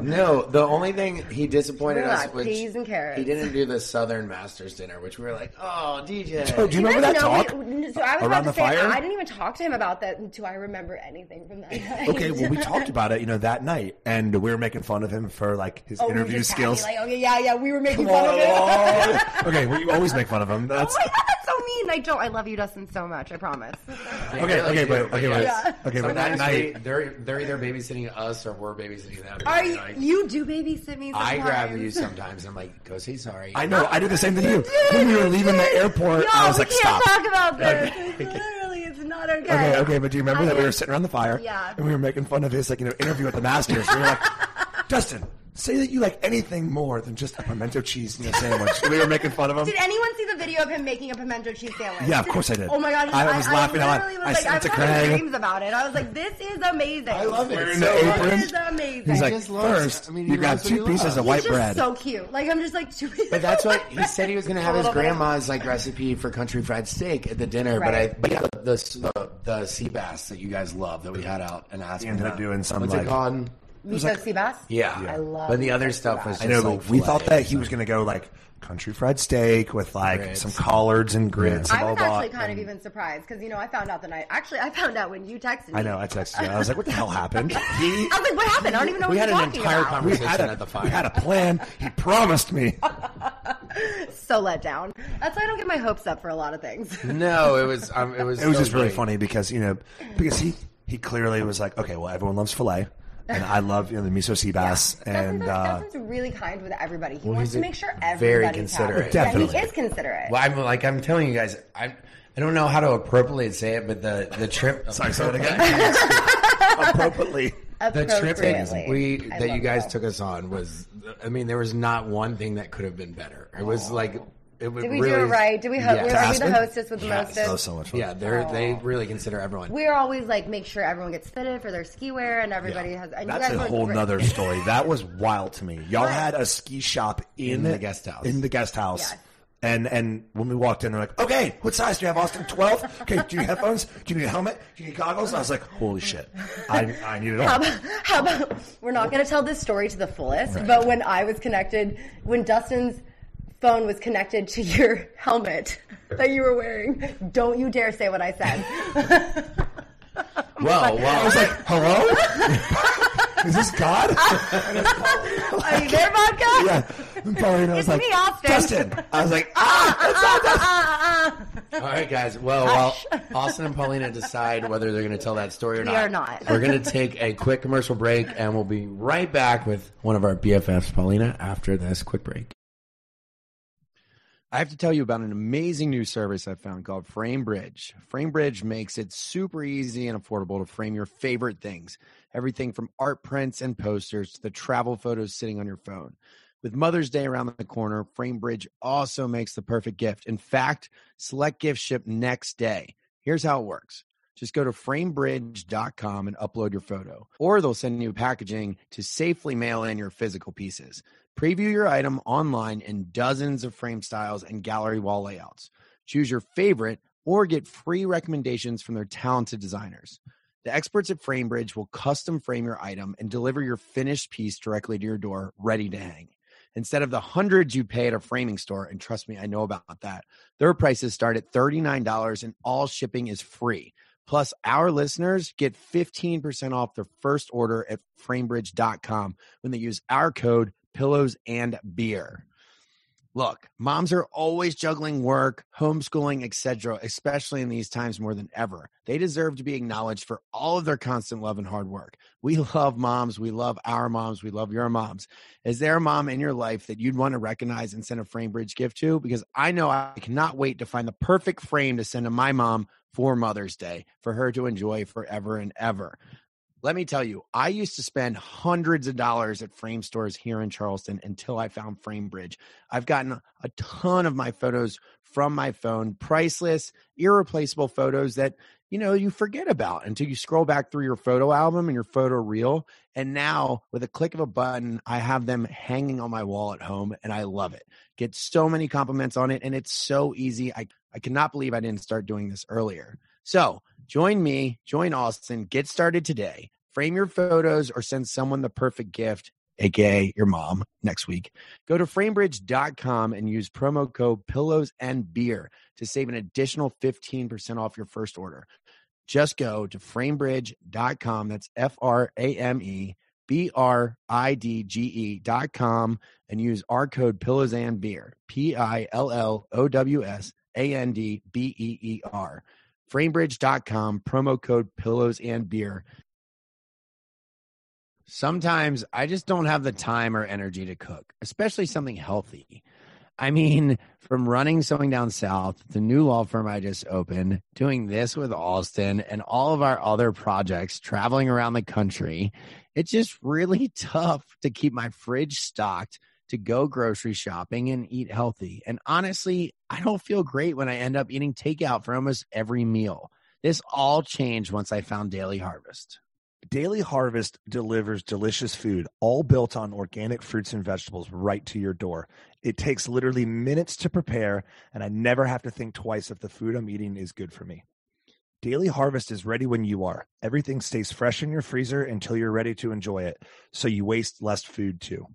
Speaker 6: No, the only thing he disappointed
Speaker 8: We're
Speaker 6: us
Speaker 8: like
Speaker 6: was
Speaker 8: peas and carrots.
Speaker 6: he didn't do the Southern Masters dinner, which we were like, oh,
Speaker 5: (laughs)
Speaker 6: DJ.
Speaker 5: Oh, do you remember that talk
Speaker 8: we- so I was about
Speaker 5: around
Speaker 8: to
Speaker 5: the
Speaker 8: say,
Speaker 5: fire?
Speaker 8: I didn't even talk to him about that. Do I remember anything
Speaker 5: (laughs)
Speaker 8: from that? night?
Speaker 5: Okay, well, we talked about it, you know, that night, and we were making fun of him for like his
Speaker 8: (laughs) Oh, we were
Speaker 5: interview
Speaker 8: just happy,
Speaker 5: skills.
Speaker 8: Like, okay, yeah, yeah, we were making
Speaker 5: Come
Speaker 8: fun of (laughs) him.
Speaker 5: on. (laughs) okay, well, you always make fun of him. That's
Speaker 8: Oh my god, that's so mean. I don't. I love you, Dustin, so much. I promise.
Speaker 5: okay, okay, but okay, but
Speaker 8: Yeah.
Speaker 5: okay, but that
Speaker 6: Sometimes
Speaker 5: night,
Speaker 6: we- they're they're either babysitting us or we're babysitting them.
Speaker 8: Are
Speaker 6: And
Speaker 8: you?
Speaker 6: like,
Speaker 8: You do babysit me. Sometimes.
Speaker 6: I grab you
Speaker 8: (laughs)
Speaker 6: sometimes. and I'm like, go say sorry.
Speaker 5: I know I did the same thing to you. When we were leaving the airport,
Speaker 8: No,
Speaker 5: I was
Speaker 8: we
Speaker 5: like,
Speaker 8: can't
Speaker 5: stop.
Speaker 8: talk about this.
Speaker 5: Okay,
Speaker 8: It's Literally, it's not okay.
Speaker 5: Okay, okay, but do you remember
Speaker 8: I
Speaker 5: that we were
Speaker 8: can't-
Speaker 5: sitting around the fire?
Speaker 8: Yeah.
Speaker 5: And we were making fun of his like you know interview with the Masters. We were like, Dustin, say that you like anything more than just a pimento cheese you know, sandwich. we were making fun of him.
Speaker 8: Did anyone see the video of him making a pimento cheese sandwich?
Speaker 5: Yeah, of course I did.
Speaker 8: Oh my god,
Speaker 5: I was laughing out loud.
Speaker 8: literally
Speaker 5: I
Speaker 8: Was
Speaker 5: sent
Speaker 8: like,
Speaker 5: to
Speaker 8: I'm having
Speaker 5: Craig.
Speaker 8: dreams about it. I was like, this is amazing.
Speaker 6: I love it.
Speaker 5: Wearing
Speaker 6: so
Speaker 5: the
Speaker 6: much.
Speaker 5: apron.
Speaker 8: This is amazing.
Speaker 5: He's like,
Speaker 6: just loves-
Speaker 5: first,
Speaker 6: I mean, he
Speaker 5: you got
Speaker 6: loves what
Speaker 5: two
Speaker 6: he
Speaker 5: pieces
Speaker 6: loves.
Speaker 5: of
Speaker 8: He's
Speaker 5: white
Speaker 8: just
Speaker 5: bread.
Speaker 8: So cute. Like I'm just like. (laughs)
Speaker 6: But that's what he said. He was going to have his
Speaker 8: A little bit.
Speaker 6: grandma's like recipe for country fried steak at the dinner.
Speaker 8: Right.
Speaker 6: But I but the, the the sea bass that you guys love that we had out and asked.
Speaker 5: ended
Speaker 6: me
Speaker 5: up
Speaker 6: about.
Speaker 5: doing some,
Speaker 6: What's
Speaker 5: like-
Speaker 6: it called?
Speaker 8: Miso sea bass.
Speaker 6: Yeah.
Speaker 8: I love.
Speaker 6: But the other
Speaker 8: miso
Speaker 6: stuff
Speaker 8: sea
Speaker 6: was.
Speaker 8: bass.
Speaker 5: I
Speaker 6: just,
Speaker 5: know, but
Speaker 6: like,
Speaker 5: we thought
Speaker 6: filet or
Speaker 5: that he was
Speaker 6: something.
Speaker 5: going to go like country fried steak with like
Speaker 6: Grits.
Speaker 5: some collards and grits
Speaker 8: I
Speaker 5: and all
Speaker 8: was
Speaker 5: that.
Speaker 8: actually kind of even surprised because you know I found out the night. Actually, I found out when you texted me.
Speaker 5: I
Speaker 8: (laughs)
Speaker 5: know. I texted you. I was like, "What the hell happened?" He,
Speaker 8: I was like, what happened? I don't even know
Speaker 6: We had
Speaker 8: what you're
Speaker 6: an
Speaker 8: talking
Speaker 6: entire
Speaker 8: about.
Speaker 5: we
Speaker 6: conversation
Speaker 5: had a,
Speaker 6: at the fire.
Speaker 5: we had a plan. He promised me.
Speaker 8: Oh, so let down. That's why I don't get my hopes up for a lot of things.
Speaker 6: No, it was. Um, it
Speaker 5: (laughs)
Speaker 6: was.
Speaker 5: It was
Speaker 6: so
Speaker 5: just really
Speaker 6: great.
Speaker 5: funny because you know because he he clearly was like, "Okay, well, everyone loves fillet, and I love you know the miso sea
Speaker 8: (laughs)
Speaker 5: bass and."
Speaker 8: Dustin's,
Speaker 5: Uh,
Speaker 8: Dustin's really kind with everybody. He
Speaker 6: Well,
Speaker 8: wants
Speaker 6: he's
Speaker 8: to
Speaker 6: a-
Speaker 8: make sure everybody's
Speaker 6: very
Speaker 8: happy.
Speaker 6: considerate.
Speaker 8: Yeah,
Speaker 5: Definitely.
Speaker 8: he is considerate.
Speaker 6: Well, I'm like I'm telling you guys, I'm I don't know how to appropriately say it, but the the
Speaker 5: (laughs)
Speaker 6: trip.
Speaker 5: sorry, say that again. Appropriately.
Speaker 6: (laughs) The trip that we
Speaker 8: Appropriately. I
Speaker 6: that you
Speaker 8: love
Speaker 6: guys took us on was, I mean, there was not one thing that could have been better. It was like, it was
Speaker 8: Did we
Speaker 6: really,
Speaker 8: do it right? Did we ho-
Speaker 6: Yeah.
Speaker 8: were, are we the
Speaker 5: Aspen?
Speaker 8: hostess with the
Speaker 6: Yes.
Speaker 8: mostest?
Speaker 5: That was so much fun.
Speaker 6: Yeah, they're, they really consider everyone.
Speaker 8: We're always like make sure everyone gets fitted for their ski wear and (laughs) everybody
Speaker 6: Yeah.
Speaker 8: has. And
Speaker 5: That's
Speaker 8: you
Speaker 5: a
Speaker 8: guys were
Speaker 5: whole
Speaker 8: great.
Speaker 5: nother story.
Speaker 8: (laughs)
Speaker 5: That was wild to me. Y'all had a ski shop in,
Speaker 6: In the guest house.
Speaker 5: In the guest house.
Speaker 8: Yes.
Speaker 5: And and when we walked in, they're like, "Okay, what size do you have, Austin? Twelve? Okay, do you need headphones? Do you need a helmet? Do you need goggles?" I was like, "Holy shit, I, I need it all."
Speaker 8: How about we're not going to tell this story to the fullest, but when I was connected, when Dustin's phone was connected to your (laughs) helmet that you were wearing. Don't you dare say what I
Speaker 6: (laughs)
Speaker 8: said.
Speaker 6: Well, well, I was like,
Speaker 5: (laughs)
Speaker 6: hello?
Speaker 5: Is this God?
Speaker 8: (laughs) Are you there, vodka?
Speaker 5: (laughs) yeah. And Paulina was
Speaker 8: It's
Speaker 5: like,
Speaker 8: me, Austin.
Speaker 5: Justin. I was like, ah!
Speaker 6: All right, guys. Well,
Speaker 8: (laughs)
Speaker 6: while Austin and Paulina decide whether they're going to tell that story or
Speaker 8: We
Speaker 6: not,
Speaker 8: are not.
Speaker 6: we're
Speaker 8: (laughs)
Speaker 6: going to take a quick commercial break, and we'll be right back with one of our BFFs, Paulina, after this quick break. I have to tell you about an amazing new service I found called FrameBridge. FrameBridge makes it super easy and affordable to frame your favorite things, everything from art prints and posters to the travel photos sitting on your phone. With Mother's Day around the corner, FrameBridge also makes the perfect gift. In fact, select gifts ship next day. Here's how it works. Just go to framebridge.com and upload your photo, or they'll send you packaging to safely mail in your physical pieces. Preview your item online in dozens of frame styles and gallery wall layouts. Choose your favorite or get free recommendations from their talented designers. The experts at FrameBridge will custom frame your item and deliver your finished piece directly to your door, ready to hang. Instead of the hundreds you pay at a framing store, and trust me, I know about that, their prices start at $39 and all shipping is free. Plus, our listeners get 15% off their first order at framebridge.com when they use our code pillows and beer. Look, moms are always juggling work, homeschooling, etc., especially in these times more than ever. They deserve to be acknowledged for all of their constant love and hard work. We love moms, we love our moms, we love your moms. Is there a mom in your life that you'd want to recognize and send a frame bridge gift to? Because I know I cannot wait to find the perfect frame to send to my mom for Mother's Day for her to enjoy forever and ever let me tell you, I used to spend hundreds of dollars at frame stores here in Charleston until I found FrameBridge. I've gotten a ton of my photos from my phone, priceless, irreplaceable photos that, you know, you forget about until you scroll back through your photo album and your photo reel. And now, with a click of a button, I have them hanging on my wall at home and I love it. Get so many compliments on it and it's so easy. I, I cannot believe I didn't start doing this earlier. So, Join me, join Austin, get started today. Frame your photos or send someone the perfect gift, aka your mom, next week. Go to framebridge.com and use promo code pillows and beer to save an additional 15% off your first order. Just go to framebridge.com. That's F R A M E B R I D G E dot com and use our code pillows and beer, P I L L O W S A N D B E E R framebridge.com promo code pillows and beer sometimes i just don't have the time or energy to cook especially something healthy i mean from running something down south the new law firm i just opened doing this with austin and all of our other projects traveling around the country it's just really (laughs) tough to keep my fridge stocked to go grocery shopping and eat healthy. And honestly, I don't feel great when I end up eating takeout for almost every meal. This all changed once I found Daily Harvest.
Speaker 5: Daily Harvest delivers delicious food, all built on organic fruits and vegetables, right to your door. It takes literally minutes to prepare, and I never have to think twice if the food I'm eating is good for me. Daily Harvest is ready when you are. Everything stays fresh in your freezer until you're ready to enjoy it, so you waste less food too.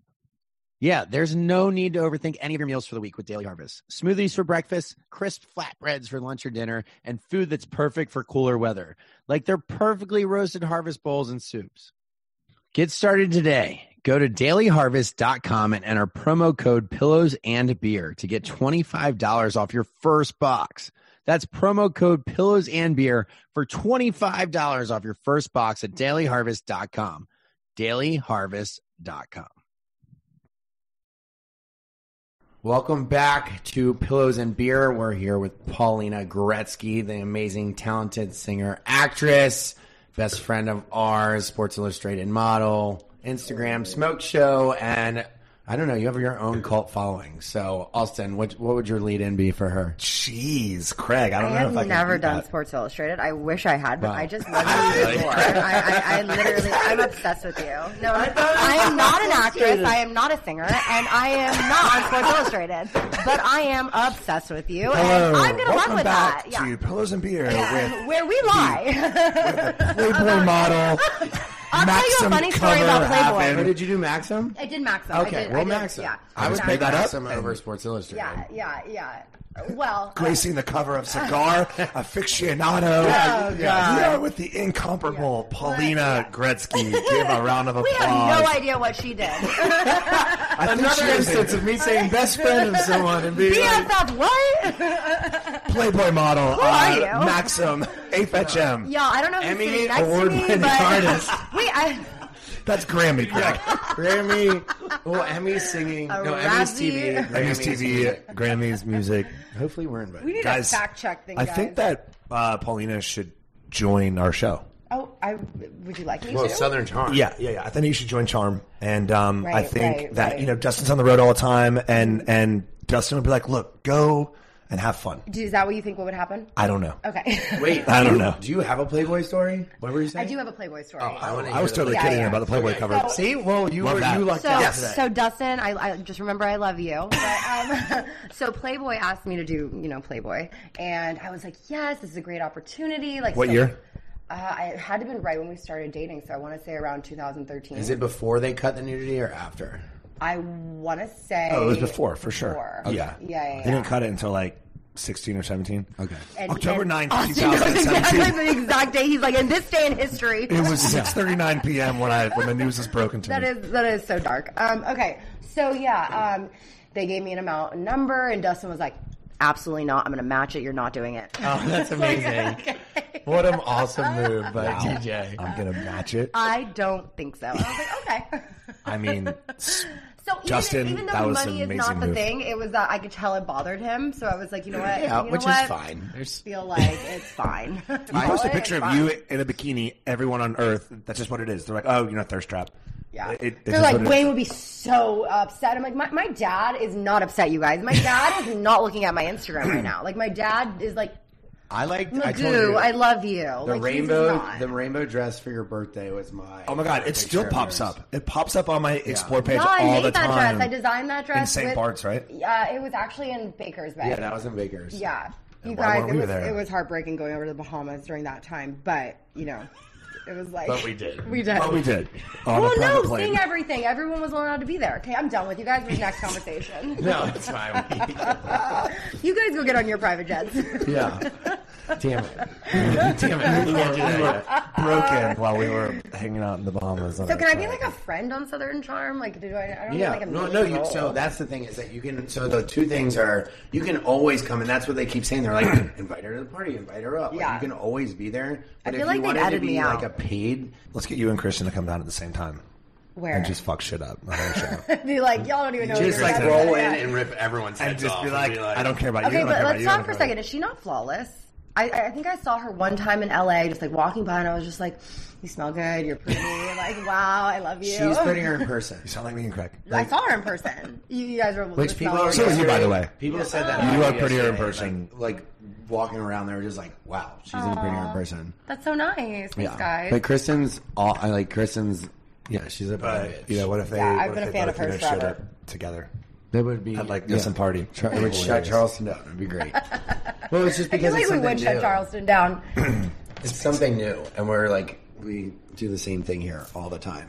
Speaker 6: Yeah, there's no need to overthink any of your meals for the week with Daily Harvest. Smoothies for breakfast, crisp flatbreads for lunch or dinner, and food that's perfect for cooler weather, like their perfectly roasted harvest bowls and soups. Get started today. Go to dailyharvest.com and enter promo code pillows and beer to get $25 off your first box. That's promo code pillows and beer for $25 off your first box at dailyharvest.com. Dailyharvest.com. Welcome back to Pillows and Beer. We're here with Paulina Goretzky, the amazing, talented singer, actress, best friend of ours, Sports Illustrated model, Instagram smoke show, and I don't know, you have your own cult following. So, Austin, what, what would your lead in be for her?
Speaker 5: Jeez, Craig, I
Speaker 8: I
Speaker 5: don't know
Speaker 8: have
Speaker 5: if I can
Speaker 8: never
Speaker 5: do
Speaker 8: done
Speaker 5: that.
Speaker 8: Sports Illustrated. I wish I had, but I just love
Speaker 5: (laughs)
Speaker 8: you before. I, I, I literally, I'm obsessed with you. No, I am not an actress. I am not a singer, and I am not on Sports Illustrated. But I am obsessed with you, and I'm gonna
Speaker 5: Oh, Welcome
Speaker 8: run with
Speaker 5: back
Speaker 8: that. Yeah.
Speaker 5: to Pillows and Beer with
Speaker 8: Where we lie.
Speaker 5: Playboy model
Speaker 8: (laughs) I'll tell you a funny story about Playboy.
Speaker 11: Wait, did you do Maxim?
Speaker 8: (laughs) I did Maxim. I
Speaker 11: Okay,
Speaker 8: did, I
Speaker 11: well,
Speaker 8: did,
Speaker 11: Maxim.
Speaker 8: Yeah.
Speaker 11: I would
Speaker 8: Yeah.
Speaker 11: pick
Speaker 5: that up
Speaker 11: Maxim
Speaker 5: and-
Speaker 11: over Sports Illustrated.
Speaker 8: Yeah, yeah, yeah. Well, uh,
Speaker 5: Gracing the
Speaker 11: (laughs)
Speaker 5: cover of Cigar Aficionado.
Speaker 8: Yeah,
Speaker 5: yeah.
Speaker 8: yeah.
Speaker 5: We are with the incomparable Paulina Gretzky.
Speaker 8: (laughs)
Speaker 5: Give a round of
Speaker 8: we
Speaker 5: applause.
Speaker 8: have no idea what
Speaker 5: (laughs)
Speaker 8: she did. (laughs)
Speaker 5: I think
Speaker 11: Another
Speaker 5: she was in
Speaker 11: instance of me saying best friend of someone and being like,
Speaker 8: BFF, what?
Speaker 5: Playboy model. Who
Speaker 8: are you? (laughs)
Speaker 5: Maxim, AFHM.
Speaker 8: Y'all, I don't know who's
Speaker 11: Emmy
Speaker 8: sitting next to me,
Speaker 11: award-winning (laughs)
Speaker 8: but
Speaker 11: artist.
Speaker 8: (laughs) wait, I,
Speaker 5: That's (laughs) Grammy. Correct.
Speaker 11: Grammy, well, Emmy's singing,
Speaker 8: A
Speaker 11: no, Emmy's
Speaker 8: Razzie.
Speaker 11: TV,
Speaker 5: Grammys TV, Grammys music.
Speaker 11: Hopefully, we're invited.
Speaker 8: we need
Speaker 5: Guys,
Speaker 8: to fact check things.
Speaker 5: I think that uh, Paulina should join our show.
Speaker 8: Oh, I would you like me
Speaker 5: Oh,
Speaker 11: Well,
Speaker 8: to?
Speaker 11: Southern Charm.
Speaker 5: Yeah, yeah, yeah. I think you should join Charm, and um, I
Speaker 8: Right,
Speaker 5: think
Speaker 8: right,
Speaker 5: that
Speaker 8: right.
Speaker 5: you know Dustin's on the road all the time, and and Dustin would be like, "Look, go and have fun."
Speaker 8: Is that what you think what would happen?
Speaker 5: I don't know.
Speaker 8: Okay.
Speaker 11: Wait,
Speaker 5: I don't
Speaker 11: you-
Speaker 5: know.
Speaker 11: Do you have a Playboy story? What were you saying?
Speaker 8: (laughs) I do have a Playboy story.
Speaker 11: wanna
Speaker 5: Oh, I was
Speaker 11: hear the
Speaker 5: totally
Speaker 8: Yeah,
Speaker 5: kidding
Speaker 8: yeah.
Speaker 5: about the Playboy
Speaker 11: Okay.
Speaker 5: cover.
Speaker 8: So-
Speaker 11: See, well, you
Speaker 5: Love
Speaker 11: were
Speaker 5: that.
Speaker 11: you lucked
Speaker 8: so,
Speaker 11: out.
Speaker 8: so Dustin, I, I just remember I love you. But, um, (laughs) so Playboy asked me to do, you know, Playboy, and I was like, yes, this is a great opportunity. Like
Speaker 5: What
Speaker 8: so-
Speaker 5: year?
Speaker 8: Uh, I it had to been right when we started dating, so I want to say around 2013.
Speaker 11: Is it before they cut the nudity or after?
Speaker 8: I want to say.
Speaker 5: Oh, it was before for sure. Oh,
Speaker 8: Before.
Speaker 5: Yeah.
Speaker 8: Yeah, yeah,
Speaker 5: They didn't
Speaker 8: yeah.
Speaker 5: cut it until like sixteen or seventeen.
Speaker 11: Okay.
Speaker 8: And-
Speaker 5: October
Speaker 8: and
Speaker 5: 9th,
Speaker 8: (laughs) Austin knows
Speaker 5: 2017.
Speaker 8: Exactly the exact day. He's like, in this day in history.
Speaker 5: (laughs) It was six thirty nine p.m. when I when the news was broken to (laughs)
Speaker 8: That
Speaker 5: me.
Speaker 8: is that is so dark. Um, okay, so yeah, um, they gave me an amount and number, and Dustin was like, "Absolutely not. I'm going to match it. You're not doing it."
Speaker 5: Uh,
Speaker 11: Oh, that's amazing. What an awesome move by DJ.
Speaker 5: I'm gonna match it.
Speaker 8: I don't think so. I was like, okay.
Speaker 5: (laughs) I mean, s-
Speaker 8: So even,
Speaker 5: Justin,
Speaker 8: even though
Speaker 5: that
Speaker 8: the
Speaker 5: was an
Speaker 8: money is
Speaker 5: amazing
Speaker 8: not the
Speaker 5: move.
Speaker 8: thing, it was that I could tell it bothered him. So I was like, you know what?
Speaker 11: Yeah,
Speaker 8: You know
Speaker 11: which
Speaker 8: what?
Speaker 11: is fine. There's
Speaker 8: Feel like it's
Speaker 5: (laughs)
Speaker 8: fine. You
Speaker 5: post a picture of you in a bikini. Everyone on Earth, that's just what it is. They're like, "Oh, you're not thirst trap."
Speaker 8: Yeah.
Speaker 5: It- it-
Speaker 8: They're
Speaker 5: it's
Speaker 8: like,
Speaker 5: what it
Speaker 8: Wayne
Speaker 5: is.
Speaker 8: would be so upset. I'm like, my, my dad is not upset, you guys. My dad is not looking at my Instagram right now. Like, my dad is like,
Speaker 11: I like I told
Speaker 8: Magoo,
Speaker 11: you
Speaker 8: I, love you.
Speaker 11: the
Speaker 8: like, he's
Speaker 11: rainbow
Speaker 8: not.
Speaker 11: the rainbow dress for your birthday was my
Speaker 5: Oh my god, it still pops up. It pops up on my explore page
Speaker 8: no, I
Speaker 5: all
Speaker 8: made
Speaker 5: the
Speaker 8: that
Speaker 5: time.
Speaker 8: dress. I designed that dress.
Speaker 5: in St.
Speaker 8: with-
Speaker 5: Bart's, right?
Speaker 8: Yeah, it was actually in Baker's Bay.
Speaker 11: Yeah, that was in Baker's.
Speaker 8: Yeah. You
Speaker 5: why
Speaker 8: guys,
Speaker 5: weren't
Speaker 8: it
Speaker 5: we
Speaker 8: was,
Speaker 5: there?
Speaker 8: it was heartbreaking going over to the Bahamas during that time, but, you know, it was like.
Speaker 11: But we did.
Speaker 8: (laughs) We did.
Speaker 5: But we did. On a
Speaker 8: Well,
Speaker 5: private
Speaker 8: no,
Speaker 5: plane.
Speaker 8: seeing everything. Everyone was allowed to be there. Okay, I'm done with you guys. We're next
Speaker 5: (laughs)
Speaker 8: conversation.
Speaker 11: No, it's my week.
Speaker 8: (laughs) You guys go get on your private jets. (laughs)
Speaker 11: yeah. Damn it. Damn it. We can't do that yet.
Speaker 5: broken while we were hanging out in the Bahamas.
Speaker 8: So can I be like a friend on Southern Charm? Like, do I? I don't
Speaker 11: Yeah,
Speaker 8: Like a
Speaker 11: no,
Speaker 8: main
Speaker 11: no. You,
Speaker 8: role.
Speaker 11: so that's the thing is that you can. So the two things are you can always come, and that's what they keep saying. They're like, (clears throat) invite her to the party, invite her up. Like,
Speaker 8: Yeah.
Speaker 11: you can always be there. But
Speaker 8: feel
Speaker 11: if
Speaker 8: like
Speaker 11: you
Speaker 8: they've
Speaker 11: wanted to
Speaker 8: edited
Speaker 11: be
Speaker 8: me
Speaker 11: like
Speaker 8: out.
Speaker 11: a paid,
Speaker 5: Let's get you and Christian to come down at the same time
Speaker 8: where
Speaker 5: and just fuck shit up. on our show.
Speaker 8: (laughs) be like, y'all don't even know.
Speaker 11: just
Speaker 8: what
Speaker 11: like
Speaker 8: you're
Speaker 11: roll
Speaker 8: about.
Speaker 11: in and rip everyone's
Speaker 5: and
Speaker 11: heads
Speaker 5: just
Speaker 11: off
Speaker 5: be
Speaker 11: and
Speaker 5: like, I don't care about you. I
Speaker 8: Okay,
Speaker 5: don't
Speaker 8: but
Speaker 5: care about
Speaker 8: let's
Speaker 5: you. I don't
Speaker 8: stop for
Speaker 5: care about
Speaker 8: a
Speaker 5: you."
Speaker 8: second. Is she not flawless? I, I I think I saw her one time in LA, just like walking by, and I was just like, "You smell good. You're pretty.
Speaker 11: (laughs)
Speaker 8: like, wow, I love you." (laughs)
Speaker 11: She's prettier in person.
Speaker 5: You sound like me and Craig.
Speaker 8: I saw her in person. You, you guys were
Speaker 11: Which people are
Speaker 5: So is you, by
Speaker 11: yesterday-
Speaker 5: the way.
Speaker 11: People said that
Speaker 5: You
Speaker 11: about
Speaker 5: are prettier in
Speaker 11: yesterday,
Speaker 5: person.
Speaker 11: Like, like walking around, they were just like, "Wow, she's in prettier in person."
Speaker 8: That's so nice, Thanks, guys.
Speaker 11: but Kristen's, all, I like Kristen's. Yeah, she's a
Speaker 5: But you know what if they?
Speaker 8: Yeah,
Speaker 5: what
Speaker 8: I've
Speaker 5: if
Speaker 8: been a
Speaker 5: they
Speaker 8: fan
Speaker 5: both
Speaker 8: of hers
Speaker 5: did their shit
Speaker 8: forever.
Speaker 5: up together?
Speaker 11: That would be
Speaker 5: I'd like this and party.
Speaker 11: Char- it would shut
Speaker 5: Hilarious.
Speaker 11: Charleston down. It'd be great.
Speaker 8: (laughs)
Speaker 11: well, it's just
Speaker 8: I
Speaker 11: because
Speaker 8: feel like
Speaker 11: it's
Speaker 8: we
Speaker 11: something
Speaker 8: would shut
Speaker 11: new. (clears throat)
Speaker 8: Charleston down.
Speaker 11: It's something new, and we're like we do the same thing here all the time.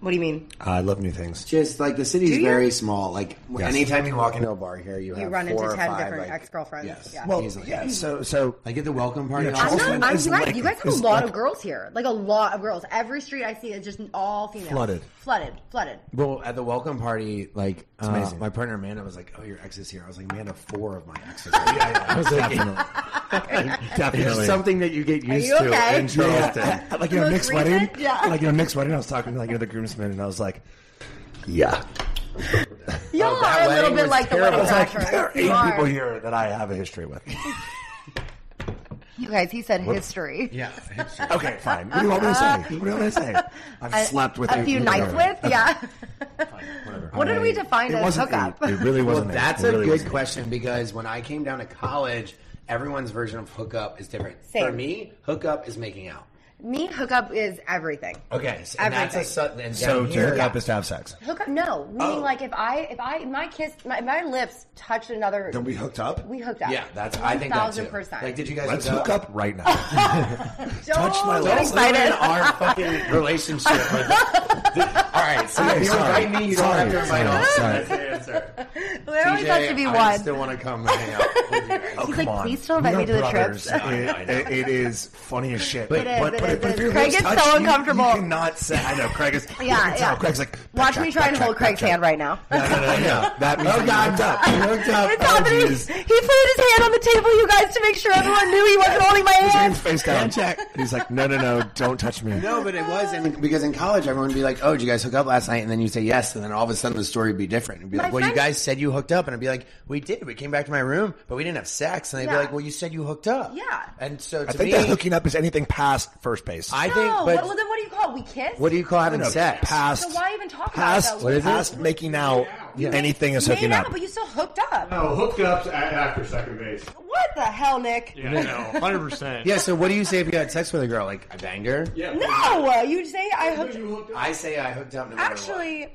Speaker 8: What do you mean?
Speaker 5: I love new things.
Speaker 11: Just like the city's
Speaker 8: Do you?
Speaker 11: very small. Like
Speaker 5: Yes.
Speaker 11: anytime you walk into a bar here, you, have
Speaker 8: run
Speaker 11: four
Speaker 8: into
Speaker 11: or
Speaker 8: 10
Speaker 11: five,
Speaker 8: different
Speaker 11: like-
Speaker 8: ex-girlfriends.
Speaker 11: Yes.
Speaker 8: Yeah.
Speaker 5: Well,
Speaker 11: easily.
Speaker 5: yeah. So, so
Speaker 11: Like at the welcome party,
Speaker 5: Yeah,
Speaker 11: all-
Speaker 8: I'm
Speaker 5: Charleston
Speaker 8: not. I'm
Speaker 5: is
Speaker 8: right.
Speaker 5: like-
Speaker 8: you guys have a
Speaker 5: is
Speaker 8: lot
Speaker 5: like-
Speaker 8: of girls here. Like a lot of girls. Every street I see is just all female.
Speaker 5: Flooded.
Speaker 8: Flooded. Flooded.
Speaker 11: Well, at the welcome party, like uh,
Speaker 5: amazing.
Speaker 11: my partner Amanda was like, "Oh, your ex is here." I was like, "Amanda, four of my exes."
Speaker 5: (laughs)
Speaker 11: Are here. I was like,
Speaker 5: definitely
Speaker 11: It's something that you get used
Speaker 8: you
Speaker 11: to
Speaker 8: okay?
Speaker 11: in Charleston.
Speaker 5: Yeah. (laughs) like you know,
Speaker 8: Most
Speaker 5: Nick's
Speaker 8: recent?
Speaker 5: wedding.
Speaker 8: Yeah.
Speaker 5: Like you know, Nick's wedding. I was talking to like you know, the groomsmen, and I was like, yeah.
Speaker 6: uh,
Speaker 8: Y'all
Speaker 11: that
Speaker 8: are a little
Speaker 11: wedding
Speaker 8: bit
Speaker 11: was
Speaker 8: like
Speaker 11: terrible.
Speaker 8: the
Speaker 5: It's
Speaker 8: wedding
Speaker 5: like
Speaker 8: crashers.
Speaker 5: there are
Speaker 8: You
Speaker 5: eight
Speaker 8: are.
Speaker 5: people here that I have a
Speaker 11: (laughs)
Speaker 5: history with.
Speaker 8: You guys, he said history.
Speaker 11: Yeah,
Speaker 5: Okay, fine. What do you want me to say? What do you want me to say? I've slept with
Speaker 8: (laughs) a
Speaker 5: eight
Speaker 8: few
Speaker 5: people.
Speaker 8: nights with. Yeah. what did we define
Speaker 5: It
Speaker 8: as
Speaker 5: wasn't
Speaker 8: hookup?
Speaker 5: eight. It really
Speaker 11: Well,
Speaker 5: wasn't. eight.
Speaker 11: that's
Speaker 5: It
Speaker 11: a
Speaker 5: really
Speaker 11: good
Speaker 5: wasn't eight.
Speaker 11: question because when I came down to college, everyone's version of hookup is different. For
Speaker 8: Same.
Speaker 11: me, hookup is making out.
Speaker 8: Me, hookup is everything.
Speaker 6: Okay, so, and that's a
Speaker 8: Everything.
Speaker 6: sudden. Oh. And
Speaker 5: So
Speaker 6: down
Speaker 5: to
Speaker 6: here,
Speaker 5: hook up is to have sex.
Speaker 8: Hookup? No, meaning like if I if I my kiss my, my lips touched another,
Speaker 5: Then we hooked up.
Speaker 8: we hooked up.
Speaker 6: Yeah, that's. I think that too.
Speaker 8: 1000%.
Speaker 6: Like, did you guys
Speaker 5: Let's hook up right
Speaker 8: (laughs)
Speaker 5: now.
Speaker 8: Don't
Speaker 5: touch my
Speaker 8: get
Speaker 5: lips.
Speaker 6: Don't ruin
Speaker 8: excited.
Speaker 6: (laughs) our fucking relationship. Like, all right, so if you
Speaker 5: sorry.
Speaker 6: invite me, you don't have to
Speaker 5: Sorry, sorry,
Speaker 6: invite us.
Speaker 5: sorry.
Speaker 12: That's the answer.
Speaker 8: There always has to be
Speaker 6: I
Speaker 8: one.
Speaker 6: still want to come and hang out with you
Speaker 5: Oh,
Speaker 6: guys.
Speaker 8: He's like, please still invite me to the trips.
Speaker 5: It- it- it is funny as shit. But,
Speaker 8: is,
Speaker 5: but,
Speaker 8: it
Speaker 5: but,
Speaker 8: is,
Speaker 5: but
Speaker 8: it
Speaker 5: if
Speaker 8: is.
Speaker 5: your
Speaker 8: Craig
Speaker 5: lips
Speaker 8: is
Speaker 5: touch,
Speaker 8: so
Speaker 5: you-
Speaker 8: uncomfortable.
Speaker 5: You cannot say. I know Craig is. you
Speaker 8: (laughs) Yeah,
Speaker 5: can
Speaker 8: yeah.
Speaker 5: Tell. Craig's like.
Speaker 8: Watch me try and hold Craig's hand right now.
Speaker 5: (laughs) No, no, no, no. That means
Speaker 6: Oh, God.
Speaker 5: hooked up. You hooked up.
Speaker 8: (laughs) It's happening. He put his hand on the table, you guys, to make sure everyone knew he wasn't holding my hand.
Speaker 5: Hands face down. And he's like, no, no, no, don't touch me.
Speaker 6: No, but it was in, because in college everyone would be like, "Oh, did you guys hook up last night?" And then you say yes, and then all of a sudden the story would be different. It'd be
Speaker 8: My
Speaker 6: like, "Well,
Speaker 8: friend-
Speaker 6: you guys said you hooked up," and I'd be like, "We did. We came back to my room, but we didn't have sex." And they'd
Speaker 8: Yeah.
Speaker 6: be like, "Well, you said you hooked up."
Speaker 8: Yeah.
Speaker 6: And so to
Speaker 5: I think
Speaker 6: me,
Speaker 5: that hooking up is anything past first base.
Speaker 6: I think,
Speaker 8: No,
Speaker 6: but
Speaker 8: well then what do you call it? We kiss?
Speaker 6: what do you call having
Speaker 5: No, no,
Speaker 6: sex?
Speaker 5: Past.
Speaker 8: So why even talk about
Speaker 5: past,
Speaker 8: that? What is it?
Speaker 5: Past making out. Anything is
Speaker 8: Made
Speaker 5: hooking
Speaker 8: out,
Speaker 5: up.
Speaker 8: but you still hooked up.
Speaker 12: No, hooked up a- after second base.
Speaker 8: What the hell, Nick?
Speaker 12: Yeah, no, (laughs) hundred percent.
Speaker 6: Yeah. So what do you say if you had sex with a girl? Like I banged her.
Speaker 12: Yeah.
Speaker 8: No, you say I hooked.
Speaker 12: You hooked up.
Speaker 6: I say I hooked up. No matter what.
Speaker 8: Actually,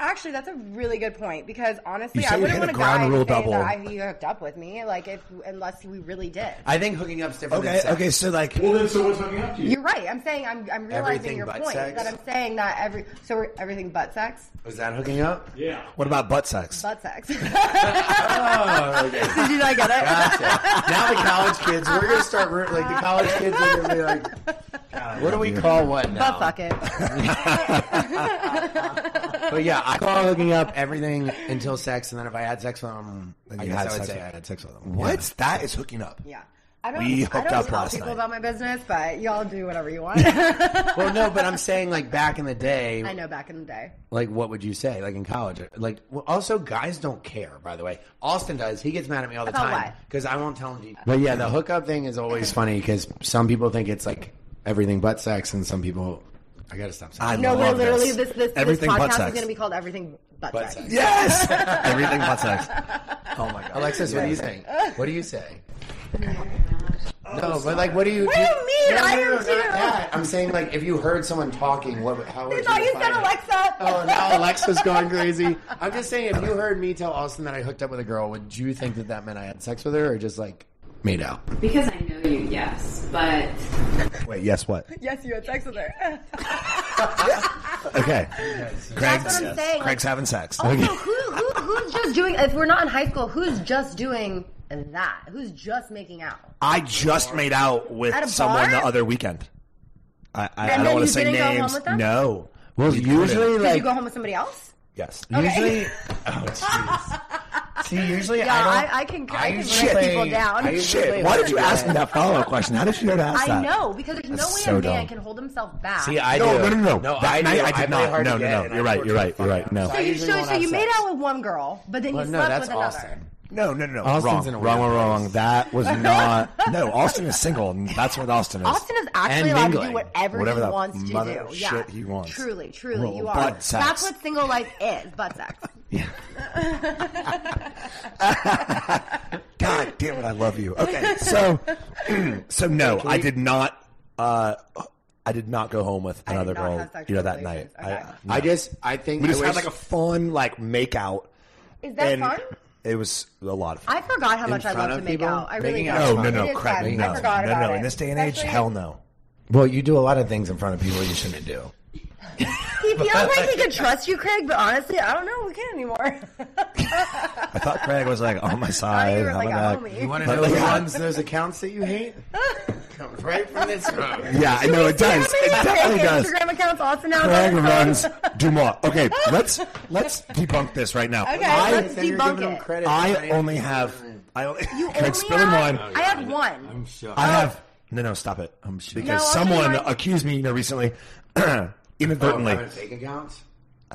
Speaker 8: actually, that's a really good point because honestly,
Speaker 5: You say
Speaker 8: I
Speaker 5: you
Speaker 8: wouldn't
Speaker 5: hit
Speaker 8: want
Speaker 5: a
Speaker 8: a
Speaker 5: ground
Speaker 8: guy to
Speaker 5: rule
Speaker 8: say
Speaker 5: double.
Speaker 8: that I, he hooked up with me, like if unless we really did.
Speaker 6: I think hooking up's different.
Speaker 5: Okay,
Speaker 6: than sex.
Speaker 5: okay, so like.
Speaker 12: Well, then, so what's hooking up to you?
Speaker 8: You're right. I'm saying I'm, I'm realizing
Speaker 6: Everything
Speaker 8: your
Speaker 6: but
Speaker 8: point
Speaker 6: sex?
Speaker 8: that I'm saying that every so we're, everything but sex,
Speaker 6: Was that hooking up?
Speaker 12: yeah.
Speaker 5: What about butt sex?
Speaker 8: but
Speaker 5: (laughs)
Speaker 8: sex.
Speaker 6: Oh, okay.
Speaker 8: (laughs) Did you not get it?
Speaker 6: Gotcha. now the college kids, we're gonna start rooting- like the college kids are gonna be like,
Speaker 8: (laughs)
Speaker 6: what do we call what now?
Speaker 8: But fuck it.
Speaker 6: But yeah, I call hooking up everything until sex, and then if I had sex with them,
Speaker 5: Then
Speaker 6: I
Speaker 5: you
Speaker 6: guess
Speaker 5: had
Speaker 6: I would
Speaker 5: sex
Speaker 6: say
Speaker 5: with-
Speaker 6: I had sex with them.
Speaker 5: What? That is hooking up.
Speaker 8: Yeah. I don't,
Speaker 5: We
Speaker 8: I
Speaker 5: hooked
Speaker 8: don't
Speaker 5: up
Speaker 8: tell
Speaker 5: last
Speaker 8: people
Speaker 5: night.
Speaker 8: about my business, but y'all do whatever you want. (laughs) I
Speaker 6: Well, no, but I'm saying like back in the day,
Speaker 8: know back in the day.
Speaker 6: like what would you say like in college like well, also guys don't care by the way austin does he gets mad at me all the
Speaker 8: About
Speaker 6: time
Speaker 8: what?
Speaker 6: because i won't tell him to- but yeah the hookup thing is always funny because some people think it's like everything but sex and some people i gotta stop saying
Speaker 5: I
Speaker 6: that.
Speaker 8: No, we're
Speaker 5: love
Speaker 8: literally
Speaker 5: this.
Speaker 8: this this, this
Speaker 5: Everything but
Speaker 8: podcast is
Speaker 5: sex.
Speaker 8: going to be called Everything But,
Speaker 6: But
Speaker 8: sex.
Speaker 6: sex.
Speaker 5: Yes! Everything butt sex. Oh my god.
Speaker 6: alexis what do you think what do you say no but like what do you
Speaker 8: What do you mean?
Speaker 6: No, no,
Speaker 8: I
Speaker 6: no,
Speaker 8: am
Speaker 6: not
Speaker 8: too.
Speaker 6: that. i'm saying like if you heard someone talking what how
Speaker 8: They
Speaker 6: would
Speaker 8: thought you
Speaker 6: define
Speaker 8: said
Speaker 6: it?
Speaker 8: Alexa.
Speaker 6: Oh, now
Speaker 8: (laughs)
Speaker 6: Alexa's going crazy. I'm just saying, if you heard me tell Austin that I hooked up with a girl, would you think that that meant I had sex with her, or just like made out?
Speaker 10: Because I know you, yes, but
Speaker 5: Wait, yes, what?
Speaker 8: Yes, you had sex with her. (laughs)
Speaker 5: Okay. Craig's,
Speaker 8: what I'm saying,
Speaker 5: Craig's having sex.
Speaker 8: Also, Oh, who, who, who's just doing? If we're not in high school, who's just doing that? Who's just making out?
Speaker 5: I just made out with
Speaker 8: At a
Speaker 5: someone
Speaker 8: bar?
Speaker 5: the other weekend. I, I, I
Speaker 8: And
Speaker 5: don't
Speaker 8: then
Speaker 5: want
Speaker 8: you
Speaker 5: to say
Speaker 8: didn't go home
Speaker 5: names.
Speaker 8: with them?
Speaker 5: No.
Speaker 6: Well, usually,
Speaker 5: couldn't.
Speaker 8: Did
Speaker 6: like
Speaker 8: you go home with somebody else?
Speaker 5: Yes.
Speaker 8: (laughs)
Speaker 6: usually. Oh, jeez. See, usually
Speaker 8: Yeah,
Speaker 6: I,
Speaker 8: I,
Speaker 6: don't,
Speaker 8: I can I can
Speaker 6: usually-
Speaker 8: let people down.
Speaker 6: I usually-
Speaker 5: Shit. Why did you ask me that follow up question? How did you know to ask
Speaker 8: I
Speaker 5: that?
Speaker 8: know because there's no way
Speaker 5: That's
Speaker 8: a
Speaker 5: so
Speaker 8: man
Speaker 5: dumb.
Speaker 8: can hold himself back.
Speaker 6: See, I
Speaker 5: No,
Speaker 6: do.
Speaker 5: no, no, no.
Speaker 6: No,
Speaker 5: That
Speaker 6: I
Speaker 5: night
Speaker 6: do.
Speaker 5: I did
Speaker 6: play
Speaker 5: not.
Speaker 6: hard to
Speaker 5: No, no,
Speaker 6: get,
Speaker 5: no.
Speaker 6: and
Speaker 5: You're
Speaker 6: I
Speaker 5: right,
Speaker 6: torture
Speaker 5: you're right,
Speaker 6: the
Speaker 5: you're
Speaker 6: fuck
Speaker 5: right.
Speaker 6: out.
Speaker 5: No.
Speaker 6: So I
Speaker 8: so you,
Speaker 6: usually
Speaker 8: so,
Speaker 6: won't
Speaker 8: so
Speaker 6: have
Speaker 8: you made
Speaker 6: sex.
Speaker 8: out with one girl, but then you
Speaker 6: Well, no,
Speaker 8: slept
Speaker 6: that's
Speaker 8: with another.
Speaker 6: Austin.
Speaker 5: No, no, no.
Speaker 6: Austin's in a
Speaker 5: wrong,
Speaker 6: weird
Speaker 5: wrong, wrong,
Speaker 6: place.
Speaker 5: wrong. That
Speaker 6: (laughs)
Speaker 5: was not. no, Austin is single. and That's what Austin is.
Speaker 8: Austin is
Speaker 6: And
Speaker 8: actually allowed to
Speaker 6: mingling.
Speaker 8: do whatever,
Speaker 5: Whatever
Speaker 8: he
Speaker 5: the
Speaker 8: wants to
Speaker 5: mother
Speaker 8: do.
Speaker 5: of
Speaker 8: yeah,
Speaker 5: shit he wants.
Speaker 8: Truly, truly,
Speaker 5: Well,
Speaker 8: you are.
Speaker 5: butt sex.
Speaker 8: That's what single life is. Butt sex.
Speaker 5: God damn it, I love you.
Speaker 8: (laughs)
Speaker 5: Okay, so, (clears throat) so no, I did not. Uh, I did not go home with
Speaker 8: did
Speaker 5: another
Speaker 8: not
Speaker 5: girl.
Speaker 8: have sexual
Speaker 5: You know that night.
Speaker 8: relations.
Speaker 5: I,
Speaker 8: Okay.
Speaker 5: no.
Speaker 6: I just, I think
Speaker 5: we just
Speaker 6: I
Speaker 5: had
Speaker 6: wish-
Speaker 5: like a fun like make out.
Speaker 8: Is that
Speaker 5: and
Speaker 8: fun?
Speaker 5: It was a lot of fun. Oh,
Speaker 8: I forgot how much I
Speaker 6: front
Speaker 8: love
Speaker 6: of
Speaker 8: to make
Speaker 6: people?
Speaker 8: out. I really
Speaker 6: Making
Speaker 8: do.
Speaker 6: out is
Speaker 5: no, no,
Speaker 6: fun.
Speaker 8: It
Speaker 5: no,
Speaker 8: is
Speaker 5: Craig,
Speaker 8: fun.
Speaker 5: no,
Speaker 8: I forgot
Speaker 5: no,
Speaker 8: about
Speaker 5: no.
Speaker 8: it.
Speaker 5: In this day and age,
Speaker 8: Especially-
Speaker 5: hell no.
Speaker 6: Well, you do a lot of things in front of people you shouldn't do.
Speaker 8: (laughs) He feels like he could trust you, Craig, but honestly, I don't know. We can't anymore. (laughs)
Speaker 5: I thought Craig was like on my
Speaker 8: I thought
Speaker 5: side.
Speaker 8: you were
Speaker 5: having
Speaker 8: like
Speaker 5: that-
Speaker 8: a homie.
Speaker 6: You want to know the ones those accounts that you hate? Comes right from this (laughs) room.
Speaker 5: Yeah, I know it
Speaker 8: See how
Speaker 5: does.
Speaker 8: many
Speaker 5: It definitely
Speaker 8: fake
Speaker 5: does.
Speaker 8: Instagram accounts also now.
Speaker 5: Craig runs
Speaker 8: That's fun.
Speaker 5: Dumont.
Speaker 8: (laughs)
Speaker 5: Okay, let's let's debunk this right now.
Speaker 8: Okay,
Speaker 5: I
Speaker 8: let's
Speaker 6: Then you're
Speaker 8: debunk
Speaker 6: giving them
Speaker 8: it.
Speaker 6: credit.
Speaker 5: I only have I only (laughs)
Speaker 8: You
Speaker 5: Craig
Speaker 8: only
Speaker 5: spilling
Speaker 8: have,
Speaker 5: wine.
Speaker 8: I have one.
Speaker 5: I have no no stop it um, because
Speaker 8: No, I'll
Speaker 5: someone
Speaker 8: tell you mine.
Speaker 5: accused me you know recently (clears throat)
Speaker 6: Oh,
Speaker 5: inadvertently.
Speaker 6: having fake accounts.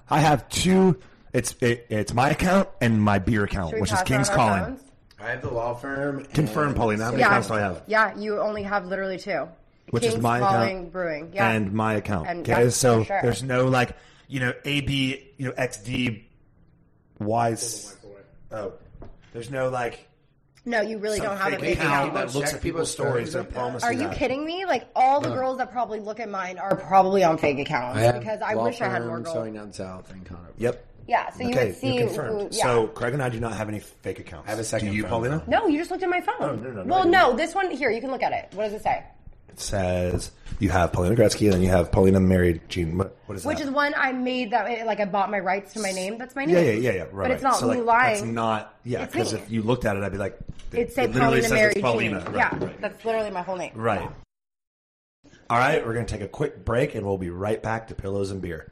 Speaker 5: I have two. It's it, it's my account and my beer account,
Speaker 8: Should we
Speaker 5: which is
Speaker 8: pass
Speaker 5: King's
Speaker 8: around our
Speaker 5: Calling.
Speaker 8: phones?
Speaker 6: I have the law firm.
Speaker 5: Confirm,
Speaker 6: and-
Speaker 5: Paulina. How many
Speaker 8: Yeah.
Speaker 5: accounts do I have?
Speaker 8: Yeah, you only have literally two.
Speaker 5: Which
Speaker 8: King's
Speaker 5: is my
Speaker 8: Calling
Speaker 5: account
Speaker 8: Brewing. Yeah.
Speaker 5: and my account.
Speaker 8: And-
Speaker 5: okay,
Speaker 8: yeah,
Speaker 5: so
Speaker 8: for sure.
Speaker 5: there's no like you know AB you know XD Y. s- Oh, there's no like
Speaker 8: No, you really
Speaker 5: Some
Speaker 8: don't have a
Speaker 5: fake
Speaker 8: fake
Speaker 5: account
Speaker 8: account.
Speaker 5: that looks at people's stories and promises
Speaker 8: Are you
Speaker 5: that.
Speaker 8: kidding me? Like all the
Speaker 5: No.
Speaker 8: girls that probably look at mine are probably on fake accounts
Speaker 5: I have
Speaker 8: because I
Speaker 6: Law
Speaker 8: wish I had more
Speaker 6: firm,
Speaker 8: girls.
Speaker 6: Sewing down south and Conover.
Speaker 5: Yep.
Speaker 8: Yeah, so you
Speaker 5: okay,
Speaker 8: would see
Speaker 5: you're confirmed.
Speaker 8: who- yeah.
Speaker 5: So Craig and I do not have any fake accounts. I have a second. Do you, Paulina?
Speaker 8: No, you just looked at my phone.
Speaker 5: Oh, No, no, no, no,
Speaker 8: well,
Speaker 5: I didn't.
Speaker 8: no, this one here. You can look at it. What does it say?
Speaker 5: It says you have Paulina Gretzky, then you have Paulina married Gene. What, what is
Speaker 8: Which
Speaker 5: that?
Speaker 8: is one I made that eh, like I bought my rights to my name. That's my name.
Speaker 5: yeah, yeah, yeah, yeah. Right.
Speaker 8: but it's
Speaker 5: right.
Speaker 8: not
Speaker 5: so,
Speaker 8: me
Speaker 5: like, That's
Speaker 8: lying.
Speaker 5: not. Yeah,
Speaker 8: It's
Speaker 5: because
Speaker 8: me.
Speaker 5: if you looked at it, I'd be like,
Speaker 8: It
Speaker 5: it
Speaker 8: said
Speaker 5: literally
Speaker 8: Paulina
Speaker 5: says
Speaker 8: Mary
Speaker 5: it's Paulina.
Speaker 8: Jean.
Speaker 5: Right,
Speaker 8: yeah,
Speaker 5: right.
Speaker 8: that's literally my whole name. (laughs)
Speaker 5: Right. All right, we're going to take a quick break and we'll be right back to Pillows and Beer.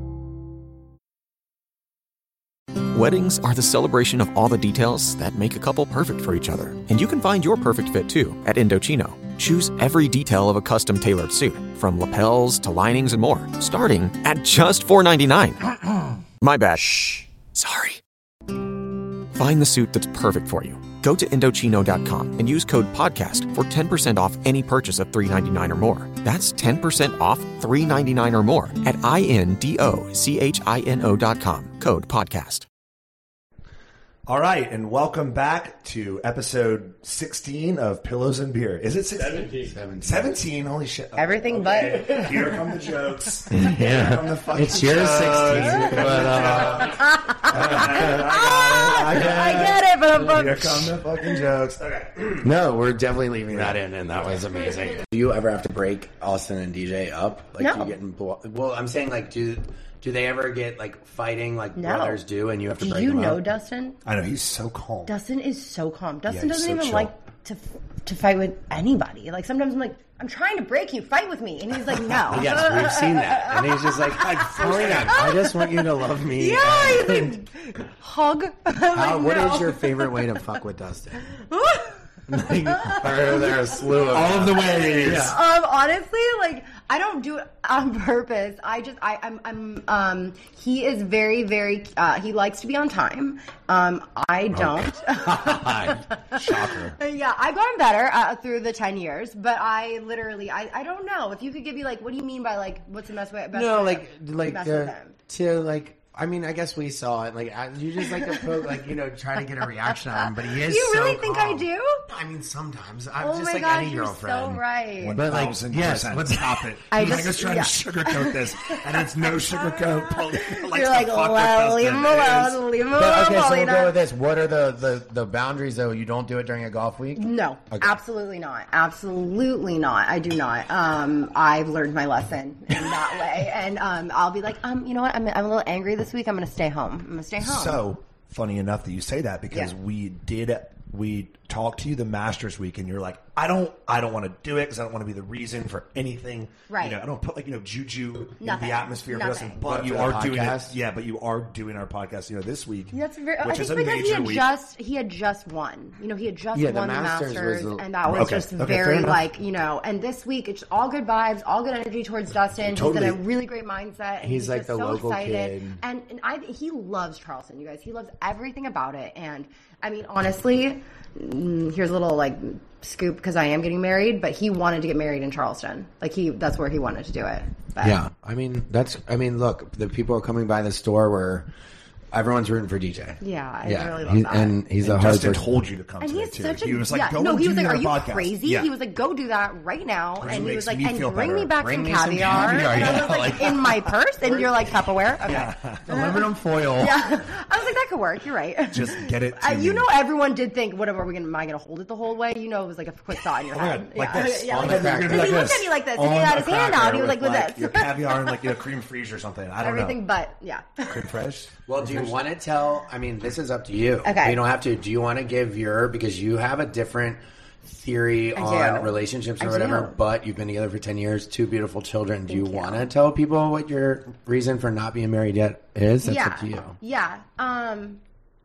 Speaker 7: Weddings are the celebration of all the details that make a couple perfect for each other. And you can find your perfect fit too at Indochino. Choose every detail of a custom tailored suit, from lapels to linings and more, starting at
Speaker 12: (gasps)
Speaker 7: just $4.99. My bad. Shh. Sorry. Find the suit that's perfect for you. Go to Indochino.com and use code PODCAST for 10% off any purchase of $399 or more. That's 10% off $399 or more at INDOCHINO.com. Code PODCAST.
Speaker 5: All right, and welcome back to episode 16 of Pillows and Beer. Is it 16? 17. 17. holy shit.
Speaker 8: Everything
Speaker 5: but. Here come the jokes. Here come
Speaker 11: (laughs) Yeah,
Speaker 5: the fucking
Speaker 11: it's your
Speaker 5: jokes.
Speaker 11: 16.
Speaker 5: Here come the
Speaker 11: But, uh,
Speaker 5: jokes. I
Speaker 8: get it, but I'm
Speaker 5: Here come the fucking jokes. Okay.
Speaker 11: No, we're definitely leaving that in, and that was amazing.
Speaker 6: Do you ever have to break Austin and DJ up? Like
Speaker 11: No.
Speaker 6: you get in blo- Well, I'm saying like do do they ever get like fighting like
Speaker 8: No.
Speaker 6: brothers do, and you have to
Speaker 8: Do
Speaker 6: break
Speaker 8: you
Speaker 6: them
Speaker 8: know
Speaker 6: up?
Speaker 8: Dustin?
Speaker 5: I know he's so calm.
Speaker 8: Dustin is so calm. Dustin
Speaker 6: he's
Speaker 8: doesn't
Speaker 6: so
Speaker 8: even
Speaker 6: chill.
Speaker 8: like to to fight with anybody. Like sometimes I'm like, I'm trying to break you. Fight with me, and he's like, No.
Speaker 11: (laughs) Yes, we've seen that, and he's just like, "I- Paulina, I just want you to love me.
Speaker 8: (laughs) Yeah, he's like, hug. (laughs) I'm
Speaker 11: How-
Speaker 8: like,
Speaker 11: what
Speaker 8: no. Um,
Speaker 11: is your
Speaker 8: (laughs)
Speaker 11: favorite way to fuck with Dustin?
Speaker 6: Or there are a slew of
Speaker 11: All of the ways.
Speaker 8: Um, honestly, like I don't do it on (laughs) purpose. I just I, I'm I'm um he is very very uh, he likes to be on time. Um, I don't.
Speaker 5: Shocker.
Speaker 8: yeah, I've gotten better uh, through the ten years, but I literally I, I don't know if you could give me like what do you mean by like what's the best way?
Speaker 11: (laughs)
Speaker 8: Best
Speaker 11: no,
Speaker 8: way
Speaker 11: like
Speaker 8: to
Speaker 11: like
Speaker 8: mess with
Speaker 11: uh,
Speaker 8: them?
Speaker 11: to like. I mean, I guess we saw it. Like I, you just like to poke, like you know, try to get a reaction out of him. But he is.
Speaker 8: You really
Speaker 11: so
Speaker 8: think
Speaker 11: calm.
Speaker 8: I do?
Speaker 11: I mean, sometimes I'm
Speaker 8: oh
Speaker 11: just
Speaker 8: my
Speaker 11: like
Speaker 8: gosh,
Speaker 11: any
Speaker 8: you're
Speaker 11: girlfriend.
Speaker 8: so right.
Speaker 11: But like, yes,
Speaker 5: 1000%.
Speaker 11: let's stop it.
Speaker 8: I
Speaker 11: He's like,
Speaker 8: just-
Speaker 11: I was trying
Speaker 8: yeah.
Speaker 11: to sugarcoat this, and it's
Speaker 8: (laughs)
Speaker 11: no sugarcoat. Paulina likes
Speaker 8: You're
Speaker 11: to
Speaker 8: like,
Speaker 11: fuck with
Speaker 8: well, leave
Speaker 11: Dustin.
Speaker 8: him
Speaker 11: It is-
Speaker 8: alone, leave him alone,
Speaker 6: But, okay, so we'll
Speaker 8: Paulina.
Speaker 6: go with this. What are the, the, the boundaries though? You don't do it during a golf week.
Speaker 8: No,
Speaker 6: Okay.
Speaker 8: absolutely not. Absolutely not. I do not. Um, I've learned my lesson
Speaker 11: (laughs)
Speaker 8: in that way, and um, I'll be like, um, you know what? I'm, I'm a little angry this week. I'm going to stay home. I'm going to stay home.
Speaker 5: So funny enough that you say that because
Speaker 8: Yeah.
Speaker 5: we did we talked to you the Masters week and you're like I don't I don't want to do it because I don't want to be the reason for anything.
Speaker 8: Right.
Speaker 5: You know I don't put like you know juju in
Speaker 8: Nothing.
Speaker 5: the atmosphere for us.
Speaker 8: Nothing.
Speaker 5: But
Speaker 8: But
Speaker 5: you
Speaker 8: for the
Speaker 5: are doing it.
Speaker 8: podcast?
Speaker 5: Yeah, but you are doing our podcast. You know this week.
Speaker 8: that's very. I
Speaker 5: which
Speaker 8: think
Speaker 5: is a
Speaker 8: because he
Speaker 5: major
Speaker 8: had
Speaker 5: week.
Speaker 8: just he had just won. You know, he had just
Speaker 5: Yeah, the
Speaker 8: won the
Speaker 5: Masters
Speaker 8: Masters,
Speaker 5: was the-
Speaker 8: and that was
Speaker 5: Okay.
Speaker 8: just
Speaker 5: Okay, fair
Speaker 8: very
Speaker 5: enough.
Speaker 8: like you know. And this week, it's all good vibes, all good energy towards Dustin.
Speaker 11: Totally.
Speaker 8: He's in a really great mindset. and
Speaker 11: He's like
Speaker 8: just
Speaker 11: the
Speaker 8: so
Speaker 11: local
Speaker 8: excited.
Speaker 11: kid.
Speaker 8: and and I he loves Charleston. You guys, he loves everything about it. And I mean, honestly, mm, here's a little like scoop because I am getting married, but he wanted to get married in Charleston. Like he, that's where he wanted to do it. But
Speaker 11: Yeah, I mean that's. I mean, look, the people coming by the store were. Everyone's rooting for DJ.
Speaker 8: Yeah, I really love
Speaker 11: He-
Speaker 8: that.
Speaker 11: and he's a
Speaker 5: And
Speaker 11: hard.
Speaker 5: Dustin
Speaker 11: person. (laughs)
Speaker 5: told you to come.
Speaker 8: And
Speaker 5: to
Speaker 8: he's
Speaker 5: it, too.
Speaker 8: such a
Speaker 5: He was like,
Speaker 8: yeah,
Speaker 5: "Go
Speaker 8: no,
Speaker 5: and
Speaker 8: he
Speaker 5: do
Speaker 8: was like,
Speaker 5: your
Speaker 8: "Are you
Speaker 5: podcast."
Speaker 8: crazy?"
Speaker 5: Yeah.
Speaker 8: He was like, "Go do that right now,"
Speaker 5: Which
Speaker 8: and he
Speaker 5: makes
Speaker 8: was like,
Speaker 5: me
Speaker 8: "And
Speaker 5: feel
Speaker 8: bring
Speaker 5: better.
Speaker 8: me back
Speaker 5: Bring
Speaker 8: some
Speaker 5: me some caviar,
Speaker 8: caviar." (laughs) and I
Speaker 5: yeah.
Speaker 8: was like,
Speaker 5: (laughs) Like-
Speaker 8: "In my purse," and you're
Speaker 5: (laughs)
Speaker 8: like, "Tupperware." Okay.
Speaker 11: aluminum foil.
Speaker 8: Yeah, (laughs) I was like, "That could work." You're right.
Speaker 5: (laughs) Just get it. To
Speaker 8: Uh, you
Speaker 5: me.
Speaker 8: know, everyone did think, "What am I going? Am I going to hold it the whole way?" You know, it was like a quick thought in your
Speaker 5: Oh my
Speaker 8: head.
Speaker 5: god, like
Speaker 8: yeah.
Speaker 5: this.
Speaker 8: (laughs) Yeah,
Speaker 5: on
Speaker 8: like
Speaker 5: the
Speaker 8: this.
Speaker 5: cracker.
Speaker 8: 'Cause he looked at me like this, and he
Speaker 5: On
Speaker 8: had
Speaker 5: the
Speaker 8: his hand
Speaker 5: cracker
Speaker 8: out. He was like, "With
Speaker 5: like,
Speaker 8: this."
Speaker 5: Your
Speaker 8: (laughs)
Speaker 5: caviar and like you know cream freeze or something. I don't
Speaker 8: Everything,
Speaker 5: know.
Speaker 8: but yeah.
Speaker 5: Cream fresh.
Speaker 6: Well, do you want to tell? I mean, this is up to you.
Speaker 8: Okay.
Speaker 6: You don't have to. Do you want to give your because you have a different theory
Speaker 8: I
Speaker 6: on
Speaker 8: do.
Speaker 6: relationships or
Speaker 8: I
Speaker 6: whatever?
Speaker 8: do.
Speaker 6: But you've been together for ten years, two beautiful children. do you, want to tell people what your reason for not being married yet is? That's
Speaker 8: yeah.
Speaker 6: up to you.
Speaker 8: Yeah. Um,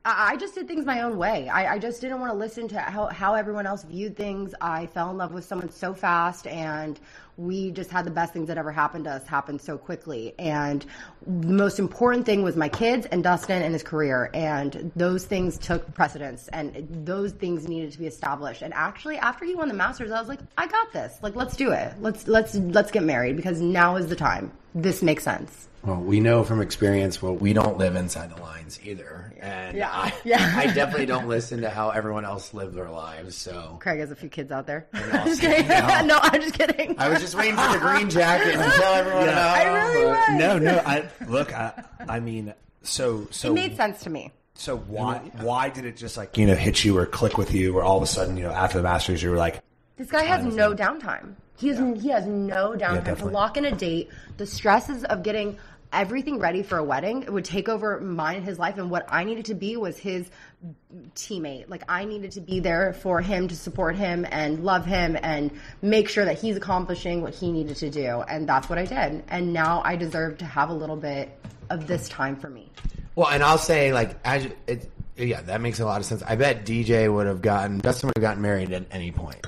Speaker 8: I I just did things my own way. I, I just didn't want to listen to how, how everyone else viewed things. I fell in love with someone so fast, and we just had the best things that ever happened to us happen so quickly. And the most important thing was my kids and Dustin and his career. And those things took precedence, and those things needed to be established. And actually, after he won the Masters, I was like, I got this. Like, let's do it. Let's let's let's get married because now is the time. This makes sense.
Speaker 6: Well, we know from experience, well, we don't live inside the lines either. And
Speaker 8: Yeah.
Speaker 6: I,
Speaker 8: Yeah.
Speaker 6: I definitely don't listen to how everyone else lived their lives. So
Speaker 8: Craig has a few kids out there. (laughs) I'm just kidding. (laughs) no, I'm just kidding.
Speaker 6: I was just waiting for the green jacket to tell everyone
Speaker 5: Yeah.
Speaker 6: about
Speaker 8: I really was.
Speaker 5: No, no. I look. I, I mean, so so
Speaker 8: it made sense to me.
Speaker 5: so why why did it just like you know hit you or click with you or all of a sudden you know after the Masters you were like
Speaker 8: This guy has no downtime. He has he has no downtime to
Speaker 5: definitely.
Speaker 8: lock in a date. The stresses of getting everything ready for a wedding it would take over mine and his life and what I needed to be was his teammate. Like I needed to be there for him to support him and love him and make sure that he's accomplishing what he needed to do. And that's what I did. And now I deserve to have a little bit of this time for me.
Speaker 6: Well, and I'll say like as you- it, yeah, that makes a lot of sense. I bet DJ would have gotten Dustin would have gotten married at any point.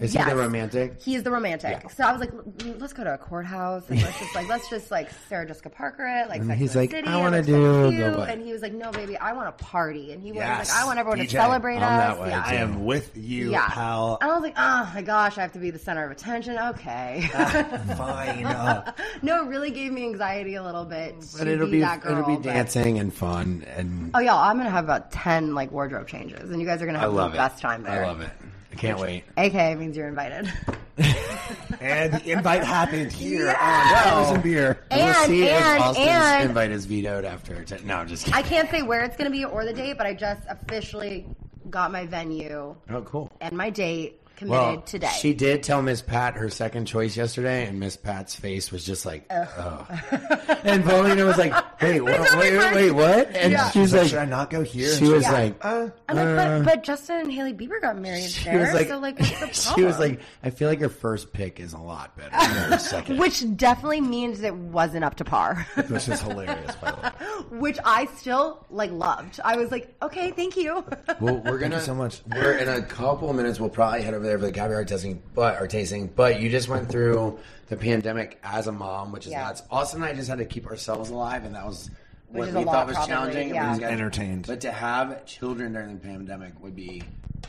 Speaker 6: Is he
Speaker 8: Mm, Yes.
Speaker 6: the romantic?
Speaker 8: He's the romantic. So I was like, "L- let's go to a courthouse and let's just like let's just like Sarah Jessica Parker it. Like
Speaker 6: And
Speaker 8: Sex
Speaker 6: he's
Speaker 8: and the
Speaker 6: like,
Speaker 8: City,
Speaker 6: "I
Speaker 8: and
Speaker 6: wanna
Speaker 8: it's
Speaker 6: do
Speaker 8: so cute."
Speaker 6: the what?
Speaker 8: and he was like, no, baby, I want a party. And he was
Speaker 5: yes,
Speaker 8: like, I want everyone to
Speaker 5: DJ,
Speaker 8: celebrate
Speaker 5: I'm
Speaker 8: us.
Speaker 5: that way
Speaker 8: yeah.
Speaker 5: I am with you
Speaker 8: yeah. (laughs)
Speaker 5: pal
Speaker 8: And I was like, oh my gosh, I have to be the center of attention. Okay.
Speaker 6: Ah.
Speaker 5: fine uh,
Speaker 8: (laughs) no, it really gave me anxiety a little bit.
Speaker 6: But
Speaker 8: to
Speaker 6: it'll
Speaker 8: be,
Speaker 6: be,
Speaker 8: that girl.
Speaker 6: it'll be
Speaker 8: but-
Speaker 6: dancing and fun and
Speaker 8: Oh, y'all, I'm going to have about 10 like wardrobe changes, and you guys are going to
Speaker 6: I
Speaker 8: have the
Speaker 6: love it.
Speaker 8: best time there.
Speaker 6: I love it. I can't wait.
Speaker 8: AK means you're invited. (laughs)
Speaker 5: and the invite happened here
Speaker 8: Yeah.
Speaker 5: on Flowers and Beer
Speaker 6: we'll
Speaker 8: And-
Speaker 6: see
Speaker 8: and-
Speaker 6: if Austin's
Speaker 8: and-
Speaker 6: invite is vetoed after. T- no, I'm just kidding.
Speaker 8: I can't say where it's going to be or the date, but I just officially got my venue
Speaker 6: oh, cool.
Speaker 8: and my date committed
Speaker 6: Well,
Speaker 8: today.
Speaker 6: she did tell Miss Pat her second choice yesterday, and Miss Pat's face was just like,
Speaker 8: (laughs)
Speaker 6: oh. and Paulina was like, wait, what,
Speaker 8: told me
Speaker 6: wait, wait,
Speaker 8: first.
Speaker 6: wait, what? And
Speaker 8: Yeah.
Speaker 6: she was
Speaker 5: She's like,
Speaker 6: like,
Speaker 5: should I not go here?
Speaker 6: She was
Speaker 8: Yeah.
Speaker 6: like, uh,
Speaker 8: I'm like, but, but Justin and Haley Bieber got married
Speaker 6: she
Speaker 8: there,
Speaker 6: was like,
Speaker 8: so like, what's the
Speaker 6: (laughs)
Speaker 8: problem?
Speaker 6: she was like, I feel like your first pick is a lot better than your
Speaker 8: (laughs)
Speaker 6: second,
Speaker 8: which definitely means it wasn't up to par, (laughs)
Speaker 6: which is hilarious. By the way,
Speaker 8: which I still like loved. I was like, okay, thank you. (laughs)
Speaker 6: well, we're gonna so much. We're in a couple minutes. We'll probably head over there for the caviar tasting, but or tasting. But you just went through the pandemic as a mom, which is
Speaker 8: Yeah.
Speaker 6: nuts. Austin and I just had to keep ourselves alive, and that was
Speaker 8: Which
Speaker 6: what
Speaker 8: is
Speaker 6: we
Speaker 8: a
Speaker 6: thought
Speaker 8: lot,
Speaker 6: was
Speaker 8: probably,
Speaker 6: challenging.
Speaker 8: yeah.
Speaker 6: and we just got-
Speaker 5: Entertained.
Speaker 6: but to have children during the pandemic would be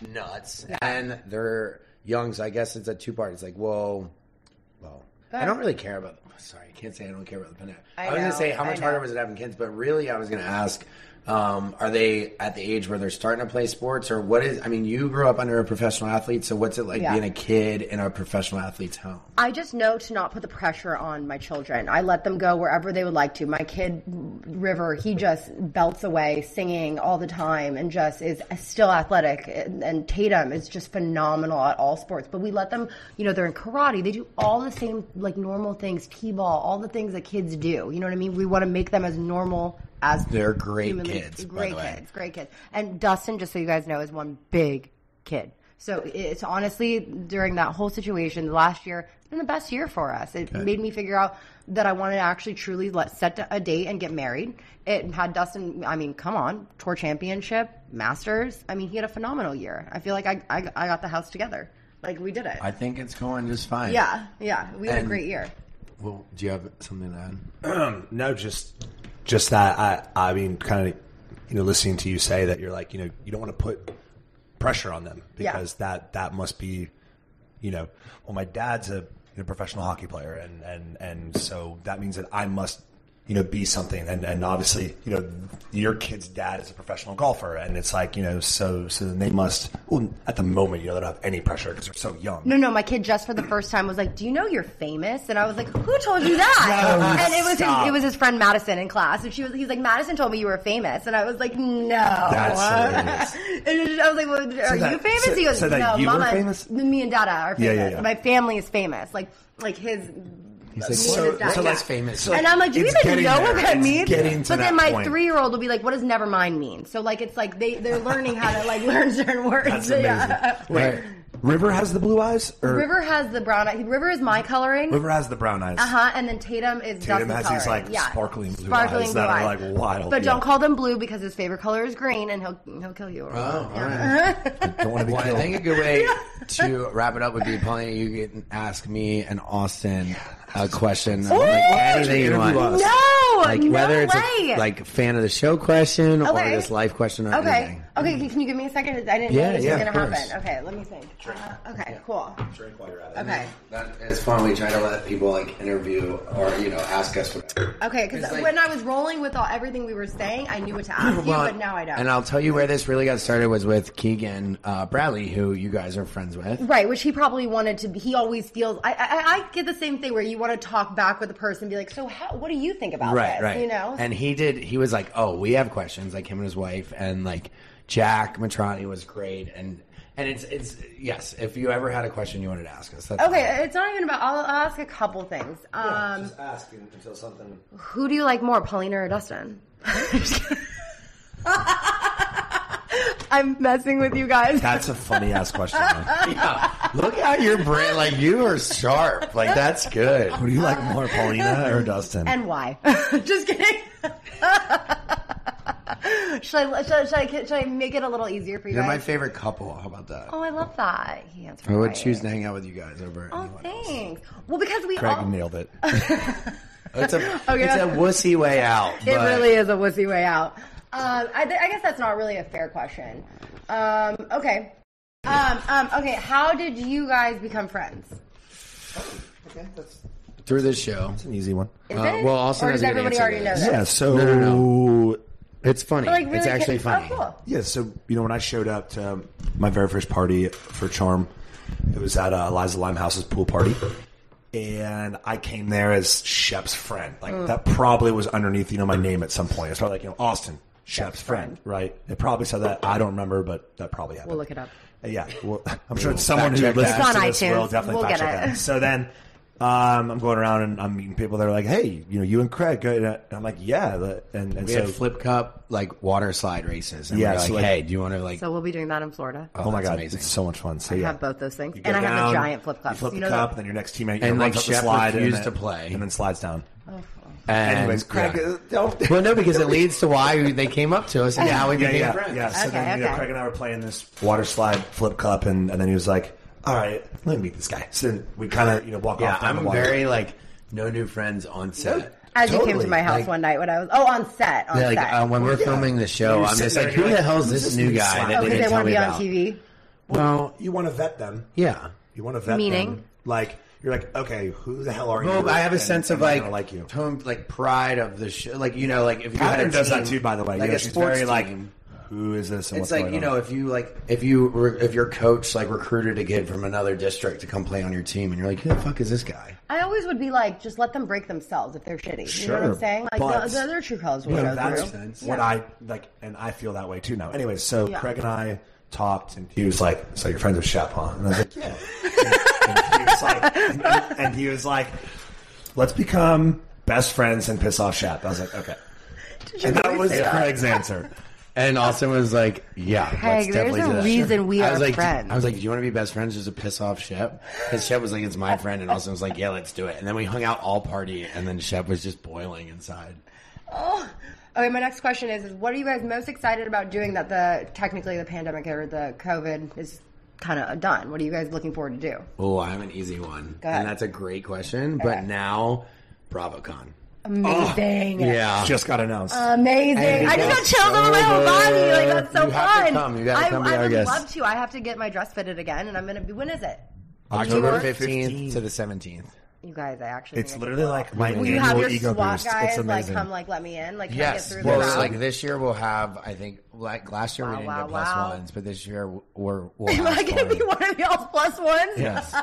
Speaker 6: nuts, and they're young, so I guess it's a two part. It's like, whoa, well, I don't really care about. The, sorry, I can't say I don't care about the pandemic.
Speaker 8: I
Speaker 6: I, was gonna
Speaker 8: know,
Speaker 6: say how
Speaker 8: I
Speaker 6: much
Speaker 8: know.
Speaker 6: harder was it having kids, but really, I was gonna ask, um, are they at the age where they're starting to play sports, or what is? I mean, you grew up under a professional athlete, so what's it like
Speaker 8: Yeah.
Speaker 6: being a kid in a professional athlete's home?
Speaker 8: I just know to not put the pressure on my children. I let them go wherever they would like to. My kid, River, he just belts away singing all the time and just is still athletic. And, and Tatum is just phenomenal at all sports. But we let them, you know, they're in karate. They do all the same, like, normal things, t ball, all the things that kids do. You know what I mean? We want to make them as normal as
Speaker 6: They're great
Speaker 8: humanly-
Speaker 6: kids, by
Speaker 8: Great
Speaker 6: the way.
Speaker 8: kids, great kids. And Dustin, just so you guys know, is one big kid. So it's honestly during that whole situation last year, it's been the best year for us. It made me figure out that I wanted to actually truly let, set a date and get married. It had Dustin, I mean, come on, tour championship, masters. I mean, he had a phenomenal year. I feel like I, I, I got the house together. Like we did it.
Speaker 6: I think it's going just fine.
Speaker 8: yeah, yeah. We had a
Speaker 6: And-
Speaker 8: great year.
Speaker 6: Well, do you have something to add?
Speaker 5: no, just just that. I I mean, kind of, you know, listening to you say that you're like, you know, you don't want to put pressure on them
Speaker 8: Yeah.
Speaker 5: because that that must be, you know, well, my dad's a you know, professional hockey player, and and and so that means that I must. You know, be something, and and obviously, you know, your kid's dad is a professional golfer, and it's like, you know, so so then they must. Well, at the moment, you know, they don't have any pressure because they're so young.
Speaker 8: No, no, my kid just for the first time was like, "Do you know you're famous?" And I was like, "Who told you that?"
Speaker 5: No,
Speaker 8: and it was
Speaker 5: stop.
Speaker 8: his, it was his friend Madison in class, and she was he's like, "Madison told me you were famous," and I was like, "No."
Speaker 5: That's
Speaker 8: (laughs) and I was like, well, "Are
Speaker 5: that-
Speaker 8: you famous?"
Speaker 5: so-
Speaker 8: he goes,
Speaker 5: so that
Speaker 8: "No,
Speaker 5: you were
Speaker 8: Mama,
Speaker 5: famous?
Speaker 8: me and Dada are
Speaker 5: Yeah,
Speaker 8: famous.
Speaker 5: yeah, yeah.
Speaker 8: My family is famous. Like, like his."
Speaker 6: He's like,
Speaker 8: me and
Speaker 6: so,
Speaker 8: his dad,
Speaker 6: so
Speaker 8: yeah.
Speaker 6: that's famous.
Speaker 8: and I'm like, do you
Speaker 5: it's
Speaker 8: even
Speaker 5: getting
Speaker 8: know
Speaker 5: there.
Speaker 8: what that
Speaker 5: It's
Speaker 8: means?
Speaker 5: getting to
Speaker 8: but
Speaker 5: that
Speaker 8: then my
Speaker 5: point.
Speaker 8: three year old will be like, what does never mind mean? So like, it's like they they're learning how to like (laughs) learn certain words. (laughs)
Speaker 5: That's amazing.
Speaker 8: Yeah.
Speaker 5: Wait, River has the blue eyes, or
Speaker 8: River has the brown. eye- River is my coloring.
Speaker 5: River has the brown eyes.
Speaker 8: Uh huh. And then Tatum is
Speaker 5: Tatum
Speaker 8: Dustin's
Speaker 5: has
Speaker 8: coloring.
Speaker 5: these like
Speaker 8: yeah.
Speaker 5: sparkling blue
Speaker 8: Sparkling
Speaker 5: eyes
Speaker 8: blue
Speaker 5: that
Speaker 8: eyes.
Speaker 5: are like wild.
Speaker 8: But
Speaker 5: yeah.
Speaker 8: don't call them blue because his favorite color is green, and he'll he'll kill you.
Speaker 6: Oh,
Speaker 8: Yeah.
Speaker 5: don't want to be
Speaker 6: Well, I
Speaker 5: killed.
Speaker 6: think a good
Speaker 8: (laughs)
Speaker 6: way to wrap it up would be Paulina, you can ask me and Austin a question.
Speaker 8: Ooh!
Speaker 6: anything you want.
Speaker 8: Interview us. No,
Speaker 6: like
Speaker 8: no
Speaker 6: whether it's
Speaker 8: way.
Speaker 6: a like fan of the show question
Speaker 8: Okay.
Speaker 6: or this life question or anything.
Speaker 8: Okay. Okay. Can, can you give me a second? I didn't
Speaker 6: Yeah,
Speaker 8: know this
Speaker 6: yeah,
Speaker 8: was
Speaker 6: of
Speaker 8: gonna
Speaker 6: course.
Speaker 8: happen. Okay. Let me think. Uh, okay. Cool.
Speaker 6: Drink while you're at
Speaker 8: Okay.
Speaker 6: It's fun. We try to let people like interview or you know ask us whatever.
Speaker 8: Okay. Because
Speaker 6: It's like-
Speaker 8: when I was rolling with all everything we were saying, I knew what to ask
Speaker 6: (clears throat)
Speaker 8: you,
Speaker 6: Well,
Speaker 8: but now I don't.
Speaker 6: And I'll tell you where this really got started was with Keegan uh, Bradley, who you guys are friends with.
Speaker 8: Right, which he probably wanted to. be He always feels. I, I I get the same thing where you want to talk back with a person, and be like, "So, how? What do you think about
Speaker 6: right,
Speaker 8: this?"
Speaker 6: Right,
Speaker 8: You know.
Speaker 6: And he did. He was like, "Oh, we have questions." Like him and his wife, and like Jack Matrani was great. And and it's it's yes. If you ever had a question you wanted to ask us, that's
Speaker 8: okay, it's not even about. I'll, I'll ask a couple things. Um,
Speaker 6: just ask until something.
Speaker 8: who do you like more, Paulina or Dustin? (laughs) I'm messing with you guys.
Speaker 6: That's a funny ass question. (laughs) yeah. Look at your brain. Like you are sharp. Like that's good.
Speaker 5: Who do you like more, Paulina or Dustin?
Speaker 8: And why? (laughs) Just kidding. (laughs) should, I, should, I- should I should I make it a little easier for you
Speaker 6: You're
Speaker 8: guys?
Speaker 6: my favorite couple. How about that?
Speaker 8: oh, I love that. He answered.
Speaker 6: I would
Speaker 8: right.
Speaker 6: choose to hang out with you guys over.
Speaker 8: Oh, thanks. Well, because we
Speaker 6: Craig
Speaker 8: all
Speaker 6: nailed it. (laughs) it's a
Speaker 8: Okay.
Speaker 6: it's a wussy way out.
Speaker 8: It
Speaker 6: but-
Speaker 8: really is a wussy way out. Um, I, th- I guess that's not really a fair question. Um, okay. Um, um, okay. How did you guys become friends?
Speaker 6: through this show. It's
Speaker 5: an easy one.
Speaker 8: Is it?
Speaker 6: Well, also
Speaker 8: Or does everybody already know that?
Speaker 5: Yeah, so
Speaker 6: no, no, no. It's funny.
Speaker 8: But, like, really
Speaker 6: it's actually
Speaker 8: can-
Speaker 6: funny.
Speaker 8: Oh, cool.
Speaker 5: Yeah, so you know when I showed up to my very first party for Charm, it was at uh, Eliza Limehouse's pool party, and I came there as Shep's friend. Like
Speaker 13: Mm.
Speaker 5: that probably was underneath you know my name at some point. It's probably like you know Austin Shep's friend, right? It probably said that. I don't remember, but that probably happened. Uh,
Speaker 8: We'll look it up.
Speaker 5: Yeah, well, (laughs) I'm
Speaker 13: We
Speaker 5: sure
Speaker 13: will
Speaker 5: someone who
Speaker 13: fact-check
Speaker 5: listens
Speaker 13: that. It's
Speaker 5: to
Speaker 13: on
Speaker 5: this
Speaker 13: iTunes.
Speaker 5: will definitely
Speaker 13: We'll
Speaker 5: fact
Speaker 13: get
Speaker 5: check
Speaker 13: it.
Speaker 5: that. So then um, I'm going around and I'm meeting people. They're like, "Hey, you know, you and Craig," go," and I- and I'm like, "Yeah," the- and, and
Speaker 6: We
Speaker 5: so
Speaker 6: had flip cup like water slide races. And
Speaker 5: Yeah,
Speaker 6: we're like,
Speaker 5: so, like-
Speaker 6: hey, do you want to like?
Speaker 8: So we'll be doing that in Florida.
Speaker 5: Oh, my god, it's so much fun. So
Speaker 8: I
Speaker 5: yeah,
Speaker 8: have both those things,
Speaker 5: You
Speaker 8: and
Speaker 5: go
Speaker 8: I have
Speaker 5: down,
Speaker 8: the giant flip cups.
Speaker 5: You flip
Speaker 8: You
Speaker 5: the
Speaker 8: know
Speaker 5: cup,
Speaker 8: that?
Speaker 5: and then your next teammate
Speaker 6: And,
Speaker 5: and
Speaker 6: like,
Speaker 5: runs up the
Speaker 6: Shep
Speaker 5: slide and
Speaker 6: refused
Speaker 5: then,
Speaker 6: to play.
Speaker 5: and then slides down.
Speaker 6: And,
Speaker 5: Anyways, Craig,
Speaker 6: yeah.
Speaker 5: uh, (laughs) don't.
Speaker 6: well, no, (laughs) because it leads to why they came up to us and how we
Speaker 5: yeah,
Speaker 6: became
Speaker 5: yeah,
Speaker 6: friends.
Speaker 5: yeah. So then you know,
Speaker 8: okay.
Speaker 5: Craig and I were playing this water slide flip cup, and, and then he was like, "All right, let me meet this guy." So then we kind of you know walk
Speaker 6: Yeah,
Speaker 5: off. down the
Speaker 6: I'm
Speaker 5: water.
Speaker 6: very like no new friends on set.
Speaker 8: As you came to
Speaker 6: Totally.
Speaker 8: my house
Speaker 6: Like,
Speaker 8: one night when I was oh on set on
Speaker 6: yeah, like
Speaker 8: set.
Speaker 6: uh, when we're filming the show,
Speaker 5: You're
Speaker 6: I'm
Speaker 5: sitting
Speaker 6: just
Speaker 5: there
Speaker 6: like,
Speaker 5: and
Speaker 6: who
Speaker 5: you're
Speaker 6: the
Speaker 5: like,
Speaker 6: hell is
Speaker 5: who's
Speaker 6: this
Speaker 5: this
Speaker 6: new
Speaker 5: new
Speaker 6: guy
Speaker 5: slime? Oh,
Speaker 6: that they
Speaker 5: 'cause
Speaker 6: didn't
Speaker 8: they
Speaker 6: tell
Speaker 8: want to
Speaker 6: me
Speaker 8: be
Speaker 6: about?
Speaker 8: on TV.
Speaker 6: Well,
Speaker 5: you want to vet them.
Speaker 6: Yeah,
Speaker 5: you want to vet
Speaker 8: Meaning?
Speaker 5: them. Like you're like, okay, who the hell are you?
Speaker 6: Well, I have a
Speaker 5: And
Speaker 6: sense of
Speaker 5: am I
Speaker 6: like,
Speaker 5: gonna like you.
Speaker 6: tone, like pride of the show. Like you know, like if you had a
Speaker 5: Catherine does that too,
Speaker 6: team,
Speaker 5: by the way.
Speaker 6: like
Speaker 5: yeah,
Speaker 6: a
Speaker 5: she's
Speaker 6: sports
Speaker 5: very like,
Speaker 6: team.
Speaker 5: who is this? And what's
Speaker 6: It's like
Speaker 5: going
Speaker 6: you
Speaker 5: on?
Speaker 6: know, if you like, if you re- if your coach like recruited a kid from another district to come play on your team, and you're like, who the fuck is this guy?
Speaker 8: I always would be like, just let them break themselves if they're shitty. you know what
Speaker 5: Sure,
Speaker 8: I'm saying? Like
Speaker 5: but-
Speaker 8: the, the, their true colors will
Speaker 5: Yeah,
Speaker 8: show
Speaker 5: that's
Speaker 8: through.
Speaker 5: what
Speaker 8: Yeah.
Speaker 5: I like, and I feel that way too now. Anyway, so
Speaker 8: Yeah.
Speaker 5: Craig and I talked, and he was like, "So you're friends with Shep, huh?" And I was like, "Yeah." and, and he was like, and, and he was like, "Let's become best friends and piss off Shep." I was like, "Okay," and that was Craig's answer.
Speaker 6: And Austin was like, yeah,
Speaker 8: Craig,
Speaker 6: let's
Speaker 8: there's
Speaker 6: definitely
Speaker 8: a
Speaker 6: do that.
Speaker 8: reason we
Speaker 6: I
Speaker 8: are
Speaker 6: was like,
Speaker 8: friends.
Speaker 6: I was like, do you want to be best friends? Just a piss off Shep. Because Shep was like, it's my friend, and Austin was like, yeah, let's do it. And then we hung out all party, and then Shep was just boiling inside.
Speaker 8: Oh. Okay, my next question is, is what are you guys most excited about doing that the technically the pandemic or the COVID is kind of done? What are you guys looking forward to do?
Speaker 6: Oh, I have an easy one,
Speaker 8: Go ahead.
Speaker 6: and that's a great question. But now, BravoCon.
Speaker 8: Amazing.
Speaker 6: Oh, Yeah,
Speaker 5: Just got announced.
Speaker 8: Amazing.
Speaker 6: Hey,
Speaker 8: I just got
Speaker 6: that's
Speaker 8: chills
Speaker 6: so
Speaker 8: over my whole body. Like that's so
Speaker 6: good. You
Speaker 8: fun.
Speaker 6: have to come. You gotta
Speaker 8: I,
Speaker 6: come be
Speaker 8: I
Speaker 6: our
Speaker 8: would
Speaker 6: guest.
Speaker 8: love to. I have to get my dress fitted again and I'm gonna be when is it?
Speaker 6: October
Speaker 8: October
Speaker 6: fifteenth to the seventeenth.
Speaker 8: You guys, I actually
Speaker 5: It's
Speaker 8: think I
Speaker 5: literally like my
Speaker 8: Will you have
Speaker 5: annual
Speaker 8: your
Speaker 5: ego
Speaker 8: SWAT
Speaker 5: boost.
Speaker 8: guys
Speaker 5: It's
Speaker 8: like
Speaker 5: amazing.
Speaker 8: come like let me in? Like can I get
Speaker 6: Yes.
Speaker 8: through
Speaker 6: Well,
Speaker 8: the crowd?
Speaker 6: like this year we'll have. I think like last year we
Speaker 8: Wow,
Speaker 6: didn't
Speaker 8: wow,
Speaker 6: get plus
Speaker 8: wow.
Speaker 6: ones, but this year we're. We'll
Speaker 8: (laughs) Am
Speaker 6: have
Speaker 8: I gonna
Speaker 6: fun.
Speaker 8: be one of y'all's plus ones? (laughs)
Speaker 6: Yes.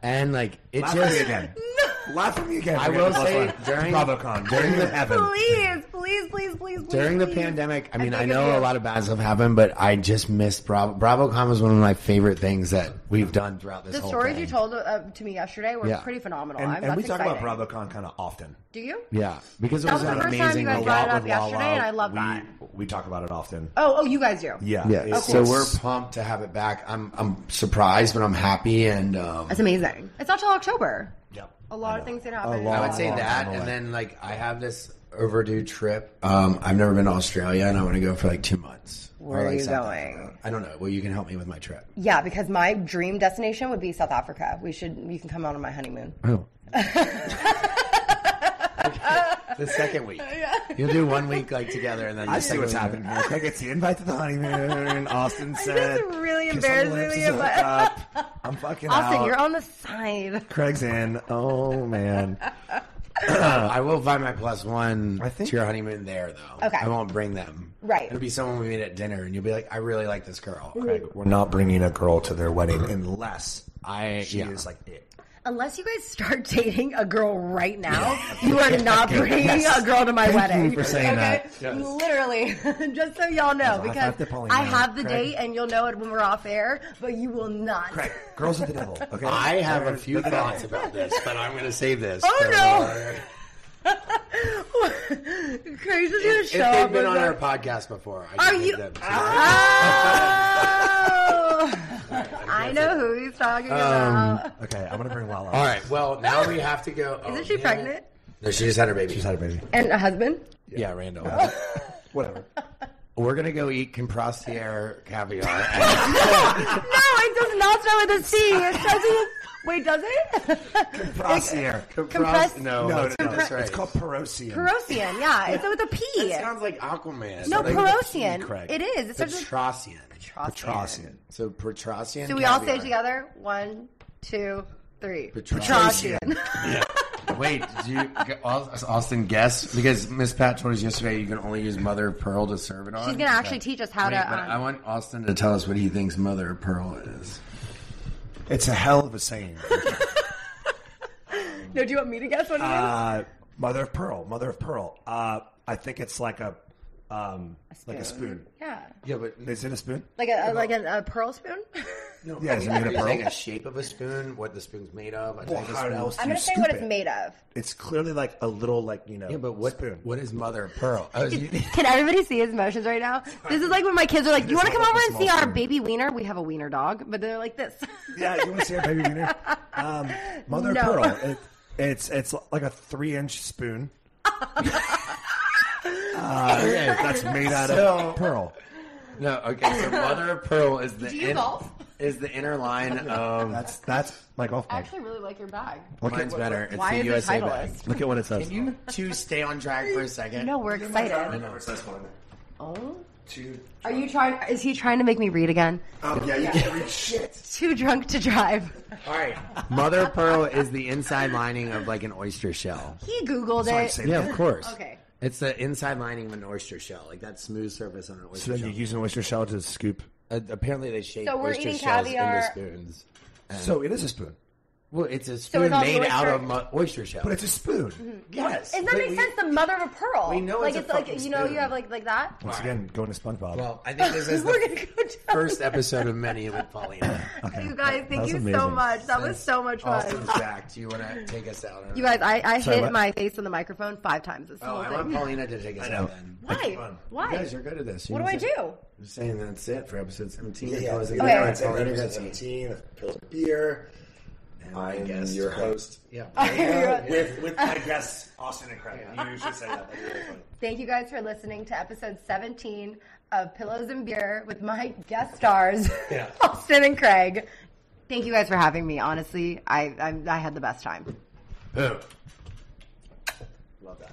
Speaker 6: And like it
Speaker 5: Laugh at
Speaker 6: just
Speaker 5: me again. (laughs) Laugh at me again.
Speaker 6: I
Speaker 5: We're
Speaker 6: will
Speaker 5: gonna
Speaker 6: say
Speaker 5: plus one.
Speaker 6: during
Speaker 5: BravoCon,
Speaker 6: during
Speaker 5: during
Speaker 6: the
Speaker 5: heaven.
Speaker 8: please, please. please, please, please, please.
Speaker 6: During the
Speaker 8: please.
Speaker 6: pandemic, I mean, I
Speaker 8: beg of
Speaker 6: know
Speaker 8: you.
Speaker 6: a lot of bad stuff happened, but I just missed Bravo. BravoCon was one of my favorite things that we've done throughout this
Speaker 8: The
Speaker 6: whole
Speaker 8: stories
Speaker 6: thing.
Speaker 8: you told uh, to me yesterday were
Speaker 6: Yeah.
Speaker 8: pretty phenomenal.
Speaker 5: And,
Speaker 8: I'm,
Speaker 5: and we
Speaker 8: that's
Speaker 5: talk
Speaker 8: exciting.
Speaker 5: about BravoCon kind of often.
Speaker 8: Do you?
Speaker 6: Yeah, because it
Speaker 8: That
Speaker 6: was,
Speaker 8: was
Speaker 6: an
Speaker 8: the first time
Speaker 6: amazing.
Speaker 8: you guys
Speaker 6: event.
Speaker 8: brought it
Speaker 5: Lot
Speaker 8: up
Speaker 5: with
Speaker 8: yesterday,
Speaker 5: Lala,
Speaker 8: and I love
Speaker 5: we,
Speaker 8: that.
Speaker 5: We talk about it often.
Speaker 8: Oh, oh, you guys do.
Speaker 5: Yeah.
Speaker 6: Yeah,
Speaker 8: Of
Speaker 6: so
Speaker 8: course.
Speaker 6: we're pumped to have it back. I'm I'm surprised, but I'm happy, and um,
Speaker 8: That's amazing. It's not till October.
Speaker 6: Yep.
Speaker 8: A lot of things can happen.
Speaker 6: I would say that, and then like I have this overdue trip. Um, I've never been to Australia, and I want to go for like two months.
Speaker 8: Where
Speaker 6: Or,
Speaker 8: are
Speaker 6: like,
Speaker 8: you
Speaker 6: South
Speaker 8: going?
Speaker 6: Africa. I don't know. Well, you can help me with my trip.
Speaker 8: Yeah, because my dream destination would be South Africa. We should. You can come out on my honeymoon.
Speaker 6: Oh. the second
Speaker 8: (laughs)
Speaker 6: week. You'll do one week like together, and then
Speaker 5: I
Speaker 6: the
Speaker 5: see
Speaker 6: second
Speaker 5: what's
Speaker 6: week-
Speaker 5: happening here. Craig gets the invite to the honeymoon. (laughs) Austin said,
Speaker 8: really
Speaker 5: "Kiss on the
Speaker 8: embarrassing
Speaker 5: lips
Speaker 8: me,
Speaker 5: as we
Speaker 8: but-
Speaker 5: hook
Speaker 8: (laughs)
Speaker 5: up." I'm fucking
Speaker 8: Austin,
Speaker 5: out.
Speaker 8: you're on the side.
Speaker 5: Craig's in. Oh man.
Speaker 6: I will buy my plus one to your honeymoon there, though.
Speaker 8: Okay.
Speaker 6: I won't bring them.
Speaker 8: Right. Mm-hmm.
Speaker 6: It'll be someone we meet at dinner, and you'll be like, "I really like this girl."
Speaker 5: Craig, we're not bringing a girl to their wedding unless
Speaker 6: I
Speaker 5: she
Speaker 6: yeah.
Speaker 5: is like it.
Speaker 8: Unless you guys start (laughs) dating a girl right now, you are not bringing
Speaker 5: Yes.
Speaker 8: a girl to my
Speaker 5: Thank
Speaker 8: wedding.
Speaker 5: you for saying
Speaker 8: okay?
Speaker 5: that. Yes.
Speaker 8: Literally, (laughs) just so y'all know,
Speaker 5: Well, high
Speaker 8: because
Speaker 5: five to Pauline
Speaker 8: I
Speaker 5: now.
Speaker 8: have the
Speaker 5: Craig.
Speaker 8: date and you'll know it when we're off air, but you will not.
Speaker 5: Craig, girls are the (laughs) devil. Okay.
Speaker 6: I have a
Speaker 5: They're-
Speaker 6: few
Speaker 5: they're the devil.
Speaker 6: thoughts about this, but I'm going to save this.
Speaker 8: Oh,
Speaker 6: for
Speaker 8: no. (laughs)
Speaker 6: later.
Speaker 8: (laughs) Craig's just gonna
Speaker 6: If
Speaker 8: show
Speaker 6: they've
Speaker 8: up.
Speaker 6: been
Speaker 8: with
Speaker 6: on
Speaker 8: a-
Speaker 6: our podcast before, I
Speaker 8: Are
Speaker 6: can
Speaker 8: you- Ah!
Speaker 6: hit them.
Speaker 8: (laughs) Oh! I know who he's talking about.
Speaker 5: Okay, I'm gonna bring Lala.
Speaker 6: All right. Well, now we have to go. oh,
Speaker 8: Isn't she
Speaker 6: yeah.
Speaker 8: pregnant?
Speaker 6: No, she just had her baby. She's
Speaker 5: had a baby.
Speaker 8: And a husband?
Speaker 6: Yeah, Randall. Whatever. (laughs) We're gonna go eat Comprostier
Speaker 8: (laughs)
Speaker 6: caviar.
Speaker 8: no, it does not start with a C. It says it. Wait, does it?
Speaker 5: Compressier.
Speaker 8: (laughs) Compress-
Speaker 5: No,
Speaker 6: no, no,
Speaker 5: it's, not.
Speaker 6: that's right.
Speaker 5: it's called Perosian.
Speaker 8: Corrosian, yeah. It's with a P.
Speaker 6: It sounds like Aquaman.
Speaker 8: no,
Speaker 6: Something-
Speaker 8: Corosian.
Speaker 5: Craig.
Speaker 8: It is. It starts with
Speaker 6: Petrosian.
Speaker 5: Petrosian.
Speaker 6: So Petrosian.
Speaker 8: Do we all
Speaker 6: caviar.
Speaker 8: say it together? One, two, three.
Speaker 6: Petrosian. Wait, do you, Austin guess? Because Miss Pat told us yesterday you can only use mother of pearl to serve it on.
Speaker 8: She's gonna actually teach us how
Speaker 6: Wait,
Speaker 8: to.
Speaker 6: but
Speaker 8: um,
Speaker 6: I want Austin to tell us what he thinks mother of pearl is.
Speaker 5: It's a hell of a saying.
Speaker 8: no, do you want me to guess what it is?
Speaker 5: Uh, mother of pearl. Mother of pearl. Uh, I think it's like a, um, like a spoon.
Speaker 8: yeah.
Speaker 6: Yeah, but
Speaker 5: Is it a spoon?
Speaker 8: Like a, like a, a pearl spoon?
Speaker 6: no,
Speaker 5: Yeah, is it made of
Speaker 6: you're saying
Speaker 5: pearl?
Speaker 6: a shape of a spoon, what the spoon's made of. I
Speaker 5: Well,
Speaker 6: think a
Speaker 5: how
Speaker 6: spoon-
Speaker 5: else do
Speaker 8: I'm
Speaker 5: you
Speaker 8: gonna say what
Speaker 5: scoop
Speaker 8: it's
Speaker 5: it?
Speaker 8: made of.
Speaker 5: It's clearly like a little, like you know.
Speaker 6: Yeah, but what?
Speaker 5: spoon?
Speaker 6: What is mother of (laughs) pearl? Oh, you-
Speaker 8: Can everybody see his motions right now? This is like when my kids are like, "Do you want to
Speaker 5: Just
Speaker 8: come
Speaker 5: hold
Speaker 8: over
Speaker 5: up
Speaker 8: and
Speaker 5: a
Speaker 8: see
Speaker 5: small
Speaker 8: our
Speaker 5: spoon.
Speaker 8: baby wiener? We have a wiener dog, but they're like this." (laughs)
Speaker 5: Yeah, you want to see a baby wiener? Um, mother
Speaker 8: No.
Speaker 5: of pearl. It, it's it's like a three inch
Speaker 8: (laughs)
Speaker 5: spoon. uh, that's made out
Speaker 6: So-
Speaker 5: of pearl.
Speaker 6: no, okay. So mother of pearl is the
Speaker 8: Do you
Speaker 6: in-
Speaker 8: golf?
Speaker 6: is the inner
Speaker 8: (laughs)
Speaker 6: line of
Speaker 5: That's that's my golf bag.
Speaker 8: really like your bag.
Speaker 6: mine's better. It's
Speaker 8: Why
Speaker 6: the
Speaker 8: is it
Speaker 6: USA bag.
Speaker 8: Titleist?
Speaker 5: Look at what it says.
Speaker 6: Can you two stay on track for a second?
Speaker 8: No, we're excited.
Speaker 5: know it's this one.
Speaker 8: Oh,
Speaker 5: Two.
Speaker 8: are you trying? Is he trying to make me read again?
Speaker 6: Uh.
Speaker 5: Oh yeah, you can't read shit.
Speaker 8: Too drunk to drive.
Speaker 6: All right. Mother of pearl is the inside lining of like an oyster shell.
Speaker 8: He googled
Speaker 5: So I'd
Speaker 8: it.
Speaker 5: say
Speaker 6: Yeah,
Speaker 5: that.
Speaker 6: of course.
Speaker 8: Okay.
Speaker 6: It's the inside lining of an oyster shell, like that smooth surface on an
Speaker 5: So
Speaker 6: oyster
Speaker 5: then you
Speaker 6: shell.
Speaker 5: use an oyster shell to scoop.
Speaker 6: Uh, apparently, they shape
Speaker 8: So we're
Speaker 6: oyster
Speaker 8: eating
Speaker 6: shells
Speaker 8: caviar.
Speaker 6: into spoons.
Speaker 5: So it is a spoon,
Speaker 6: Well, it's a spoon
Speaker 8: it's on the
Speaker 6: made out
Speaker 8: oyster-
Speaker 6: of mo- oyster shell.
Speaker 5: but it's a spoon.
Speaker 6: yes.
Speaker 8: Does that make sense? The mother of a pearl.
Speaker 6: We know
Speaker 8: like
Speaker 6: it's a
Speaker 8: like
Speaker 6: fucking
Speaker 8: you know you
Speaker 6: spoon.
Speaker 8: have like like that.
Speaker 5: Once again, going to SpongeBob.
Speaker 6: Well, I think
Speaker 8: (laughs)
Speaker 6: this is
Speaker 8: We're gonna
Speaker 6: the
Speaker 8: go down.
Speaker 6: first episode of many with Paulina.
Speaker 8: (laughs) You guys,
Speaker 5: That
Speaker 8: thank
Speaker 5: was
Speaker 8: you so
Speaker 5: amazing.
Speaker 8: much. (laughs) That was so much
Speaker 6: Austin's
Speaker 8: fun.
Speaker 6: back. Do you want to take us out? Or
Speaker 8: You guys, I, I
Speaker 5: Sorry,
Speaker 8: hit
Speaker 5: what?
Speaker 8: my face on the microphone five times this
Speaker 6: Oh,
Speaker 8: whole
Speaker 6: I want
Speaker 8: thing.
Speaker 6: Paulina to take us
Speaker 5: know.
Speaker 6: out. Then.
Speaker 8: Why? Why?
Speaker 6: You guys, you're good at this. You
Speaker 8: what do I
Speaker 6: know
Speaker 8: do?
Speaker 6: I'm just saying that's it for episode 17.
Speaker 5: Yeah,
Speaker 6: Paulina's
Speaker 5: yeah.
Speaker 6: gonna
Speaker 8: Okay.
Speaker 6: go.
Speaker 5: It's
Speaker 6: Paulina's
Speaker 5: episode
Speaker 6: gonna-
Speaker 5: 17 of Pills and Beer.
Speaker 6: I
Speaker 5: I'm
Speaker 6: guess
Speaker 5: your
Speaker 6: Craig.
Speaker 5: host. (laughs)
Speaker 6: Yeah.
Speaker 8: (laughs)
Speaker 5: with, with my guests, Austin and Craig. You should say that. That'd be really funny.
Speaker 8: Thank you guys for listening to episode 17 of Pillows and Beer with my guest stars, (laughs) Austin and Craig. Thank you guys for having me. Honestly, I I, I had the best time.
Speaker 6: Love that.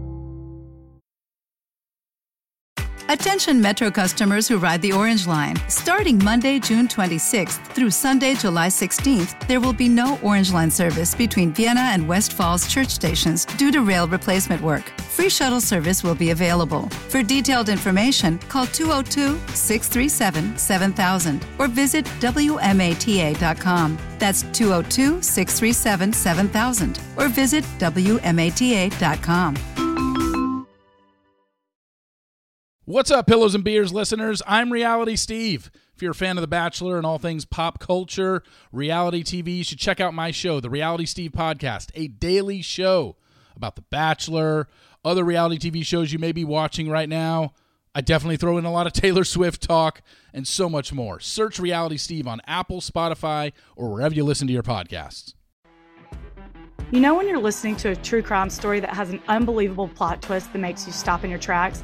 Speaker 4: Attention Metro customers who ride the Orange Line. Starting Monday, June 26th through Sunday, July 16th, there will be no Orange Line service between Vienna and West Falls church stations due to rail replacement work. Free shuttle service will be available. For detailed information, call 202 637 7000 or visit WMATA.com. That's 202 637 7000 or visit WMATA.com.
Speaker 6: What's up, Pillows and Beers listeners? I'm Reality Steve. If you're a fan of The Bachelor and all things pop culture, reality TV, you should check out my show, The Reality Steve Podcast, a daily show about The Bachelor, other reality TV shows you may be watching right now. I definitely throw in a lot of Taylor Swift talk and so much more. Search Reality Steve on Apple, Spotify, or wherever you listen to your podcasts.
Speaker 7: You know, when you're listening to a true crime story that has an unbelievable plot twist that makes you stop in your tracks?